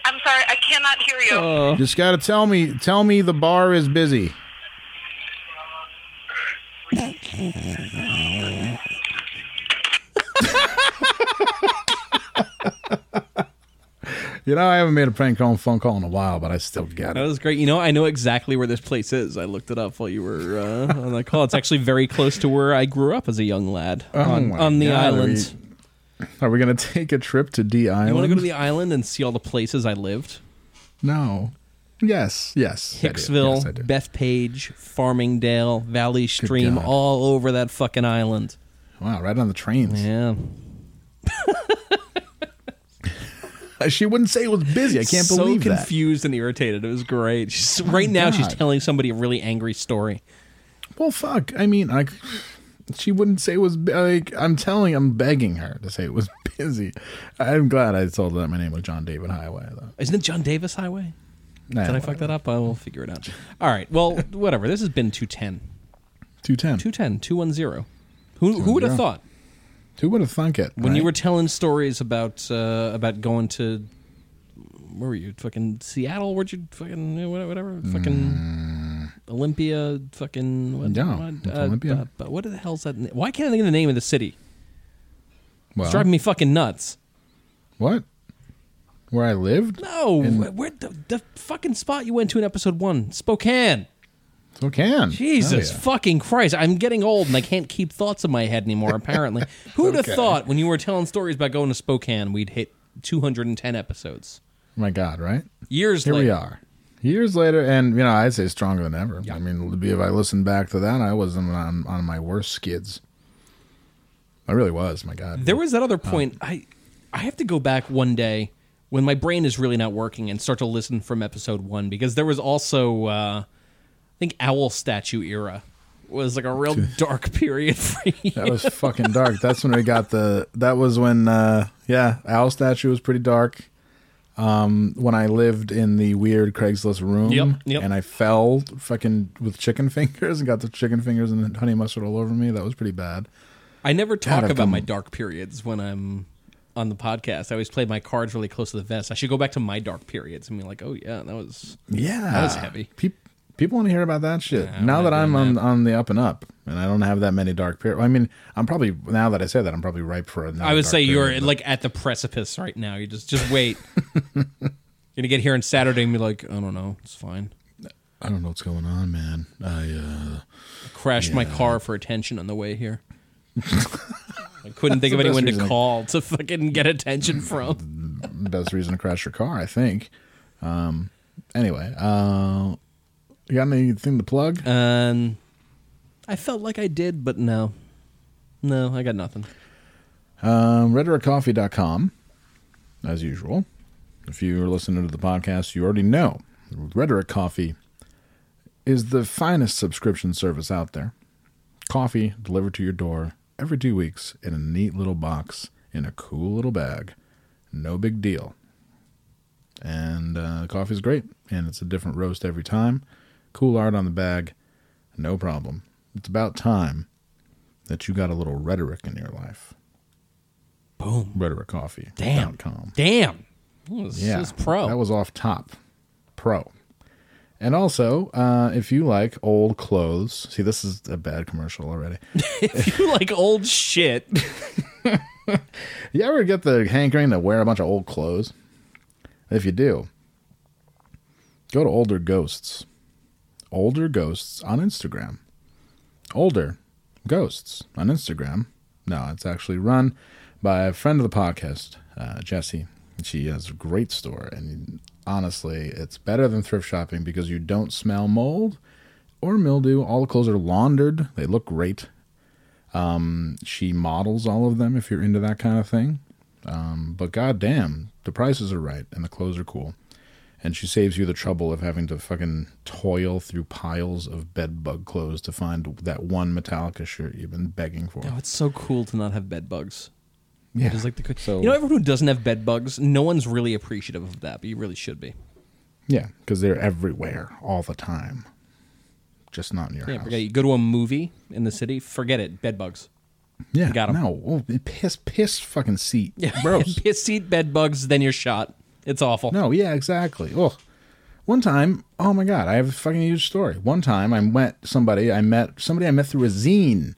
Speaker 6: I'm sorry, I can't cannot hear you.
Speaker 1: Just gotta tell me, tell me the bar is busy. (laughs) you know, I haven't made a prank call phone call in a while, but I still got
Speaker 2: That
Speaker 1: it.
Speaker 2: was great. You know, I know exactly where this place is. I looked it up while you were uh, on that call. It's actually very close to where I grew up as a young lad on,
Speaker 1: Oh my
Speaker 2: on the
Speaker 1: God, are
Speaker 2: island.
Speaker 1: Are we gonna (laughs) take a trip to D Island?
Speaker 2: You want to go to the island and see all the places I lived?
Speaker 1: no. Yes, yes. I do.
Speaker 2: Hicksville,
Speaker 1: Yes, I do.
Speaker 2: Bethpage, Farmingdale, Valley Stream,
Speaker 1: God.
Speaker 2: all over that fucking island.
Speaker 1: Wow, right on the trains.
Speaker 2: Yeah.
Speaker 1: Uh, She wouldn't say it was busy. I can't
Speaker 2: so
Speaker 1: believe that. Oh
Speaker 2: confused and irritated. It was great. She's, right now, she's
Speaker 1: God.
Speaker 2: telling somebody a really angry story.
Speaker 1: Well, fuck. I mean, I. She wouldn't say it was bu- like. I'm telling. I'm begging her to say it was (laughs) busy. I'm glad I told her that my name was John David Highway though.
Speaker 2: Isn't it John Davis Highway?
Speaker 1: Nah,
Speaker 2: Did I fuck that up? I will figure it out. All right. Well, (laughs) whatever. This has been 210.
Speaker 1: Two ten.
Speaker 2: 210, 210. Who, who would
Speaker 1: 210.
Speaker 2: have thought
Speaker 1: Who would have thunk it?
Speaker 2: when you were
Speaker 1: right?
Speaker 2: telling stories about uh, about going to where were you fucking Seattle? Where'd you fucking whatever, whatever fucking Olympia? Fucking what?
Speaker 1: Mm. Yeah,
Speaker 2: what,
Speaker 1: it's Olympia.
Speaker 2: uh, but what the hell's that? na- Why can't I think of the name of the city?
Speaker 1: well,
Speaker 2: It's driving me fucking nuts.
Speaker 1: What? Where I lived?
Speaker 2: No, wh- where the, the fucking spot you went to in episode one, Spokane.
Speaker 1: Spokane.
Speaker 2: Jesus
Speaker 1: Hell Oh, yeah.
Speaker 2: fucking Christ! I'm getting old and I can't keep thoughts in my head
Speaker 1: (laughs)
Speaker 2: anymore. Apparently, who'd have
Speaker 1: Okay.
Speaker 2: thought when you were telling stories about going to Spokane, we'd hit 210 episodes
Speaker 1: My God. Right.
Speaker 2: years
Speaker 1: Here
Speaker 2: later?
Speaker 1: we are. Years later, and you know, I'd say stronger than ever. I mean, if I listen back to that, I wasn't on, on my worst skids. I really was. My God.
Speaker 2: There was that other point. I I have to go back one day when my brain is really not working and start to listen from episode one because there was also uh, I think owl statue era was like
Speaker 1: (laughs)
Speaker 2: a real dark period for you.
Speaker 1: That was fucking dark. That's when we got the. That was when, uh, yeah, owl statue was pretty dark. Um, when I lived in the weird Craigslist room,
Speaker 2: Yep, yep.
Speaker 1: and I fell fucking with chicken (laughs) fingers and got the chicken fingers and honey mustard all over me. That was pretty bad.
Speaker 2: I never talk
Speaker 1: I've
Speaker 2: about
Speaker 1: come-
Speaker 2: my dark periods when I'm on the podcast. I always play my cards really close to the vest. I should go back to my dark periods and be like, oh yeah, that was
Speaker 1: Yeah,
Speaker 2: That was heavy.
Speaker 1: Pe- people want to hear about that shit.
Speaker 2: I'm
Speaker 1: now
Speaker 2: not
Speaker 1: that I'm on,
Speaker 2: doing
Speaker 1: on the up and up, and I don't have that many dark periods. I mean, I'm probably now that I say that, I'm probably ripe for another.
Speaker 2: I would
Speaker 1: dark
Speaker 2: say you're
Speaker 1: period, but-
Speaker 2: like at the precipice right now. You just
Speaker 1: (laughs)
Speaker 2: just wait. you're gonna get here on Saturday and be like, I don't know, it's fine.
Speaker 1: I don't know what's going on, man. I uh,
Speaker 2: crashed my car for attention on the way here. I couldn't think of
Speaker 1: That's the
Speaker 2: anyone
Speaker 1: best reason
Speaker 2: to
Speaker 1: I-
Speaker 2: call to fucking get attention from.
Speaker 1: best reason to crash your car, I think. Um, anyway, uh, you got anything to plug?
Speaker 2: Um, I felt like I did, but no, no, I got nothing.
Speaker 1: Um, RhetoricCoffee.com, as usual. If you're listening to the podcast, you already know Rhetoric Coffee is the finest subscription service out there. Coffee delivered to your door every two weeks in a neat little box in a cool little bag. No big deal. And uh, coffee's great, and it's a different roast every time. Cool art on the bag, no problem. It's about time that you got a little rhetoric in your life
Speaker 2: Boom!
Speaker 1: rhetoriccoffee.com.
Speaker 2: Damn! Damn! Ooh, This
Speaker 1: Yeah.
Speaker 2: is pro.
Speaker 1: That was off top. Pro. And also, uh, if you like old clothes, see, this is a bad commercial already.
Speaker 2: if (laughs) you like old shit,
Speaker 1: You ever get the hankering to wear a bunch of old clothes? If you do, go to Older Ghosts. Older Ghosts on Instagram. Older Ghosts on Instagram. No, it's actually run by a friend of the podcast, uh, Jessie. She has a great store, and honestly, it's better than thrift shopping because you don't smell mold or mildew. All the clothes are laundered, they look great. She models all of them if you're into that kind of thing. Um, but goddamn, the prices are right and the clothes are cool. And she saves you the trouble of having to fucking toil through piles of bed bug clothes to find that one Metallica shirt you've been begging for.
Speaker 2: oh, it's so cool to not have bed bugs.
Speaker 1: yeah.
Speaker 2: It's like the
Speaker 1: So-
Speaker 2: you know everyone who doesn't have bed bugs, no one's really appreciative of that, but you really should be.
Speaker 1: yeah, because they're everywhere all the time. Just not in your
Speaker 2: Yeah,
Speaker 1: house.
Speaker 2: forget it. you go to a movie in the city, forget it, bed bugs.
Speaker 1: yeah,
Speaker 2: got 'em.
Speaker 1: No, oh, piss, piss, fucking seat. Yeah,
Speaker 2: (laughs)
Speaker 1: (laughs)
Speaker 2: Piss eat bed bugs, then you're shot. It's awful.
Speaker 1: No, yeah, exactly. Well, one time, oh my god, I have a fucking huge story. One time, I met somebody. I met somebody I met through a zine.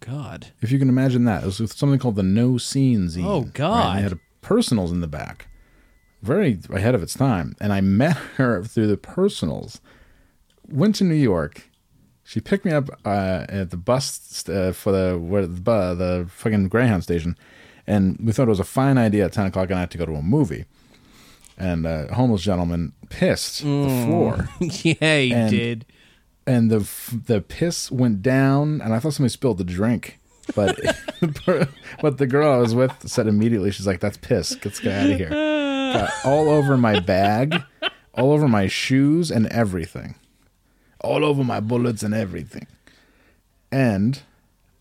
Speaker 2: God.
Speaker 1: If you can imagine that, it was with something called the No Scene zine.
Speaker 2: Oh, God.
Speaker 1: And they had a personals in the back, very ahead of its time. And I (laughs) met her through the personals. Went to New York. She picked me up uh, at the bus st- uh, for the where the, bu- the fucking Greyhound station, and we thought it was a fine idea at ten o'clock at night to go to a movie. And uh, a homeless gentleman pissed
Speaker 2: Mm.
Speaker 1: the
Speaker 2: (laughs)
Speaker 1: floor
Speaker 2: yeah, you
Speaker 1: And-
Speaker 2: did.
Speaker 1: and the f- the piss went down, and I thought somebody spilled the drink. But (laughs) the per- but the girl I was with said immediately, she's like, "That's piss. Let's get out of here." Got all over my bag, all over my shoes, and everything, all over my bullets and everything. And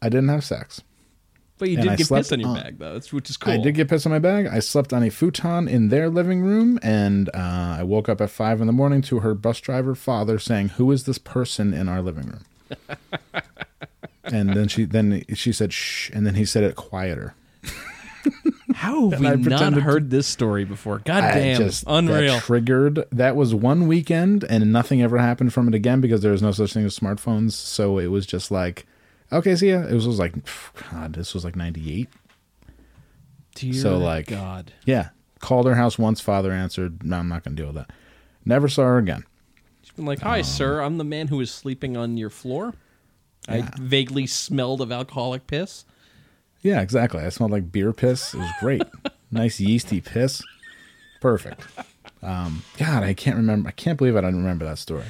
Speaker 1: I didn't have sex.
Speaker 2: But you
Speaker 1: and
Speaker 2: did
Speaker 1: I
Speaker 2: get
Speaker 1: slept
Speaker 2: pissed on your
Speaker 1: on-
Speaker 2: bag, though, that's- which is cool.
Speaker 1: I did get pissed on my bag. I slept on a futon in their living room, and uh, I woke up at five in the morning to her bus driver father saying, "Who is this person in our living room?"
Speaker 2: (laughs)
Speaker 1: and then she then she said, "Shh," and then he said it quieter.
Speaker 2: How have we
Speaker 1: I
Speaker 2: not
Speaker 1: pretended to-
Speaker 2: heard this story before? God
Speaker 1: I
Speaker 2: damn.
Speaker 1: just- that
Speaker 2: Unreal.
Speaker 1: triggered. That was one weekend, and nothing ever happened from it again because there was no such thing as smartphones. So it was just like, okay, see ya. It was, it was like, pff, God, this was like '98.
Speaker 2: Dear
Speaker 1: So, like-
Speaker 2: God.
Speaker 1: Yeah, called her house once. Father answered, "No, I'm not going to deal with that." Never saw her again.
Speaker 2: She's been like, hi,
Speaker 1: um,
Speaker 2: sir. I'm the man who was sleeping on your floor. I vaguely smelled of alcoholic piss.
Speaker 1: Yeah, exactly. I smelled like beer piss. It was great. (laughs) nice yeasty piss. Perfect. Um, God, I can't remember. I can't believe I don't remember that story.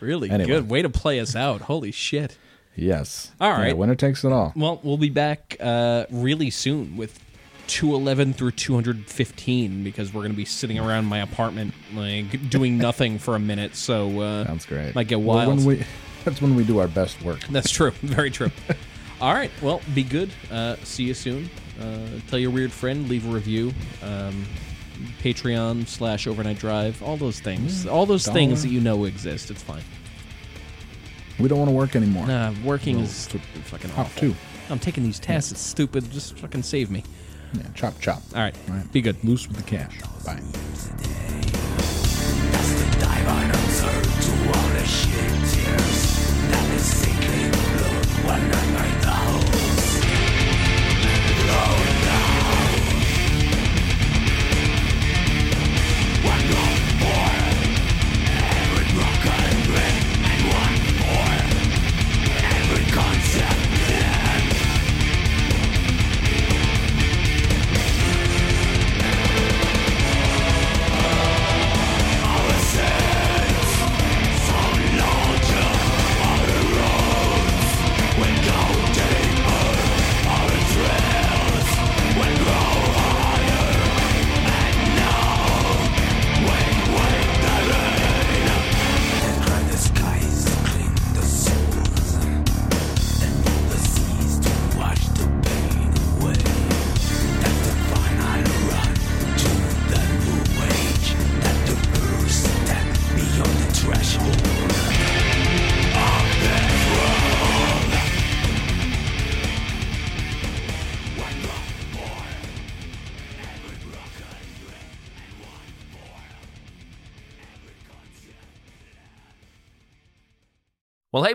Speaker 2: Really
Speaker 1: Anyway.
Speaker 2: good. Way to play us out. Holy shit.
Speaker 1: Yes.
Speaker 2: All
Speaker 1: Yeah,
Speaker 2: right.
Speaker 1: winner takes it all.
Speaker 2: Well, we'll be back uh, really soon with 211 through 215 because we're going to be sitting around my apartment
Speaker 1: (laughs)
Speaker 2: like doing nothing for a minute. So uh,
Speaker 1: Sounds great.
Speaker 2: Might get
Speaker 1: Well,
Speaker 2: wild.
Speaker 1: when we, that's when we do our best work.
Speaker 2: That's true. (laughs) Very true. All right. Well, be good. Uh, see you soon. Uh, tell your weird friend. Leave a review. Um, Patreon slash overnight drive. All those things. all those things that you know exist. It's fine.
Speaker 1: We don't want to work anymore.
Speaker 2: Nah, working is
Speaker 1: Little
Speaker 2: fucking
Speaker 1: Hop
Speaker 2: awful.
Speaker 1: two.
Speaker 2: I'm taking these tests. It's stupid. Just fucking save me.
Speaker 1: Yeah, chop, chop.
Speaker 2: All right. Be good.
Speaker 1: Loose with the cash. Bye.
Speaker 7: Well, hey,